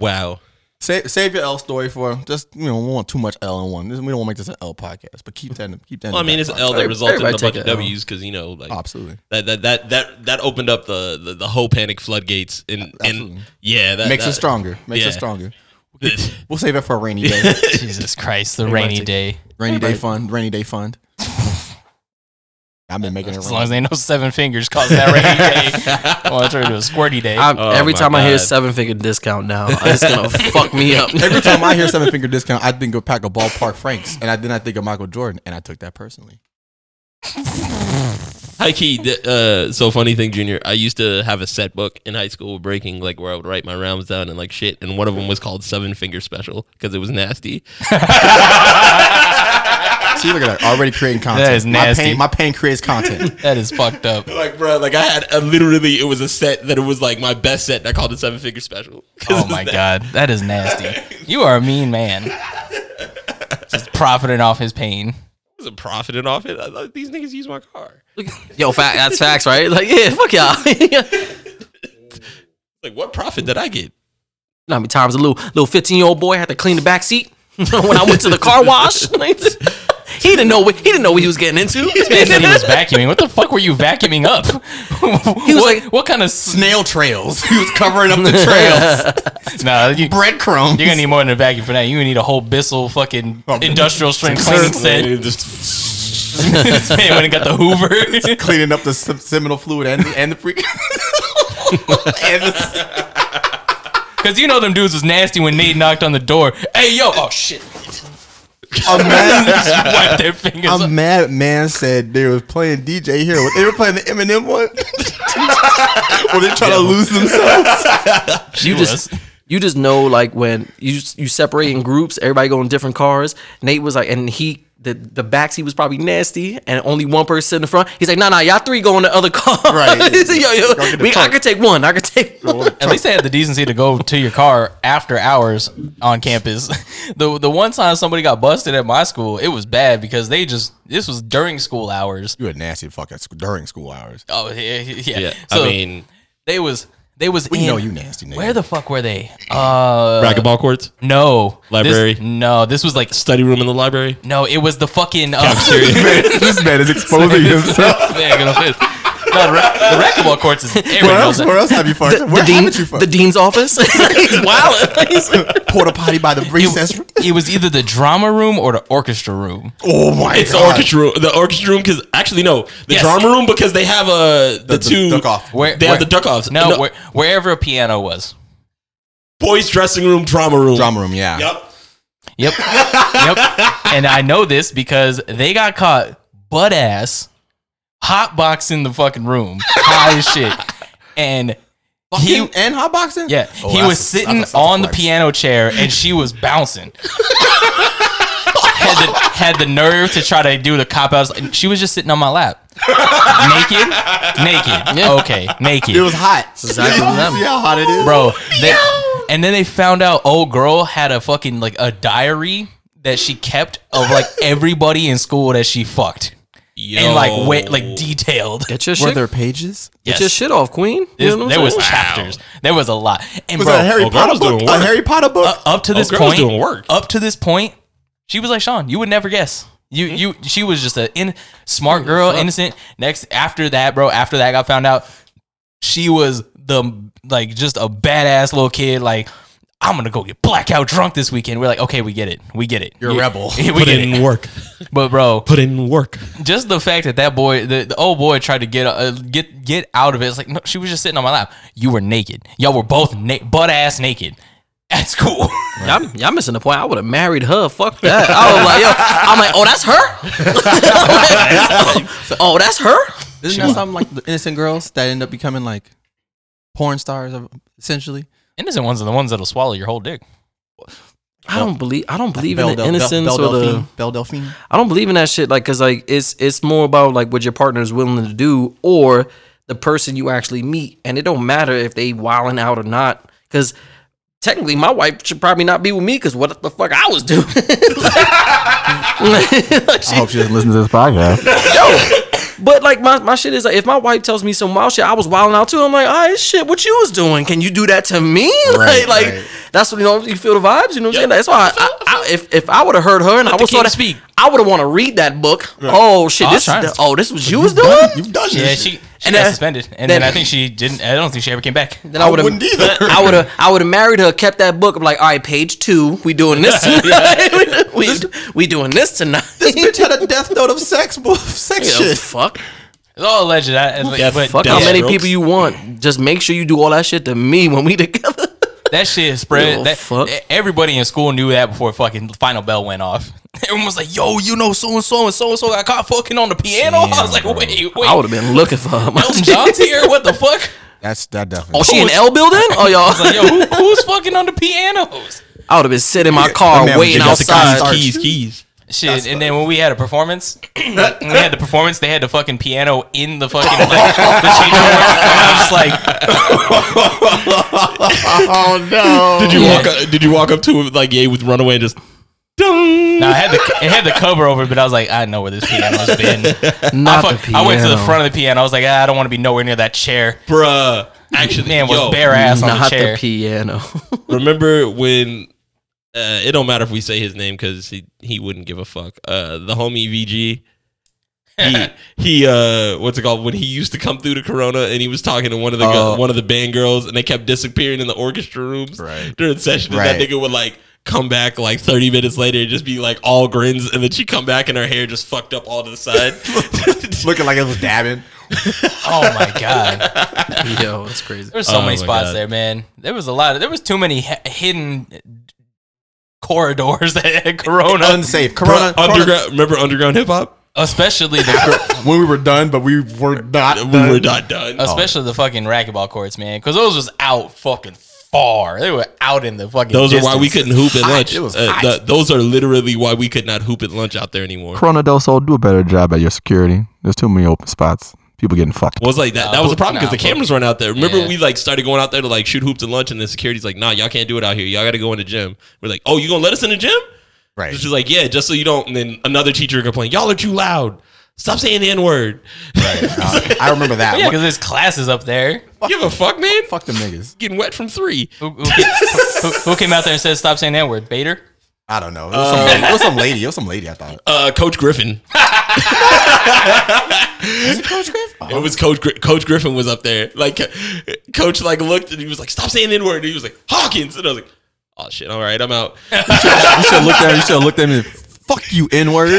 Wow. Save, save your L story for just you know we don't want too much L in one. This, we don't want to make this an L podcast, but keep that in- keep that. in Well, I the mean, back it's an pocket. L that resulted in a everybody bunch take of a L. W's because you know, like Absolutely. that that that that that opened up the the, the whole panic floodgates and and Absolutely. yeah, that Makes that- us stronger. Makes yeah. us stronger. We'll save it for a <laughs> rainy day. <laughs> Jesus Christ, the rainy day. rainy day fund. Rainy day fund. I've been making it As long as rain. they know seven fingers causing that rainy day. <laughs> I want to turn into a squirty day. I'm- Oh every my time I hear God. seven figure discount now, <laughs> it's gonna fuck me up. <laughs> Every time I hear seven finger discount, I think of pack of ballpark franks, and I then I think of Michael Jordan, and I took that personally. <laughs> High key, th- uh, so funny thing, Junior. I used to have a set book in high school with breaking, like where I would write my rounds down and like shit. And one of them was called Seven Finger Special because it was nasty. See, look at that. Already creating content. That is nasty. My pain, my pain <laughs> creates content. that is fucked <laughs> up. <laughs> Like, bro, like I had uh, literally, it was a set that it was like my best set. And I called it Seven Finger Special. 'Cause Oh it was my that- god, that is nasty. You are a mean man. Just profiting off his pain. I wasn't profiting off it. I, thought these niggas use my car. Yo, fact, that's facts, right? Like, yeah, fuck y'all. <laughs> Like, what profit did I get? Not many times a little little fifteen year old boy had to clean the back seat <laughs> when I went to the car wash. <laughs> he didn't know what he didn't know what he was getting into. This He man said said he was vacuuming. What the fuck were you vacuuming up? <laughs> He was what, <laughs> like- what kind of sn- Nail trails. <laughs> He was covering up <laughs> the trails. nah, you, Breadcrumbs. You're gonna need more than a vacuum for that. You need a whole Bissell fucking industrial strength cleaning set. this <laughs> man went and got the Hoover. <laughs> cleaning up the sem- seminal fluid and and the pre. and the, Cause you know them dudes was nasty when Nate knocked on the door. Hey yo, oh shit! <laughs> a man, Just wiped their fingers. a up. mad man said they was playing DJ Hero. They were playing the Eminem one. <laughs> <laughs> Were they trying to lose themselves? you just you just know like when you you separate in groups, everybody go in different cars. Nate was like, and he. The, the back seat was probably nasty, and only one person in the front. He's like, "Nah, nah, y'all three go in the other car." Right. He said, <laughs> yo, Go yo, get the we, I trunk. could take one. I could take one. At least they had the decency to go to your car after hours on campus. <laughs> The the one time somebody got busted at my school, it was bad because they just this was during school hours. You a nasty fuck at sc- during school hours. <laughs> Oh yeah, yeah. Yeah, So I mean, they was they was We in, know you nasty nigga. Where the fuck were they? Uh, racquetball courts, no This- Library? no, this was like study room in the <laughs> library. no, it was the fucking uh, <laughs> this man is <laughs> exposing himself. Yeah, gonna fit. No, the, ra- the racquetball courts is everybody Where knows else, that. where else have you farted? <laughs> The, where the dean, haven't you the farted? <laughs> dean's office. <laughs> He's wild. Porta potty by <laughs> the recess room. It was either the drama room or the orchestra room. Oh my It's the orchestra room. The orchestra room because actually no, the Yes. drama room because they have uh, the, The, two duck off. Where They where, have the duck offs. No, No. Where, wherever a piano was. boys dressing room drama room. Drama room, yeah. Yep. <laughs> Yep. yep. And I know this because they got caught butt ass hotboxing the fucking room. High as shit. And he Fucking and hot boxing? yeah, Oh, he that's was a- sitting that's a- that's a on the flex. piano chair and she was bouncing. had, the, had the nerve to try to do the cop outs. She was just sitting on my lap, naked, naked. Okay, naked. It was hot. exactly what happened. See how hot it is, bro. They, and then they found out old girl had a fucking like a diary that she kept of like everybody in school that she fucked and like wait like detailed. Get your Were shit. there pages? Get your shit off, Queen. You This- know what I'm there was saying? chapters. There was a lot. And Was bro, that a Harry oh, Potter girls doing book? A work. Harry Potter book? up, up to this girl's point, doing work. Up to this point, she was like Sean. You would never guess. You you she was just a in, smart girl, innocent. Next after that, bro. After that got found out, she was the like just a badass little kid. Like I'm gonna go get blackout drunk this weekend. We're like, okay, we get it, we get it. You're <laughs> a rebel. we Put get in it. work. But bro, Put in work. just the fact that that boy, the, the old boy, tried to get uh, get get out of it. It's like no, she was just sitting on my lap. You were naked. Y'all were both na- butt ass naked at school. <laughs> Y'all, y'all missing the point. I would have married her. Fuck that. I was like, yo, I'm like, oh, that's <laughs> her. oh, that's her. Isn't that something like the innocent girls that end up becoming like porn stars, uh, essentially? Innocent ones are the ones that'll swallow your whole dick. I don't believe. I don't believe in the Del- innocence Belle, or the. Delphine. Belle Delphine. I don't believe in that shit. Like, cause like it's it's more about like what your partner is willing to do or the person you actually meet, and it don't matter if they wilding out or not. Cause technically, my wife should probably not be with me. Cause what the fuck I was doing. <laughs> Like, she- I hope she doesn't listen to this podcast. But like my, my shit is like if my wife tells me some wild shit, I was wilding out too. I'm like, all right, shit, what you was doing? Can you do that to me? <laughs> Right, like, like right. that's what you know. You feel the vibes, you know what I'm saying? That's why I, I, I, if if I would have heard her and I the was sort king of speak. I would have want to read that book. Oh shit, I was this is trying the, to- oh this was you was doing. You've <laughs> done this. Yeah, shit. she, she And got then- suspended, and then- then, I think she didn't. I don't think she ever came back. Then I would have wouldn't either. <laughs> I would have I would have married her, kept that book. I'm like, all right, page two, we <laughs> doing this tonight. <laughs> we, we doing this tonight. <laughs> bitch had a death note of sex, bo- sex Yeah, shit. fuck. It's all alleged. I, like, Yeah, but Fuck Death how many strokes. people you want. Just make sure you do all that shit to me when we <laughs> together. that shit Oh, spread. That, e, fuck. Everybody in school knew that before fucking final bell went off. <laughs> Everyone was like, "Yo, you know so and so and so and so got caught fucking on the piano." I was like, "Wait, I wait, would have been looking for her. Elton <laughs> John's here? What the fuck?" That's that definitely. Oh, she in L building? Oh, <laughs> I was like, y'all. "Yo, who, who's fucking on the pianos?" I would have been sitting in my car man was waiting just got the outside. Starch. Keys, keys. Shit, and then when we had a <clears throat> performance, when we had the performance, they had the fucking piano in the <laughs> fucking electric machine. I was just like, oh no. Did you Yeah. walk? Up, did you walk up to him like yeah with Runaway and just? No, I had the it had the cover over, it, but I was like, I know where this piano's been. I, Not the fuck- piano. I went to the front of the piano. I was like, ah, I don't want to be nowhere near that chair. Bruh. Actually, Man was yo, bare ass on the Not the chair. <laughs> piano. Remember when? Uh, it don't matter if we say his name because he, he wouldn't give a fuck. Uh, the homie VG. <laughs> He he uh what's it called when he used to come through to Corona and he was talking to one of the gu- Oh. one of the band girls and they kept disappearing in the orchestra rooms Right. during sessions. And that Right. nigga would like come back like thirty minutes later and just be like all grins and then she come back and her hair just fucked up all to <laughs> the side. <laughs> <laughs> Looking like it was dabbing. Oh my god, Yo, that's crazy. there was so Oh many my spots God. there, man. There was a lot. Of, there was too many h- hidden corridors <laughs> that had Corona, Unsafe. Bruh, Corona. Corona. underground. Remember underground hip hop? especially the <laughs> When we were done, but we were not. We done. were not done. especially the fucking racquetball courts, man, because those was out fucking far. They were out in the fucking. Those are why we distance. couldn't hoop at lunch. It was Uh, hot. th- those are literally why we could not hoop at lunch out there anymore. Corona Del Sol, do a better job at your security. There's too many open spots. People getting fucked. Well, it's like that. that was the problem because nah, the cameras weren't out there. Remember, Yeah. we like started going out there to like shoot hoops at lunch, and the security's like, "Nah, y'all can't do it out here. Y'all got to go in the gym." We're like, "Oh, you gonna let us in the gym?" Right. She's like, "Yeah, just so you don't." And then another teacher complained, "Y'all are too loud. Stop saying the n word." <laughs> Uh, I remember that. Yeah, What- because there's classes up there. Give a fuck, man. Fuck them niggas. Getting wet from three. Who, who, ca- who- who came out there and said stop saying that word? Bader. I don't know. It was, some lady. it was some lady. It was some lady. I thought. Uh, Coach Griffin. <laughs> Coach Griff. It was Coach Gri- Coach Griffin was up there. Like Coach like looked and he was like, "Stop saying n word." And He was like, "Hawkins," and I was like, "Oh shit, all right, I'm out." You should have looked at her. You should have looked at me. Fuck you, N word.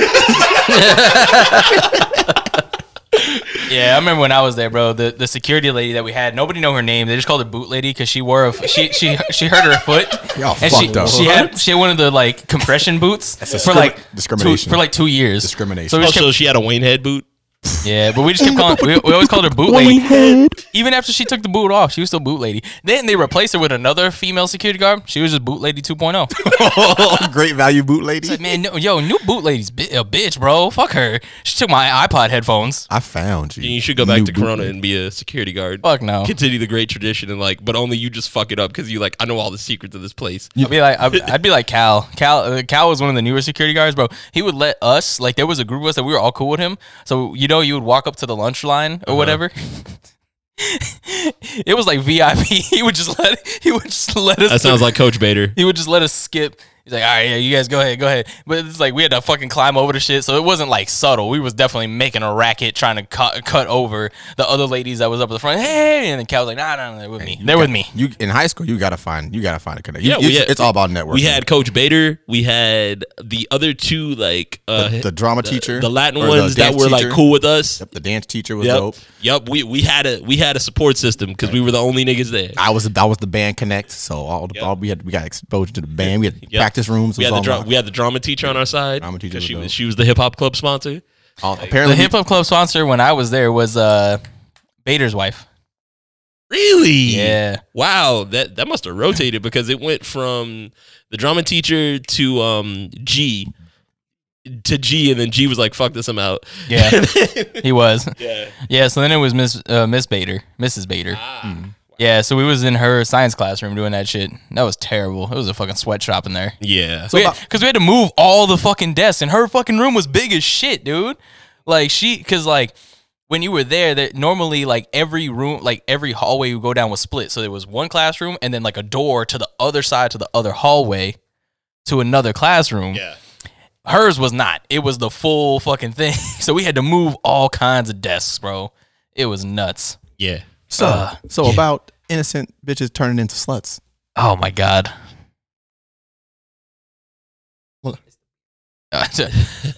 Yeah, I remember when I was there, bro. The the security lady that we had, nobody know her name. They just called her Boot Lady because she wore a f- she she she hurt her foot. Y'all and fucked she, up. she had she had one of the like compression boots for discrimi- like discrimination. two, for like two years. Discrimination. So we Oh, just kept, so she had a Wayne head boot. yeah, but we just kept calling. We, we always called her Boot Lady. head. Even after she took the boot off, she was still Boot Lady. Then they replaced her with another female security <laughs> guard. She was just Boot Lady 2.0. <laughs> Great value boot lady. Like, man, no, yo, new Boot Ladies, bitch. bi- a bitch, bro. Fuck her. She took my iPod headphones. I found you. You should go back New to Corona bootleg. and be a security guard. Fuck no. Continue the great tradition and like, but only you just fuck it up because you like, I know all the secrets of this place. I'd be like, I'd, I'd be like Cal. Cal, uh, Cal was one of the newer security guards, bro. He would let us, like, there was a group of us that we were all cool with him. So you know, you would walk up to the lunch line Uh-huh. or whatever. <laughs> it was like VIP. <laughs> He would just let, he would just let us. That sounds like Coach Bader. he would just let us skip. He's like, all right, yeah, you guys go ahead, go ahead. But it's like we had to fucking climb over the shit, so it wasn't like subtle. We was definitely making a racket trying to cut, cut over the other ladies that was up at the front. Hey, and then Cal was like, nah, nah, nah, they're with me. They're with me. You in high school, you gotta find you gotta find a connection. Yeah, Yeah, we it's, had- it's all about networking. We had Coach Bader. We had the other two like uh, the, the drama teacher, the Latin or the ones that dance were like teacher. cool with us. Yep, the dance teacher was Yep. dope. Yep. We we had a we had a support system because we were the only niggas there. I was that was the band connect, so all, the, Yep. all we had we got exposure to the band. We had Yep. practice rooms. We It had was the all dra- locked. we had the drama teacher on our side. Drama teacher 'cause was she was dope. she was the hip hop club sponsor. All- The apparently, hip hop club sponsor when I was there was uh Bader's wife. Really? Yeah. Wow, that that must have rotated because it went from the drama teacher to um G to G, and then G was like, "Fuck this, I'm out." Yeah, he was. <laughs> <laughs> yeah. Yeah, so then it was Miss uh, Miss Bader, Mrs. Bader. Ah. Mm. Yeah, so we was in her science classroom doing that shit. That was terrible. It was a fucking sweatshop in there. Yeah. So because we, had to move all the fucking desks, and her fucking room was big as shit, dude. Like she, because like when you were there, that normally like every room, like every hallway you go down was split. So there was one classroom, and then like a door to the other side to the other hallway to another classroom. Yeah. Hers was not. It was the full fucking thing. <laughs> So we had to move all kinds of desks, bro. It was nuts. Yeah. so so about innocent bitches turning into sluts. Oh my god. Well- Uh, <laughs>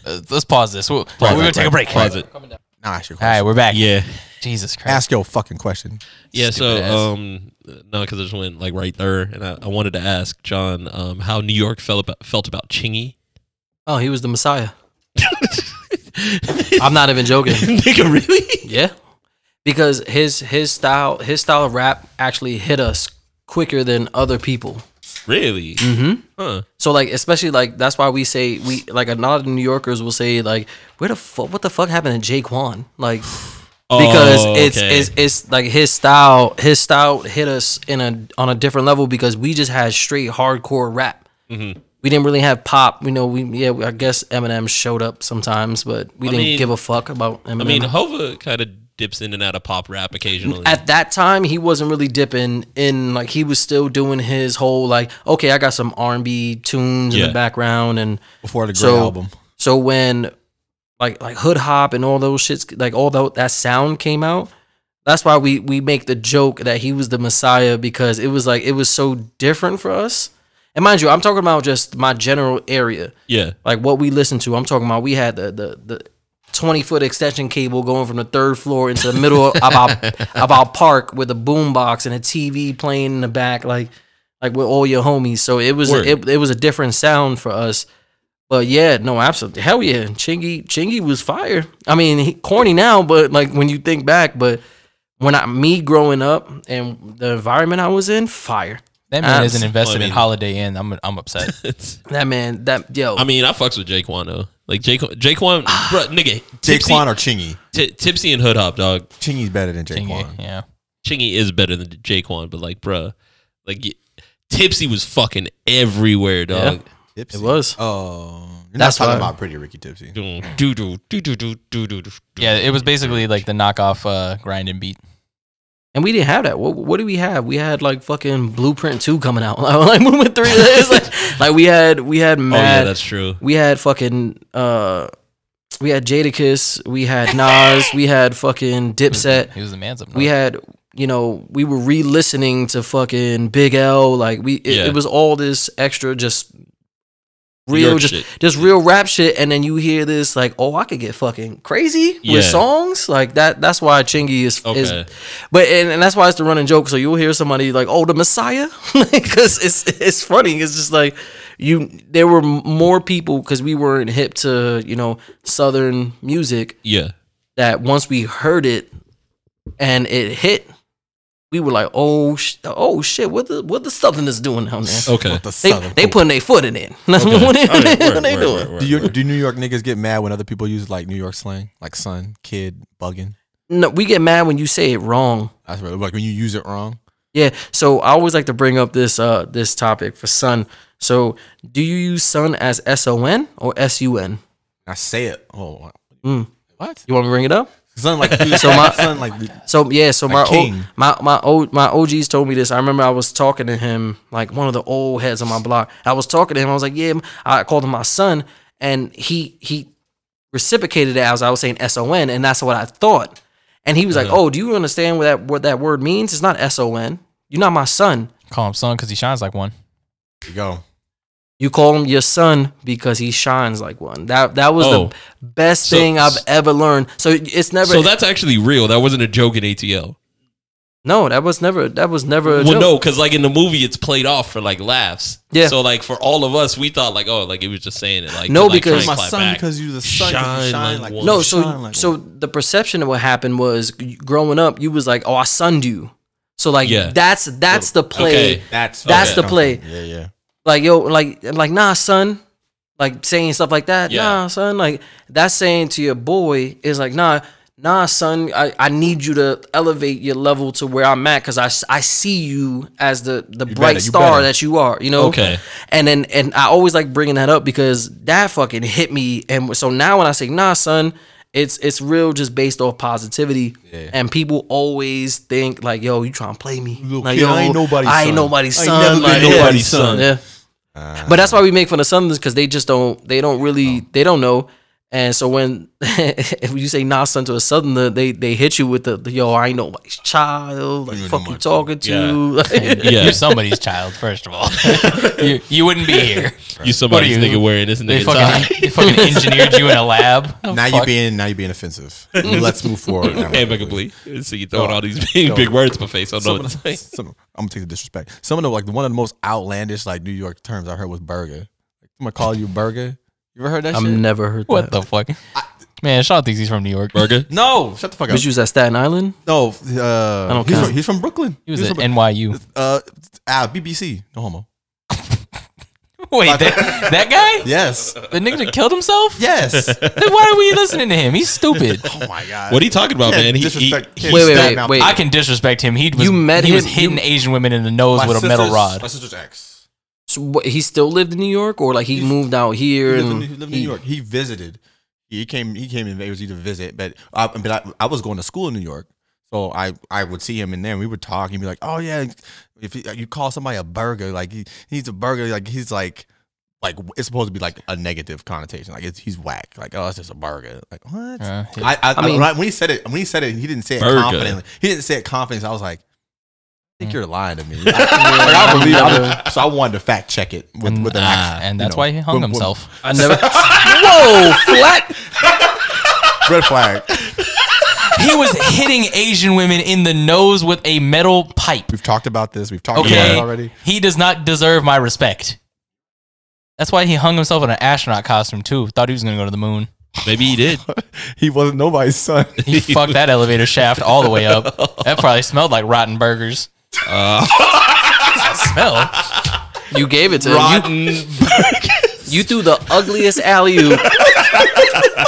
Let's pause this. We'll, we're gonna take a break. Pause it. Nah, ask your All question. right, we're back. Yeah. Jesus Christ. ask your fucking question. Yeah. So Stupid ass. um, no, because I just went like right there, and I, I wanted to ask John um how New York felt about felt about Chingy. Oh, he was the Messiah. I'm not even <laughs> <laughs> joking. Nigga, really? Yeah, because his his style his style of rap actually hit us quicker than other people. Really? Mm-hmm. Huh. So like especially like that's why we say we like a lot of New Yorkers will say like where the fuck what the fuck happened to Jaquan like because Oh, it's, okay. it's it's like his style his style hit us in a on a different level because we just had straight hardcore rap. Mm-hmm. We didn't really have pop. You know, we yeah. I guess Eminem showed up sometimes, but we I didn't mean- give a fuck about Eminem. I mean, Hova kind of dips in and out of pop rap occasionally. at that time he wasn't really dipping in like he was still doing his whole like okay i got some r&b tunes in Yeah. the background and Before the great So- album, so when like like hood hop and all those shits like all tho- that sound came out that's why we we make the joke that he was the messiah because it was like it was so different for us and mind you i'm talking about just my general area yeah. <laughs> like what we listened to. I'm talking about we had the the the 20 foot extension cable going from the third floor into the middle of our of our park with a boombox and a TV playing in the back, like like with all your homies. So it was Word. it, it was a different sound for us. But yeah, no, absolutely, hell yeah, Chingy Chingy was fire. I mean, he, corny now, but like when you think back, but when I me growing up and the environment I was in, fire. That man Abs- isn't invested I mean- in Holiday Inn. I'm I'm <laughs> upset. It's- That man, that yo, I mean, I fucks with Jaquan though. Like Jaquan, Jaquan, bro, nigga, tipsy, Jaquan or Chingy? Ti- tipsy and hood hop dog. Chingy's better than Chingy, Jaquan. yeah. Chingy is better than Jaquan, but like, bruh, like y- tipsy was fucking everywhere, dog. Tipsy. it was. Oh, you're That's not talking why. about pretty Ricky Tipsy. Do do do do do do do do. do. Yeah, it was basically like the knockoff uh, grind and beat. And we didn't have that. What, what do we have? We had like fucking Blueprint two coming out. <laughs> Like Blueprint three, <laughs> it's like, like we had we had Oh yeah, mad. that's true. we had fucking uh, we had Jadakiss. We had Nas. we had fucking <laughs> Dipset. He was the man's up north. We had you know we were re-listening to fucking Big L. Like we it, Yeah. it was all this extra just New real York just shit. just real rap shit. And then you hear this like oh I could get fucking crazy Yeah. with songs like that. That's why Chingy is is Okay. but and, and that's why it's the running joke. So you'll hear somebody like, "Oh, the Messiah," <laughs> because it's it's funny. It's just like you. There were m- more people because we weren't hip to you know Southern music. Yeah. That once we heard it and it hit, we were like, oh, sh- oh shit, what the what the Southerners doing down there? Okay. The They, Southern they folk. putting their foot in it. <laughs> That's Oh, Okay. what they, All right, what word, they word, doing. word, word, Do you word. do New York niggas get mad when other people use like New York slang, like son, kid, bugging? No, we get mad when you say it wrong. That's right. Like when you use it wrong. Yeah. So I always like to bring up this uh this topic for son. So do you use son as S O N or S U N? I say it. Oh, wow. Mm. what? You want me to bring it up? Son <laughs> like So my- son like So yeah, so my old, king. my my old my OGs told me this. I remember I was talking to him, like one of the old heads on my block. I was talking to him. I was like, yeah, I called him my son, and he he reciprocated it as I was saying S O N, and that's what I thought. And he was like, oh, do you understand what that what that word means? It's not S O N. You're not my son. Call him son because he shines like one. you go. You call him your son because he shines like one. That that was Oh. the best So- thing I've ever learned. So it's never So that's actually real. That wasn't a joke in ATL. no, that was never that was never a well, joke. no, because like in the movie, it's played off for like laughs. Yeah. So like for all of us, we thought like, oh, like he was just saying it. Like No, to, like, try because- and my clap son back. because you the son 'cause you Shine shine like like one. no, you so shine like so one. the perception of what happened was g- growing up, you was like, "Oh, I sunned you." So like Yeah. that's that's the play. okay. that's that's okay. the play. Yeah, yeah. Like yo, like like nah, son. Like saying stuff like that. Yeah. Nah, son. Like that's saying to your boy is like, nah, nah, son. I, I need you to elevate your level to where I'm at because I, s- I see you as the the bright better, you star better. that you are. You know. Okay. And then and I always like bringing that up because that fucking hit me. And so now when I say nah, son, it's it's real just based off positivity. And people always think like, yo, you trying to play me? Little like, kid, I ain't nobody's I ain't son. nobody's I ain't son. never been like, yeah. nobody's son. Ah. Yeah. But that's why we make fun of Southerners because they just don't they don't really they don't know. And so when <laughs> if you say nah son to a southerner, they they hit you with the, the, yo, I ain't nobody's child. Like ain't fuck you nobody's talking to. Yeah. You're somebody's child, first of all. <laughs> you, you wouldn't be here. You somebody's What are you- nigga wearing this They nigga tie. fucking, they fucking engineered you in a lab. Oh, uh, <laughs> Now fuck. you're being now you're <laughs> being offensive. Let's move forward. now. Amicably. So you throwing all these big, big words in my face. I don't know Some what to of say. the, some, I'm gonna take the disrespect. Some of the like one of the most outlandish like New York terms I heard was burger. Like, I'm gonna call you burger. You ever heard that <laughs> I've shit? never heard What that. the fuck? Man, Sean thinks he's from New York. Burger. no, shut the fuck up. Was you was at Staten Island? no, uh, I don't he's, count. from, he's from Brooklyn. He was He's at from, <laughs> NYU. uh, ah, BBC. No homo. <laughs> Wait, that, that <laughs> guy? Yes, The nigga that killed himself? yes. <laughs> Then why are we listening to him? He's stupid. oh my god. What are you talking about, Yeah, man? He, he, disrespect- he- <laughs> Wait, Wait, wait, Staten wait, Island. wait. I can disrespect him. He was You met he him- was hitting you- Asian women in the nose My with a metal sister's- rod. My sister's ex. So what, he still lived in New York, or like he He's- moved out He here lived, in, and he lived in New he- York. He visited. He came. He came in. It was either visit, but I, but I, I was going to school in New York, so I I would see him in there. and We would talk. He'd be like, "Oh yeah, if you, you call somebody a burger, like he, he's a burger, like he's like." Like it's supposed to be like a negative connotation. Like it's, he's whack. Like oh, it's just a burger. Like what? Uh, yeah. I, I, I mean- I- when he said it, when he said it, he didn't say it Burger. confidently. He didn't say it confidently. I was like, I think Mm. you're lying <laughs> to me. I, like, I believe. I was- so I wanted to fact check it with, with an Ah, act, and you that's know, why he hung with- with- himself. <laughs> I never. Whoa, Oh, <laughs> flat. Red flag. he was hitting Asian women in the nose with a metal pipe. We've talked about this. We've talked about Okay, it already. he does not deserve my respect. That's why he hung himself in an astronaut costume too. Thought he was gonna go to the moon. maybe he did. He wasn't nobody's son. He fucked that elevator shaft all the way up. That probably smelled like rotten burgers. <laughs> Uh. smell. You gave it to him. <laughs> You, you threw the ugliest <laughs> alley oop,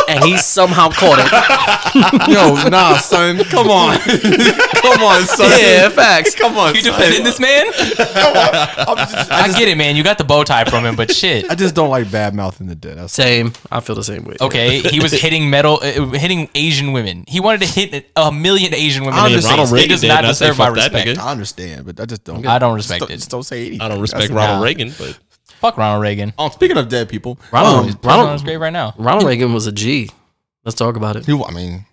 and he somehow caught it. Yo, nah, son. Come on. Come on, son. Yeah, facts. Come on. You son. defending this man? I'm just, I, I just, get it, man. You got the bow tie from him, but shit. <laughs> I just don't like bad mouthing the dead. That's Same. I feel the same way. Okay, he was hitting metal, uh, hitting Asian women. He wanted to hit a million Asian women. I in the understand. face. Ronald He does Reagan not did, and I say deserve my fuck that respect. nigga. I understand, but I just don't. I don't respect just, it. Just don't say anything. I don't respect That's Ronald enough. Reagan, but Fuck Ronald Reagan. Um, speaking of dead people, Ronald, um, Ronald's Ronald, great right now. Ronald Reagan was a G. Let's talk about it. he- I mean,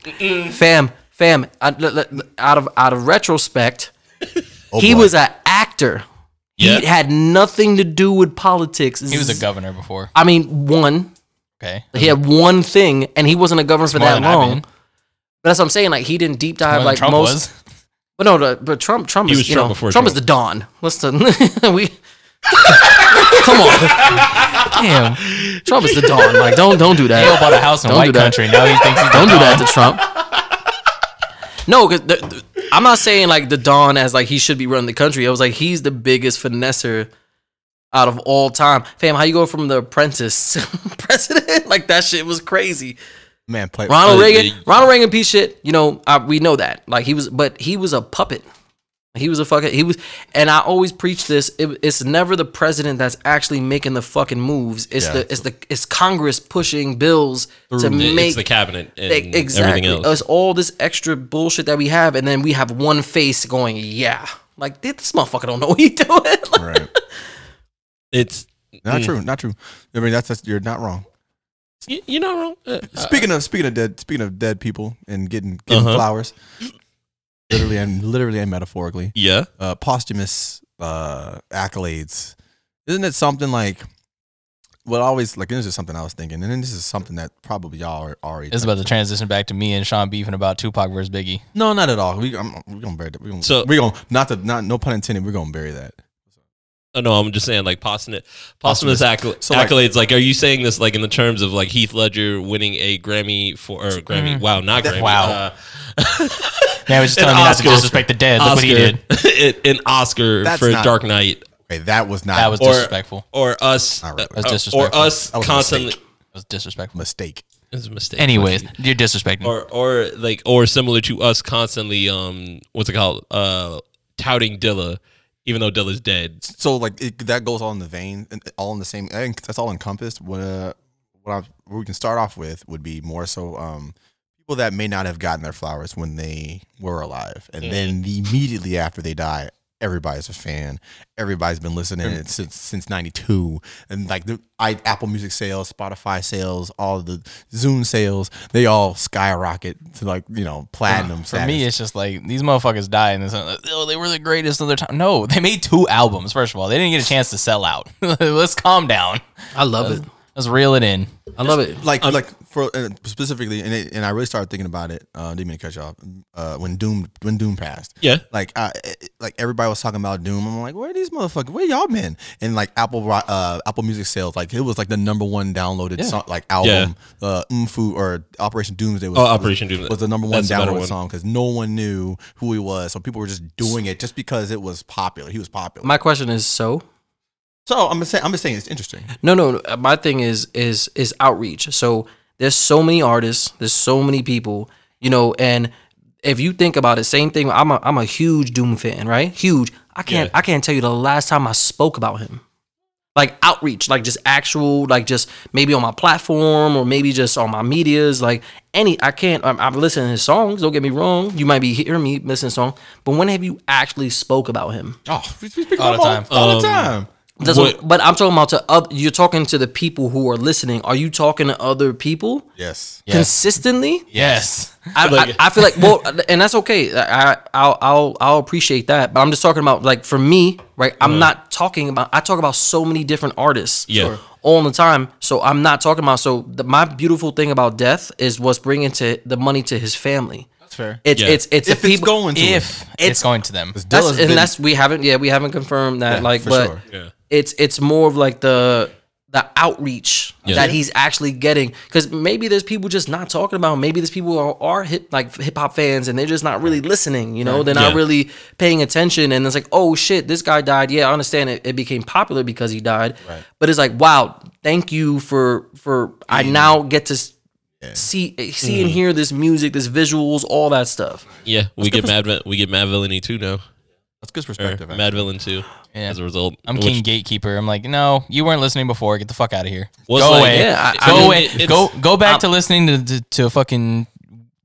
Fam, fam. I- l- l- out of out of retrospect, oh he boy. was an actor. Yeah. He had nothing to do with politics. He was a governor before. I mean, one. Okay. He had one thing, and he wasn't a governor for More that than I've long. been. But that's what I'm saying. Like he didn't deep More dive than like Trump most. was. But no, the, but Trump, Trump He is was you Trump know, before Trump is the <laughs> Trump. Don. Listen, we come on. Damn. Trump is the Don. Like don't don't do Hale that. bought a house in Don't do white that. <laughs> country. Now he thinks he's the Don't do Don. that to Trump. No, because I'm not saying like the Don as like he should be running the country. I was like, he's the biggest finesser out of all time. Fam, how you go from the apprentice <laughs> to president? Like that shit was crazy. Man, play Ronald Uh, Reagan, yeah. Ronald Reagan piece shit. You know, I, we know that. Like he was, but he was a puppet. He was a fucking. He was, and I always preach this. It, it's never the president that's actually making the fucking moves. It's Yeah. the it's the it's Congress pushing bills to make it's the cabinet and e- exactly. everything else. oh, It's all this extra bullshit that we have, and then we have one face going, yeah. Like "Dude, this motherfucker don't know what he <laughs> doing. Like, Right. It's Not Mm. true. Not true. I mean, that's, that's you're not wrong. you, you're not wrong. Uh, Speaking of speaking of dead speaking of dead people and getting getting Uh-huh. flowers, literally and literally and metaphorically, yeah, uh, posthumous uh, accolades. Isn't it something like? Well, always like this is something I was thinking, and then this is something that probably y'all are already. It's about to transition back to me and Sean beefing about Tupac versus Biggie. no, not at all. We I'm, we're gonna bury that. We're gonna, So- we're gonna not to not no pun intended. We're gonna bury that. Uh, no, I'm just saying like posthumous, posthumous accol- So, like- accolades. Like, are you saying this like in the terms of like Heath Ledger winning a Grammy for or Mm-hmm. Grammy? Wow, not Grammy. wow. uh, Man, I was just An telling you not to Oscar. disrespect the dead. Look what he did. <laughs> did. an Oscar That's for not- Dark Knight, Okay, that was not That was Or- disrespectful. or us, Not really. uh, That's uh, or disrespectful. us That was a constantly. mistake. That was disrespectful. mistake. It's a mistake. Anyways, you're disrespecting. or or like or similar to us constantly. Um, what's it called? Uh, touting Dilla, even though Dilla's dead. so like it, that goes all in the vein, and all in the same. I think that's all encompassed. What uh, what, I, what we can start off with would be more so um, people that may not have gotten their flowers when they were alive, and Mm. then immediately after they die, everybody's a fan. Everybody's been listening since since '92, and like the I, Apple Music sales, Spotify sales, all the Zoom sales, they all skyrocket to like you know platinum. For me, status. it's just like these motherfuckers die and it's like, oh, they were the greatest of their time. No, they made two albums, first of all. They didn't get a chance to sell out. <laughs> Let's calm down. I love it. Let's reel it in. I love it. like Um, like for uh, specifically, and it, and I really started thinking about it. Uh, didn't mean to cut you off. Uh, when Doom when Doom passed, Yeah. like I it- like everybody was talking about Doom. I'm like, where are these motherfuckers? Where y'all been? And like Apple Ro- uh Apple Music sales, like it was like the number one downloaded song, like album. Uh, Umfu or Operation Doomsday was Oh, was- Operation Doomsday. was the number one That's the better downloaded one. song because no one knew who he was, so people were just doing it just because it was popular. He was popular. My question is so. so I'm just saying, I'm just saying it's interesting. No, no. no, My thing is is is outreach. So there's so many artists. There's so many people. You know, and if you think about it, same thing. I'm a I'm a huge Doom fan, right? Huge. I can't I can't tell you the last time I spoke about him. Like outreach, like just actual, like just maybe on my platform or maybe just on my medias, like any. I can't. I'm, I'm listening to his songs. Don't get me wrong. You might be hearing me listening to song, but when have you actually spoke about him? Oh, we speak All about the all, time. all the Um, time. That's what, but I'm talking about to up. You're talking to the people who are listening. Are you talking to other people Yes. consistently? Yes. I, I, I feel like <laughs> well, and that's okay. I, I I'll I'll I'll appreciate that. But I'm just talking about like for me, right? I'm not talking about. I talk about so many different artists. Yeah. Sure. All the time, so I'm not talking about. So the, my beautiful thing about death is what's bringing to the money to his family. That's fair. It's Yeah. it's it's If the it's people. going to If it's, It's- going to them. that's Dilla's and been- that's we haven't yeah we haven't confirmed that Yeah, like for but sure. Yeah. it's it's more of like the the outreach Yeah. that he's actually getting because maybe there's people just not talking about him. maybe there's people who are, are hip like hip hop fans and they're just not really listening you know they're not Yeah. really paying attention and it's like oh shit this guy died yeah I understand it, it became popular because he died but it's like wow thank you for for I now get to s- see see Mm-hmm. and hear this music this visuals all that stuff Yeah, we get Mad Vi- we get Mad Villainy too now. That's good Or perspective. actually. Mad Villain too. Yeah. As a result, I'm which- King Gatekeeper. I'm like, no, you weren't listening before. Get the fuck out of here. Well, it's go like- away. Yeah, I- I go mean, away. it's- go go back to listening to, to, to fucking,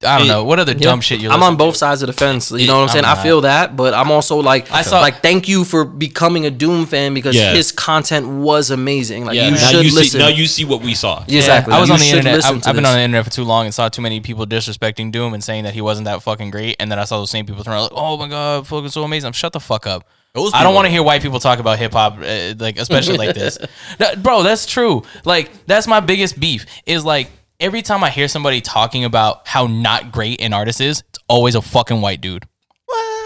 I don't It- know, what other dumb shit you I'm listen on both sides of the fence. You know what I'm I'm saying? I not. feel that, but I'm also like, I I saw- like, thank you for becoming a Doom fan because Yeah. his content was amazing. Like, Yeah, you now should you see listen. now you see what we saw. Yeah, exactly. I was You on the should internet. listen I've, to I've been this. on the internet for too long and saw too many people disrespecting Doom and saying that he wasn't that fucking great. And then I saw those same people throwing like, "Oh my god, fucking so amazing!" I'm shut the fuck up. Those I people- don't want to hear white people talk about hip hop, uh, like especially like <laughs> this, That- bro. That's true. Like that's my biggest beef is like every time I hear somebody talking about how not great an artist is, it's always a fucking white dude.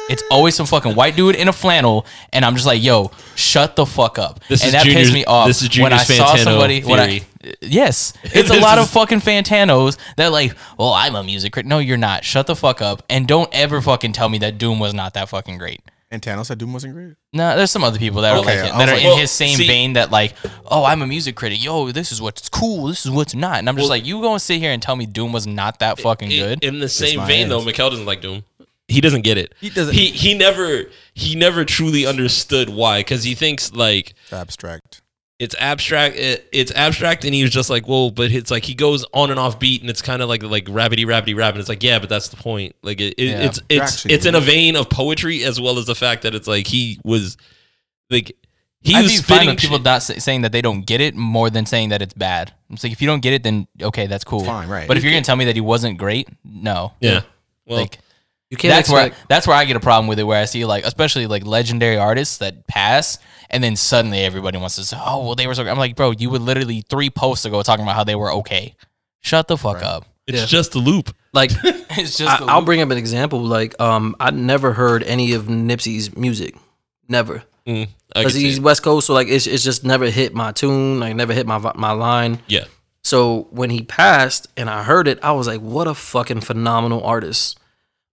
It's always some fucking white dude in a flannel, and I'm just like, yo, shut the fuck up. This and is that Junior's- pissed me off. this is when I Junior's saw Fantano somebody, when I, theory. <laughs> yes, it's a This lot is- of fucking Fantanos that like, well, I'm a music critic. No, you're not. Shut the fuck up, and don't ever fucking tell me that Doom was not that fucking great. And Thanos said Doom wasn't great. No, there's some other people that Okay, are like I that was are like- in Well, his same see- vein that like, oh, I'm a music critic. Yo, this is what's cool. This is what's not. And I'm just like, you gonna sit here and tell me Doom was not that fucking I- good? In the same my vein, though, ass. Mikel doesn't like Doom. He doesn't get it. He doesn't- He he never he never truly understood why because he thinks like Abstract. it's abstract. It, it's abstract, and he was just like, "Whoa!" But it's like he goes on and off beat, and it's kind of like like rabbity rabbity rabbit. It's like, yeah, but that's the point. Like it, it, Yeah. it's it's Actually, it's in a vein of poetry as well as the fact that it's like he was like he I'd was be fine spitting with people shit. not say, saying that they don't get it more than saying that it's bad. It's like if you don't get it, then okay, that's cool. Fine, right. But if you're gonna tell me that he wasn't great, no. Yeah. Well, like You can't that's where expect. that's where I get a problem with it. Where I see like especially like legendary artists that pass, and then suddenly everybody wants to say, oh well, they were so. I'm like, bro, you were literally three posts ago talking about how they were okay. Shut the fuck <laughs> up. it's Yeah. just a loop. like It's just I, I'll bring up an example. Like, um, I never heard any of Nipsey's music, never, Mm, I can because see he's it. West Coast. So like, it's it's just never hit my tune. Like, never hit my vi- my line. yeah. So when he passed and I heard it, I was like, what a fucking phenomenal artist.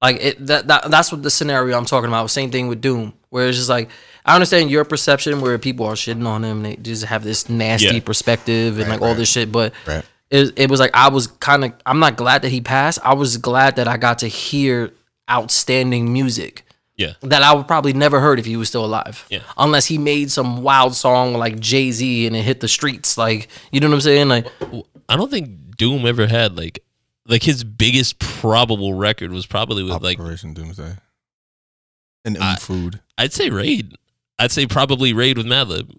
Like it that, that that's what the scenario I'm talking about. Same thing with Doom, where it's just like I understand your perception where people are shitting on him and they just have this nasty Yeah. perspective and like all this shit, but Right. it, it was like I was kind of I'm not glad that he passed. I was glad that I got to hear outstanding music Yeah. that I would probably never heard if he was still alive. Yeah. Unless he made some wild song like Jay Z and it hit the streets. Like you know what I'm saying? Like I don't think Doom ever had like like his biggest probable record was probably with like Operation Doomsday. And I- um, food. I'd say Raid. I'd say probably Raid with Madlib.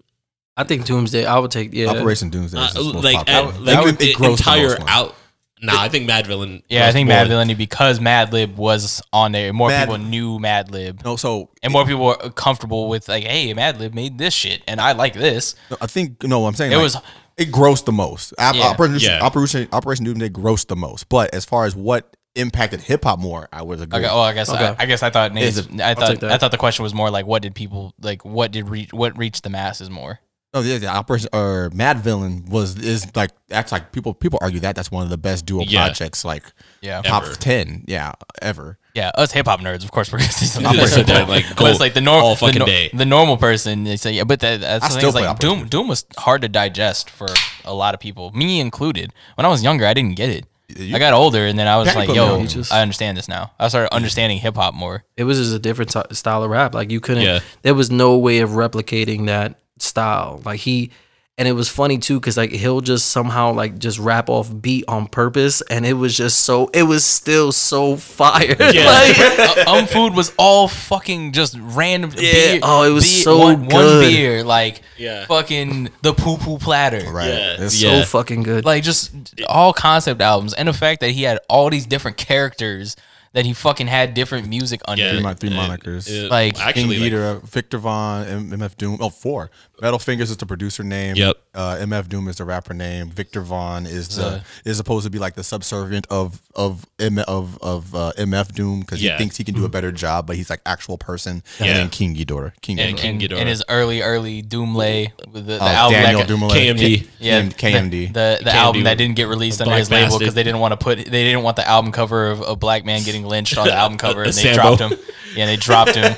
I think Doomsday. I would take yeah. Operation Doomsday. Is Uh, his most like popular. at, like would- the grossed the entire most money. out. Nah, I think Mad Villain. yeah, I was think more- Mad Villainy because Madlib was on there. More Mad- people knew Madlib. No, so and more people were comfortable with like, hey, Madlib made this shit, and I like this. no, I think no. I'm saying It like, was- it grossed the most. Op- Yeah. Operation, Yeah. Operation Operation Doomsday grossed the most. But as far as what impacted hip hop more, I would agree. Okay, oh, I guess Okay. I, I guess I thought Nate's, Is I take thought that. I thought the question was more like, what did people like? What did reach? What reached the masses more? No, yeah, the Operation or Mad Villain was is like that's like people people argue that that's one of the best duo Yeah. projects like Yeah, Yeah. top Ever. ten, yeah, ever. yeah. Us hip hop nerds, of course, we're gonna see some Yeah, so Operation <laughs> they're Doom. like, But go it's like the normal all fucking the, nor- day. The normal person, they say, yeah, but that, that's I the thing, still it's play like Operation Doom. Doom was hard to digest for a lot of people, me included. When I was younger, I didn't get it. You- I got older, and then I was Patty like, put me yo, on. You just- I understand this now. I started understanding hip hop more. It was just a different ty- style of rap. Like you couldn't. Yeah. There was no way of replicating that style. Like he, and it was funny too because like he'll just somehow like just rap off beat on purpose, and it was just so. It was still so fire. <laughs> <laughs> Yeah. like, uh, um food was all fucking just random. Yeah. Oh, it was so one, One good. beer, like Yeah. fucking the poo poo platter, Right. Yeah, It's- yeah. So fucking good. like just all concept albums, and the fact that he had all these different characters that he fucking had different music under. Yeah. Three, mon- three Uh, monikers. uh, Like, actually, King like, Ghidorah, Victor Von, M- MF Doom. Oh, four. Metal Fingers is the producer name. Yep. Uh, MF Doom is the rapper name. Victor Von is the Uh. is supposed to be like the subservient of of M- of of uh, MF Doom because Yeah. he thinks he can do a better job, but he's like actual person. Yeah. And then King Ghidorah. King And, Ghidorah. and, Ghidorah. and his early, early Doomlay, with the, the Oh, album Daniel that got- Dumoulin. KMD. yeah, KM- KMD. the, the, KMD. album that didn't get released under Black his label because Bastard. they didn't want to put they didn't want the album cover of a black man getting lynched on the album cover, and they <laughs> Sambo. dropped him. Yeah, they dropped <laughs> him.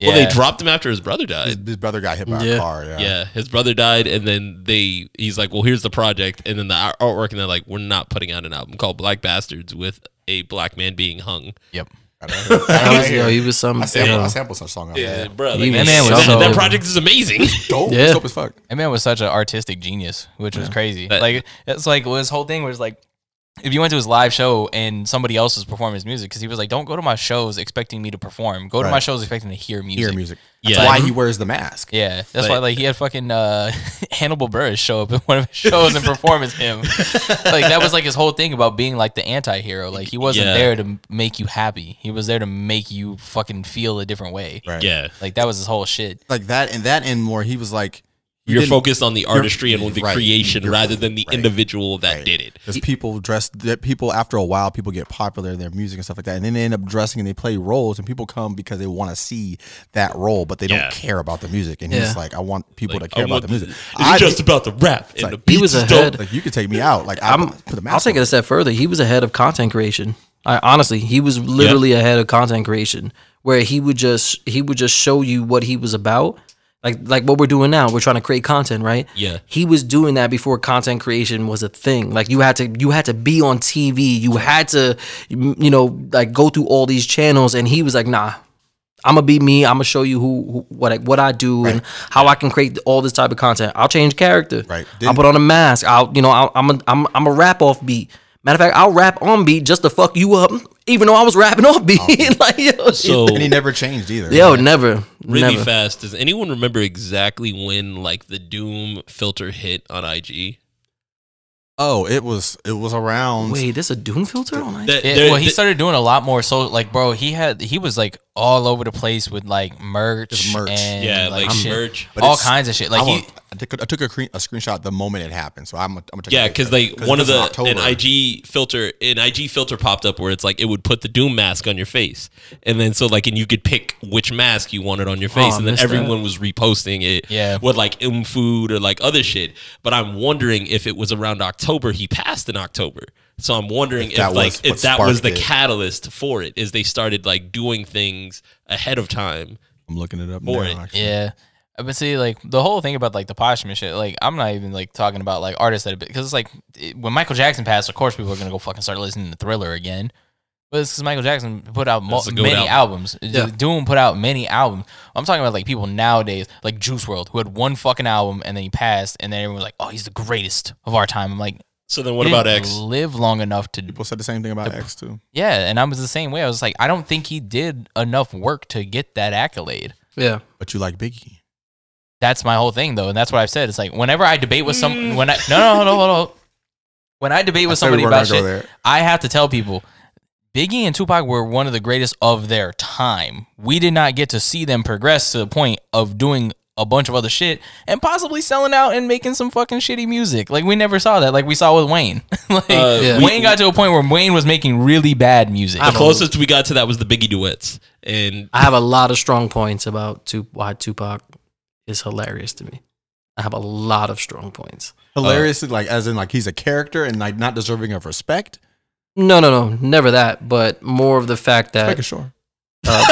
Yeah. Well, they dropped him after his brother his, died. his brother got hit by Yeah. a car. Yeah. Yeah, his brother died, and then they he's like, "Well, here's the project," and then the art- artwork, and they're like, "We're not putting out an album called Black Bastards with a black man being hung." Yep. I don't know. <laughs> That was, yo, he was some. I sampled, yo. I sampled some song on Yeah, that. bro, like, He that, was that- so- that project is <laughs> amazing. Dope. Yeah. It's dope as fuck. That man was such an artistic genius, which was crazy. But- like it's like well, his whole thing was like, if you went to his live show and somebody else was performing his music, because he was like, don't go to my shows expecting me to perform. Go to my Right. shows expecting to hear music. Ear music. Yeah. That's why he wears the mask. Yeah, that's But- why like he had fucking uh, <laughs> Hannibal Burris show up in one of his shows and perform as him. like that was like his whole thing about being like the anti-hero. Like he wasn't Yeah. there to m- make you happy. He was there to make you fucking feel a different way. Right. yeah, Like that was his whole shit. like that and that and more he was like You're didn't- focused on the you're- artistry and on the right. creation You're- rather than the right. individual that did it. Because people dress, that people after a while, people get popular in their music and stuff like that, and then they end up dressing and they play roles, and people come because they want to see that role, but they Yeah. don't care about the music. And Yeah. he's like, I want people Like, to care I about want- the <laughs> music. It's I just about the rap and like, the he beats. was is ahead. like you could take me out. Like I I'm, put a mask I'll take it on. a step further. He was ahead of content creation. I honestly, he was literally ahead of content creation, where he would just he would just show you what he was about, like like what we're doing now. We're trying to create content, right? Yeah. He was doing that before content creation was a thing. Like you had to you had to be on TV. You had to you know like go through all these channels, and he was like, nah. I'm gonna be me. I'm gonna show you who, who what I, what I do and how I can create all this type of content. I'll change character. Right. I'll Didn't- put on a mask. I'll you know I'll, I'm a, I'm I'm a rap off beat. Matter of fact, I'll rap on beat just to fuck you up, even though I was rapping <laughs> off beat. like yo, Oh, <laughs> So <laughs> <laughs> and he never changed either. yo, never, really never. fast. Does anyone remember exactly when like the Doom filter hit on IG? Oh, it was it was around. Wait, there's a Doom filter on IG? That- Yeah, there- well, he th- started doing a lot more. So, like, bro, he had he was like all over the place with like merch, Just merch. and yeah, like, like, shit, merch. But all it's- kinds of shit. I, Like, wa- he, I took, a, I took a, cre- a screenshot the moment it happened. So I'm gonna- I'm gonna take a Yeah, picture. because like one of this is the October. an IG filter, an IG filter popped up where it's like it would put the Doom mask on your face, and then so like and you could pick which mask you wanted on your face, Oh, I and then missed that. everyone was reposting it, Yeah. with like M food or like other shit. But I'm wondering if it was around October. He passed in October, so I'm wondering if, that was like if what that was sparked the it. catalyst for it, is they started like doing things ahead of time. I'm looking it up Or now. it- actually. Yeah. But see, like the whole thing about like the posthumous shit, like I'm not even like talking about like artists that have been because it's like it, when Michael Jackson passed, of course people are gonna go fucking start listening to Thriller again. But it's because Michael Jackson put out mo- That's a good many album. albums. Doom put out many albums. I'm talking about like people nowadays, like Juice World, who had one fucking album and then he passed, and then everyone was like, "Oh, he's the greatest of our time." I'm like, So then what he about didn't X? Live long enough to People said the same thing about X too. yeah, and I was the same way. I was like, I don't think he did enough work to get that accolade. Yeah, But you like Biggie. that's my whole thing though, and that's what I've said. It's like whenever I debate with some, when I no no no no, no. when I debate with I said we somebody weren't gonna about go shit, there. I have to tell people, Biggie and Tupac were one of the greatest of their time. We did not get to see them progress to the point of doing a bunch of other shit and possibly selling out and making some fucking shitty music. Like we never saw that. Like we saw with Wayne. <laughs> like Uh, Yeah. Wayne got to a point where Wayne was making really bad music. The closest we got to that was the Biggie duets, and I have a lot of strong points about Tup- why Tupac is hilarious to me. I have a lot of strong points. Hilariously, like as in like he's a character and like not deserving of respect. No, no, no, never that. But more of the Just fact that making sure. uh,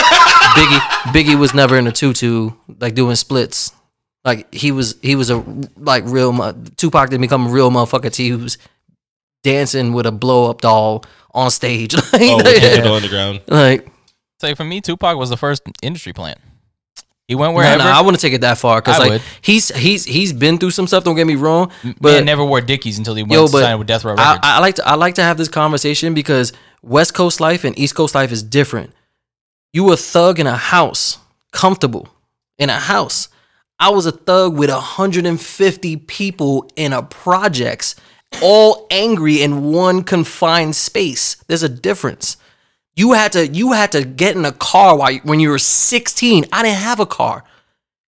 Biggie Biggie was never in a tutu like doing splits. Like he was he was a like real mu- Tupac didn't become a real motherfucker till he was dancing with a blow up doll on stage. <laughs> like, oh, we did it underground. like Say for me, Tupac was the first industry plant. He went no, wherever. no, I wouldn't take it that far because I like would. he's he's he's been through some stuff. Don't get me wrong, Man but never wore Dickies until he went Yo, to but sign with Death Row Records. I, I like to I like to have this conversation because West Coast life and East Coast life is different. You a thug in a house, comfortable in a house. I was a thug with 150 people in a projects, all angry in one confined space. There's a difference. You had to you had to get in a car while you, when you were 16. I didn't have a car.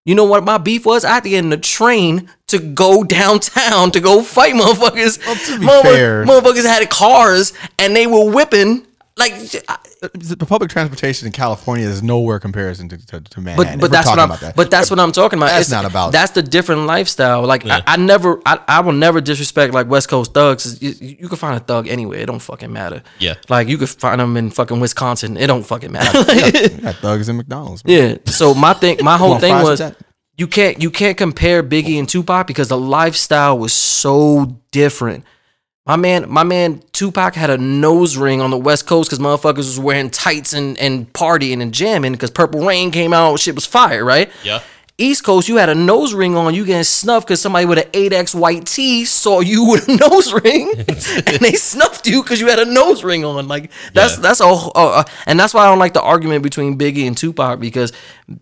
You know what my beef was? I had to get in the train to go <laughs> downtown to go fight motherfuckers. to be Motherfuck- fair- motherfuckers had cars and they were whipping like I- uh, The the public transportation in California is nowhere comparison to, to, to Manhattan. but, but If we're that's what talking I'm about that. but that's what I'm talking about. That's not about- That's the different lifestyle. Like I, I never, I, I will never disrespect like West Coast thugs. You, you can find a thug anywhere. It don't fucking matter. Yeah. Like you could find them in fucking Wisconsin. It don't fucking matter. yeah, yeah, thugs and McDonald's. man. <laughs> yeah. So my thing, my whole on, thing fries was and chat. you can't you can't compare Biggie and Tupac because the lifestyle was so different. My man, my man, Tupac had a nose ring on the West Coast because motherfuckers was wearing tights and and partying and jamming because Purple Rain came out, shit was fire, right? <laughs> Yeah. East Coast, you had a nose ring on, you getting snuffed because somebody with an 8X white tee saw you <laughs> with a nose ring and they snuffed you because you had a nose ring on. Like, that's, Yeah. that's a, wh- uh, uh, and that's why I don't like the argument between Biggie and Tupac because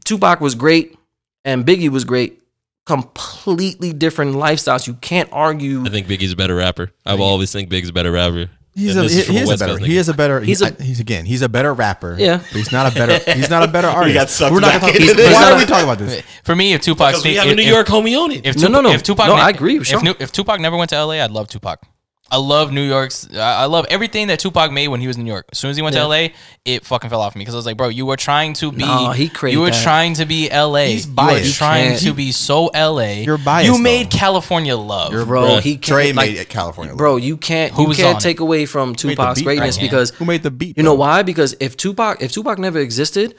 Tupac was great and Biggie was great. Completely different lifestyles. You can't argue. I think Biggie's a better rapper. I will always think Biggie's a better rapper. He's And a, this he, is from a he's a West better. Coast He nigga. is a better. He's, He's a- he's again. He's a better rapper. Yeah. but he's not a better. He's not a better artist. got sucked We're not back gonna into talk, this. Why He's are we not a- talking about this? For me, if Tupac, Because we sneak- have a if- New if- York homie on it. If No, Tup- no, no. If Tupac, No, I agree with If, Sean. Nu- if Tupac never went to LA, I'd love Tupac. I love New York's. I I love everything that Tupac made when he was in New York. As soon as he went Yeah. to LA, it fucking fell off me because I was like, bro, you were trying to be. No, he created You were that. trying to be LA. He's You biased. were You trying can't- to be so LA. You're biased, You made though. California love. bro, he can't, Trey like, made it California. Bro, you can't Who you was on can't it? take away from made the Tupac's beat? greatness I can't. because who made the beat? you know though? why? Because if Tupac if Tupac never existed,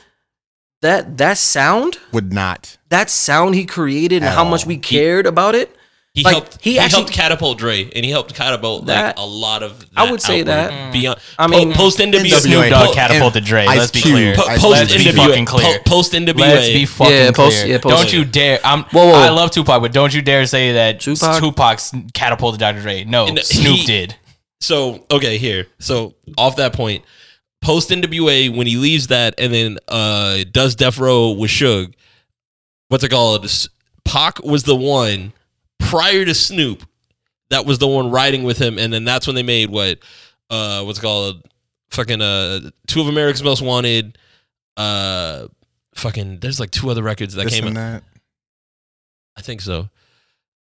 that that sound Would not. that sound he created and At how all. much we cared about it. He like, helped. He, he actually- helped catapult Dre, and he helped catapult like That- a lot of. I would say outward. that. beyond. I I mean- mean, post NWA, Snoop Dogg po- catapulted Dre. Ice Let's be Cube. clear. po- Ice Post Let's be NWA, fucking clear. po- post NWA. Let's be fucking Yeah, post- clear. yeah, post- Don't you dare! I'm. Whoa, whoa. I love Tupac, but don't you dare say that Tupac- Tupac Tupac's catapulted Dr. Dre. No, And Snoop he- did. So okay, here. So off that point, post NWA when he leaves that, and then uh does Death Row with Suge. What's it called? S- Pac was the one prior to Snoop. That was the one riding with him, and then that's when they made what, uh, what's it called, fucking uh, two of America's Most Wanted, uh, fucking. There's like two other records that This came out. and that. I think so.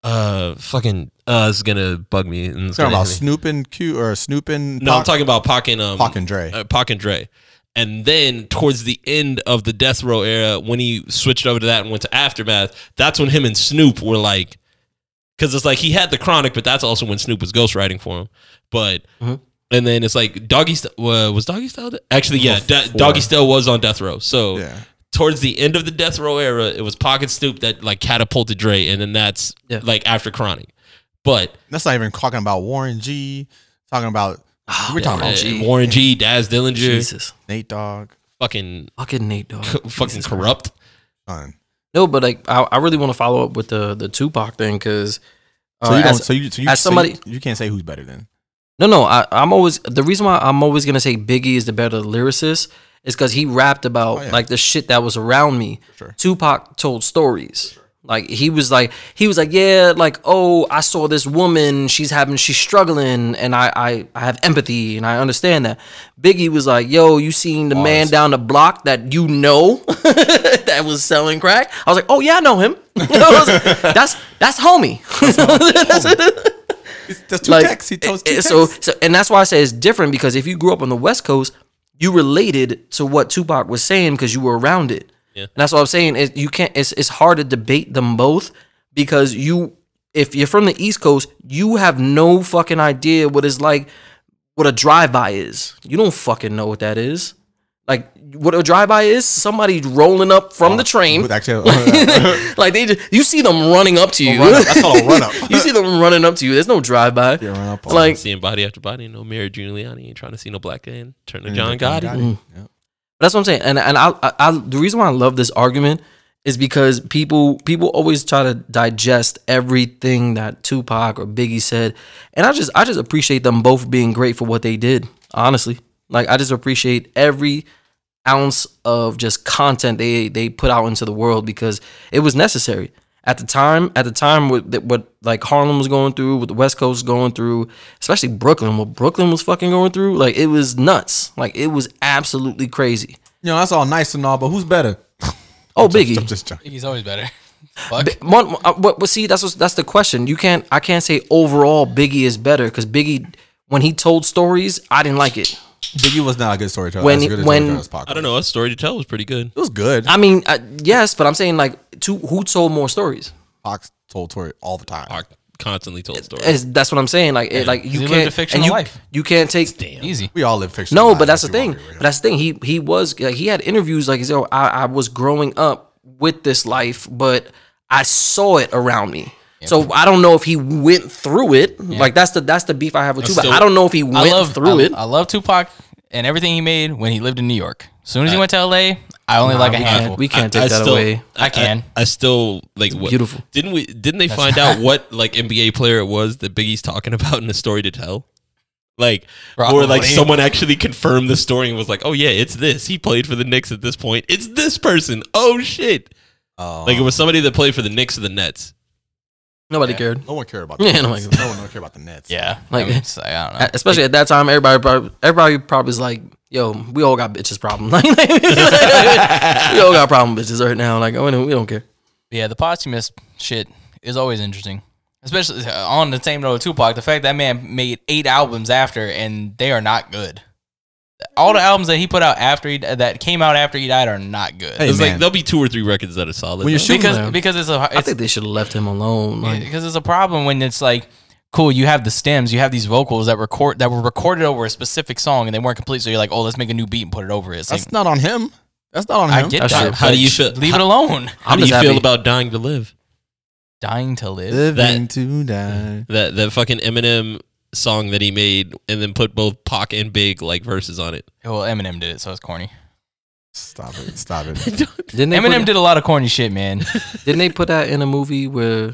Uh, fucking. Uh, it's gonna bug me. and it's Talking gonna about hit me. Snoop and Q or Snoop and No, I'm Pac- talking about Pac and um, Pac and Dre. uh, Pac and Dre. And then towards the end of the Death Row era, when he switched over to that and went to Aftermath, that's when him and Snoop were like, because it's like he had the Chronic, but that's also when Snoop was ghostwriting for him. But Mhm. and then it's like Doggy St- uh, was Doggy Style de- actually yeah Da- Doggy Style was on Death Row. So yeah. towards the end of the Death Row era, it was Pac and Snoop that like catapulted Dre, and then that's Yeah. like after Chronic. But That's not even talking about Warren G. Talking about we're talking uh, about Warren G, Daz Dillinger, Jesus. Nate Dogg. fucking <laughs> Fucking Nate dog. c- fucking corrupt. Son. No, but like I, I really want to follow up with the the Tupac thing because So you don't. So you. So you, as so somebody- you, you can't say who's better than. No, no. I, I'm always the reason why I'm always gonna say Biggie is the better lyricist is because he rapped about Oh, yeah. like the shit that was around me. Sure. Tupac told stories. Like he was like he was like yeah like oh I saw this woman she's having she's struggling and I I, I have empathy and I understand that. Biggie was like yo you seen the man down the block that you know <laughs> that was selling crack. I was like oh yeah I know him. <laughs> I was like, that's that's homie. <laughs> That's two Like, texts. He told it- two it- texts. so, so, and that's why I say it's different because if you grew up on the West Coast, you related to what Tupac was saying because you were around it. Yeah. And that's what I'm saying. It, you can't. It's it's hard to debate them both because you, if you're from the East Coast, you have no fucking idea what it's like, what a drive by is. You don't fucking know what that is. Like what a drive by is, somebody rolling up from the train. With <laughs> actually, like they, just, you see them running up to you. run <laughs> up. That's called a run up. you see them running up to you. There's no drive by. <laughs> Yeah, run up on Like seeing body after body. No Mary Giuliani ain't trying to see no black man. Turn to John Gotti. Mm. Yep. But that's what I'm saying, and and I, I, I the reason why I love this argument is because people people always try to digest everything that Tupac or Biggie said, and I just I just appreciate them both being great for what they did. Honestly, like I just appreciate every ounce of just content they they put out into the world because it was necessary at the time. At the time, what that- what like Harlem was going through, what the West Coast was going through, especially Brooklyn, what Brooklyn was fucking going through, like it was nuts. Like it was absolutely crazy. You know, that's all nice and all, but who's better? <laughs> Oh, I'm Biggie. just joking. He's always better. Fuck. Bi- One, uh, but, but see, that's what's, that's the question. You can't. I can't say overall Biggie is better because Biggie, when he told stories, I didn't like it. Biggie was not a good storyteller. When- as good a when- storyteller as Pac I was. don't know. A story to tell was pretty good. It was good. I mean, uh, yes, but I'm saying like, to, who told more stories? Fox told Tori all the time. Pac constantly told stories. It's- that's what I'm saying. Like, it, like you He lived a can't fictional and you, life. You can't take. Easy. We all live fictional. No, lives but that's the if you thing. want to be real. But that's the thing. He he was like he had interviews like, "Yo, I, I was growing up with this life, but I saw it around me." So I don't know if he went through it. Like that's the that's the beef I have with Tupac. still- I don't know if he went I love through I, it. I love Tupac and everything he made when he lived in New York. As soon as he went to LA, I only like a Uh, we handful. can't, we can't I- take I that still- away. I can. I, still like what, beautiful. Didn't we? Didn't they <laughs> find out what like NBA player it was that Biggie's talking <laughs> about in a story to tell? Like, or like Probably. someone actually confirmed the story and was like, "Oh yeah, it's this. He played for the Knicks at this point. It's this person. Oh shit!" Oh. Like it was somebody that played for the Knicks or the Nets. Nobody cared. No one cared <laughs> about the Yeah, Nets. no no one one cared. cared about the Nets. Yeah. Like- eh, I, mean, it's like, I don't know. Especially at that time, everybody probably, everybody probably was like, "Yo, we all got bitches problem. <laughs> Like, we all got problem bitches right now. Like, oh, we don't- we don't care." Yeah, the posthumous shit is always interesting. Especially uh, on the same note of Tupac, the fact that man made eight albums after and they are not good. All the albums that he put out after he that came out after he died are not good. Hey, It's like man. there'll be two or three records that are solid. When you're though. shooting because them. because it's a I it's, think they should have left him alone. Like, because it's a problem when it's like cool you have the stems you have these vocals that record that were recorded over a specific song and they weren't complete so you're like oh let's make a new beat and put it over it. It's like, That's not on him. That's not on him. I get That's that. true. but mm-hmm. How do you feel- Leave it alone. how I'm do you just feel happy. about dying to live? Dying to live. Living to die. That that fucking Eminem song that he made, and then put both Pac and Big like verses on <laughs> it. Well, Eminem did it, so it's corny. Stop it. Stop it. didn't they Eminem put, did a lot of corny shit, <laughs> man. <laughs> Didn't they put that in a movie where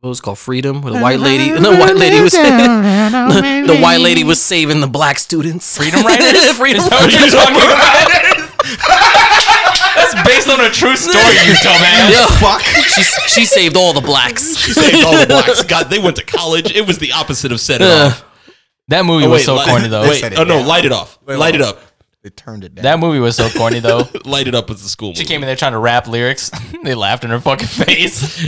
what was it called Freedom, where the white lady, <laughs> the white lady was, the white lady was saving the black students. <laughs> Freedom Riders? <laughs> Freedom Is that what you're Riders. talking about? <laughs> That's based on a true story, you dumbass. Yo, Fuck. she she saved all the blacks. <laughs> Saved <laughs> all the blacks. God, they went to college. It was the opposite of set it off. That movie Oh, was wait, so li- corny, though. <laughs> Wait, Set it oh no, down. light it off. Wait, light wait. it up. They turned it down. That movie was so corny, though. Light it up as a school. She movie. came in there trying to rap lyrics. <laughs> they laughed in her fucking <laughs> face.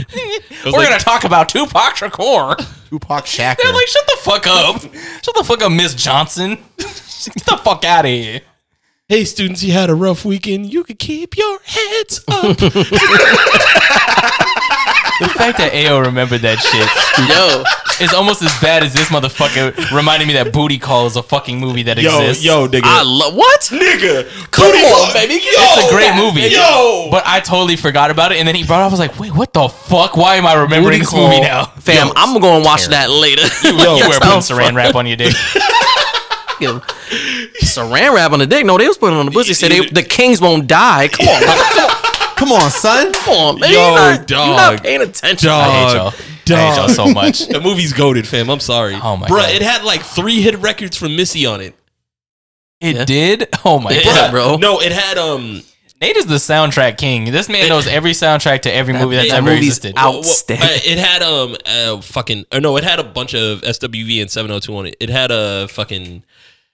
We're like- gonna talk about Tupac Shakur. Tupac Shakur. They're like, shut the fuck up. <laughs> Shut the fuck up, Miss Johnson. Get the fuck out of here. Hey students, you had a rough weekend. You could keep your <laughs> heads up. The fact that AO remembered that shit Yo, is almost as bad as this motherfucker reminding me that Booty Call is a fucking movie that yo, Ah, exists. yo, nigga. I love what? nigga. Come Booty on, Call- baby. Yo, It's a great movie. Yo. But I totally forgot about it. And then he brought it up. I was like, wait, what the fuck? Why am I remembering this movie <laughs> now? Fam, I'm going to watch that later. Yo, <laughs> you Yes, were I'm putting saran wrap on your dick. fucking- Saran wrap on the dick? No, they was putting it on the pussy. Said they, the kings won't die. Come on, man. Come on, son. come on, man. Yo, you're, not, you're dog. not paying attention. Dog. I hate y'all. I hate y'all so <laughs> much. The movie's goaded, fam. I'm sorry. Oh my Bruh, God. it had like three hit records from Missy on it. It Yeah. did? Oh my Yeah. god. Bruh, bro. No, it had um Nate is the soundtrack king. This man knows every soundtrack to every movie that's that ever movie's existed. out. well, well, Outstanding. uh, it had um uh, fucking or no, it had a bunch of SWV and 702 on it. It had a fucking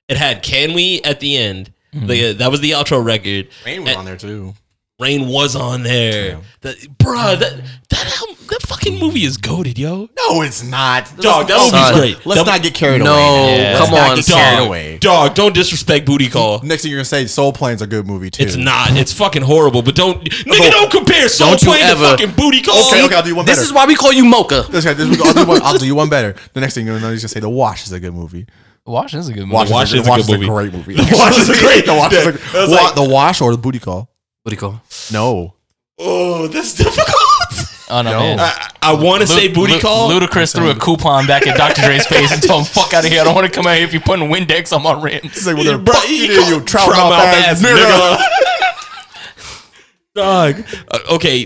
it had Can We at the end. The- that was the outro record. Rain was on there too. Rain was on there. That, bruh, that that album, that fucking movie is goaded, yo. No, it's not. Dog, that Let's- movie's let's- great. Let's That- not get carried No, away. Yeah. come Let's not on, get son. carried Dog, away. dog, don't disrespect Booty Call. Next thing you're gonna say, Soul Plane's a good movie too. It's not. It's fucking horrible. But don't, nigga, don't compare Soul Don't you Plane to ever- fucking Booty Call. Okay, okay, I'll do you one This better. is why we call you Mocha. This guy, this week, I'll, do one, I'll do you one better. The next thing you know, he's gonna say The Wash is a good movie. Wash is a good movie. Wash, is, Wash a, is a Wash good is a movie. great movie. The Wash is a <laughs> great- the Wash is a, I was Wa- like- The Wash or the Booty Call? What do you call? No, Oh, that's difficult. Oh no, No. man. I, I want to Lu- Uh, say Booty Lu- Call. Ludacris threw a coupon back at Dr. <laughs> Dre's face and told him, "Fuck out of here! I don't want to come out here if you're putting Windex on my rims." it's like whatever. Bruh, Fuck he you, did, you called- trout trout mouth mouth ass ass nigga. dog. Uh, okay.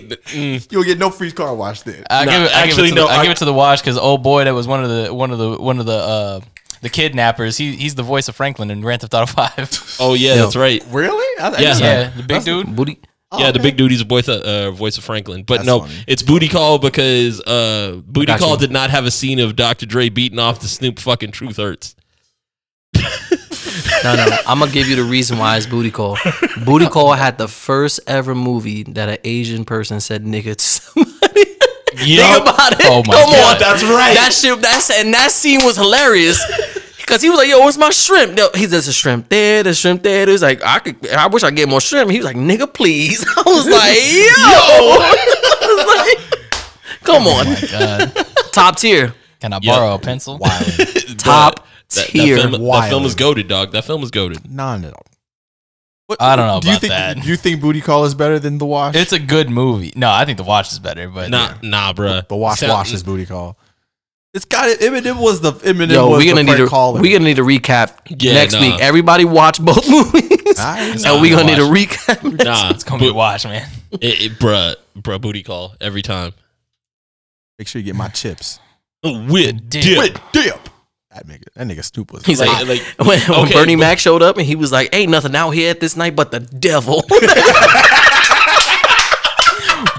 <laughs> mm, You'll get no free car wash then. I Nah, give it, I actually, give it to no, the, I, I- give it to the Wash because oh boy, that was one of the one of the one of the uh, the kidnappers. He he's the voice of Franklin in Grand Theft Auto Five. Oh yeah, that's right. really? I, I Yeah. <laughs> just- yeah, the big dude. Booty. yeah, the big dude's voice, uh, voice of Franklin. But That's no, funny. it's Booty Call because uh, Booty Got Call you. did not have a scene of Dr. Dre beating off the Snoop fucking Truth Hurts. No, no. I'm gonna give you the reason why it's Booty Call. Booty Call had the first ever movie that an Asian person said "nigga" to somebody. Think about it. Oh my Come God. on, that's right. That shit. That's and that scene was <laughs> hilarious. Cause he was like, "Yo, where's my shrimp?" No, he there's a shrimp there, there's shrimp there. It was like, I could, I wish I get more shrimp. He was like, "Nigga, please." <laughs> I was like, "Yo." <laughs> I was like, Come on, Oh God. top tier, Can I borrow a pencil? top That, that tier. film, that film Wild. is goaded, dog. That film is goaded. None at all. What- I don't know do you about think, that. Do you think Booty Call is better than The <laughs> Wash? It's a good movie. No, I think the Watch is better, but Nah, nah, bruh. the Wash Sound- Wash is Booty Call. It's got it. Eminem was the Eminem Yo, was we're the gonna need Frank to Caller. we're gonna need to recap Yeah, next nah. week. Everybody watch both <laughs> movies, I- and we're gonna need to recap. next- <laughs> Nah, it's gonna be Watch, man. It, it, bruh, bruh, booty call every time. Make sure you get my chips. With Dip. dip. Wait, dip. That nigga, that nigga Snoop was. <laughs> He's Like, like, like when, when okay, Bernie but- Mac showed up and he was <laughs> like, "Ain't nothing out here at this night but the devil."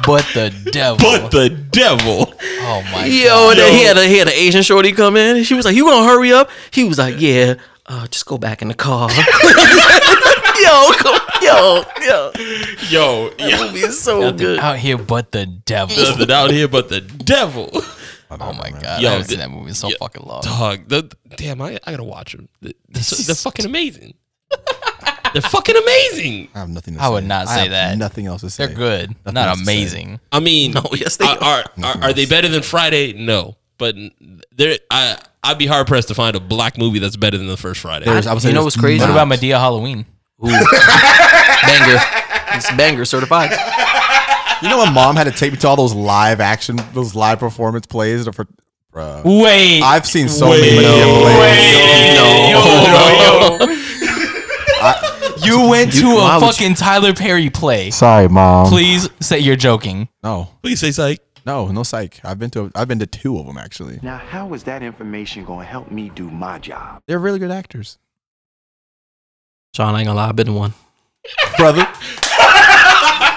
but the devil. But the devil. oh my Yo, god. and then he had a he had an Asian shorty come in. She was like, "You gonna hurry up?" He was like, "Yeah, uh, just go back in the car." <laughs> yo, come, yo, yo, Yo, <laughs> yo. movie is so good. Out here, but the devil. Nothing out here but the devil. oh my god! Yo, I haven't seen the- that movie in so fucking long. Dog, the, damn, I, I gotta watch them. They're, they're fucking amazing. they're fucking amazing. I have nothing to I say. would not say have that. Nothing else to say. They're good, Nothing else not to say. amazing. I mean, No, yes, they are, are, are. Are they better than Friday? No, but there, I I'd be hard pressed to find a black movie that's better than the first Friday. There's- I would say You know there's what's crazy? What Nah. about Medea Halloween? banger. It's banger certified. You know, my mom had to take me to all those live action, those live performance plays. For, bruh. Wait, I've seen so many damn plays. <laughs> you went to why a would you- fucking Tyler Perry play. Sorry, mom. Please say you're <laughs> joking. No, Please say psych. no, no psych. I've been to, I've been to two of them actually. Now, how is that information going to help me do my job? They're really good actors, Sean, I ain't gonna lie, I've been to one. brother.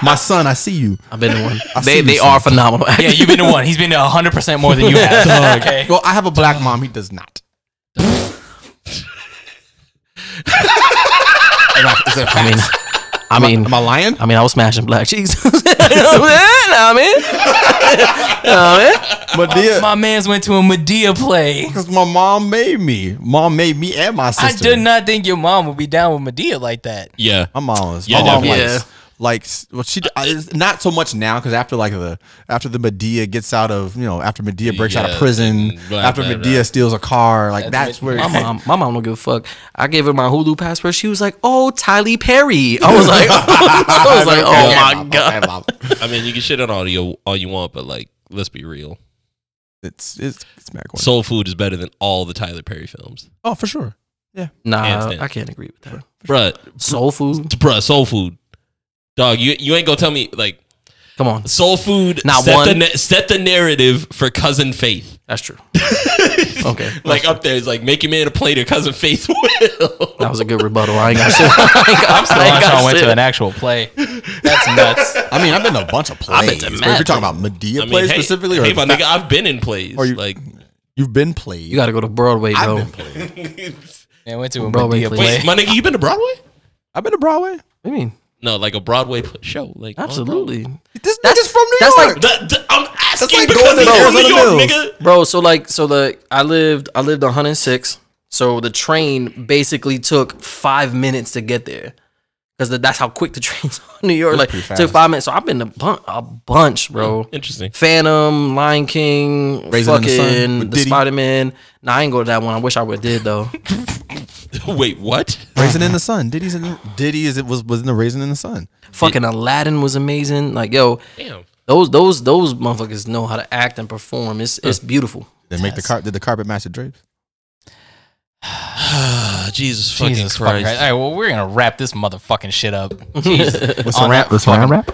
my son, I see you. I've been to one. I see they you, they son. are phenomenal. Yeah, you've been to one. He's been to 100 percent more than you have. <laughs> okay. Well, I have a black mom. He does not. Am I- is that a I mean, fact? <laughs> I mean, am I lying? I mean, I was smashing black cheese. <laughs> you know what <laughs> I mean? You know what I mean? Medea, My man's went to a Medea play. because my mom made me. Mom made me and my sister. I did not think your mom would be down with Medea like that. Yeah, My mom was. Yeah, my mom definitely. Yeah. likes, likes well, she I, it's not so much now because after like the after the Medea gets out of you know after Medea breaks out Yeah, of prison blah, after blah, Medea blah. steals a car like that's, where My mom, my mom don't give a fuck. I gave her my Hulu password. She was like, "Oh, Tylee Perry." I was like, <laughs> I <laughs> was like, "Oh my god." I mean, you can shit on all you all you want, but like, let's be real. It's it's it's not going. Soul Food is better than all the Tyler Perry films, oh, for sure. Nah, Handstand. I can't agree with that. bruh. Soul food. Bruh, Soul Food. Dog, you you ain't gonna tell me like Come on, Soul Food Not set, The, one. na- set the narrative for Cousin Faith. that's true. <laughs> Okay, Like up there, it's like make your man a play to Cousin Faith will. that was a good rebuttal. I ain't got shit. <laughs> I ain't got, I'm still I ain't on got Sean went shit. to an actual play. <laughs> That's nuts. I mean, I've been to a bunch of plays. I've been to but if mad you're talking about Medea I mean, plays hey, specifically, or hey, my fa- nigga, I've been in plays. Or you- like, you've been played. You got to go to Broadway, I've bro. been played. What Man, went to a Broadway Medea play. play. wait, my nigga, you been to Broadway? I've been to Broadway. What do you mean? No, like a Broadway pl- show. Like oh, on Absolutely, This That's- nigga's from New York. that's like- Broadway. That- that- I'm asking like because going to he's from Arizona New York, Mills. nigga. bro. So like, so the I lived, I lived 106. So the train basically took five minutes to get there because that's how quick the <laughs> trains are in New York. Like, pretty took fast. five minutes. So I've been to bun- a bunch, bro. Interesting. <laughs> Phantom, Lion King, Raising in the Sun fucking the, with Diddy. Spider Man. Nah, I ain't go to that one. I wish I would did though. Wait, what? Raisin in the Sun. Diddy's in. Diddy is it was was in the Raisin in the Sun. fucking Aladdin was amazing. Like yo, Damn. those those those motherfuckers know how to act and perform. It's it's beautiful. They make the car. Did the carpet match the drapes? Ah, Jesus fucking Jesus fucking Christ. Christ. All right, well, we're going to wrap this motherfucking shit <laughs> up. Jesus. What's On a that rap? The saran wrap?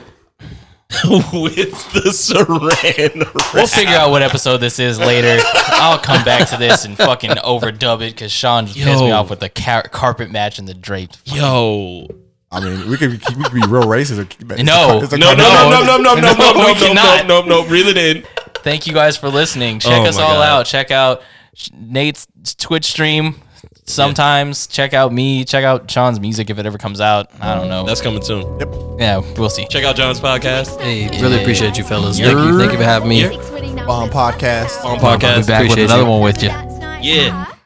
With the saran We'll figure out what episode this is later. I'll come back to this and fucking overdub it because Sean just pissed me Yo. off with the car- carpet match and the drapes. Yo. I mean, we could we could be real racist. It's a- No. it's a No, no, carpet no, match. no, no, no, no, no, No, we no, no, no, cannot. no, no. Reel it in. Thank you guys for listening. Check Oh us my all God. out. Check out Sh- Nate's Twitch stream sometimes. Check out me. Check out Sean's music if it ever comes out. I don't know. That's coming soon. yeah, we'll see. Check out John's podcast. Hey, really appreciate you fellas. Thank you, thank you for having me. Six winning numbers. Bomb podcast. Podcast. Back with Appreciate another you. one with you. That's nice. Yeah. Uh-huh.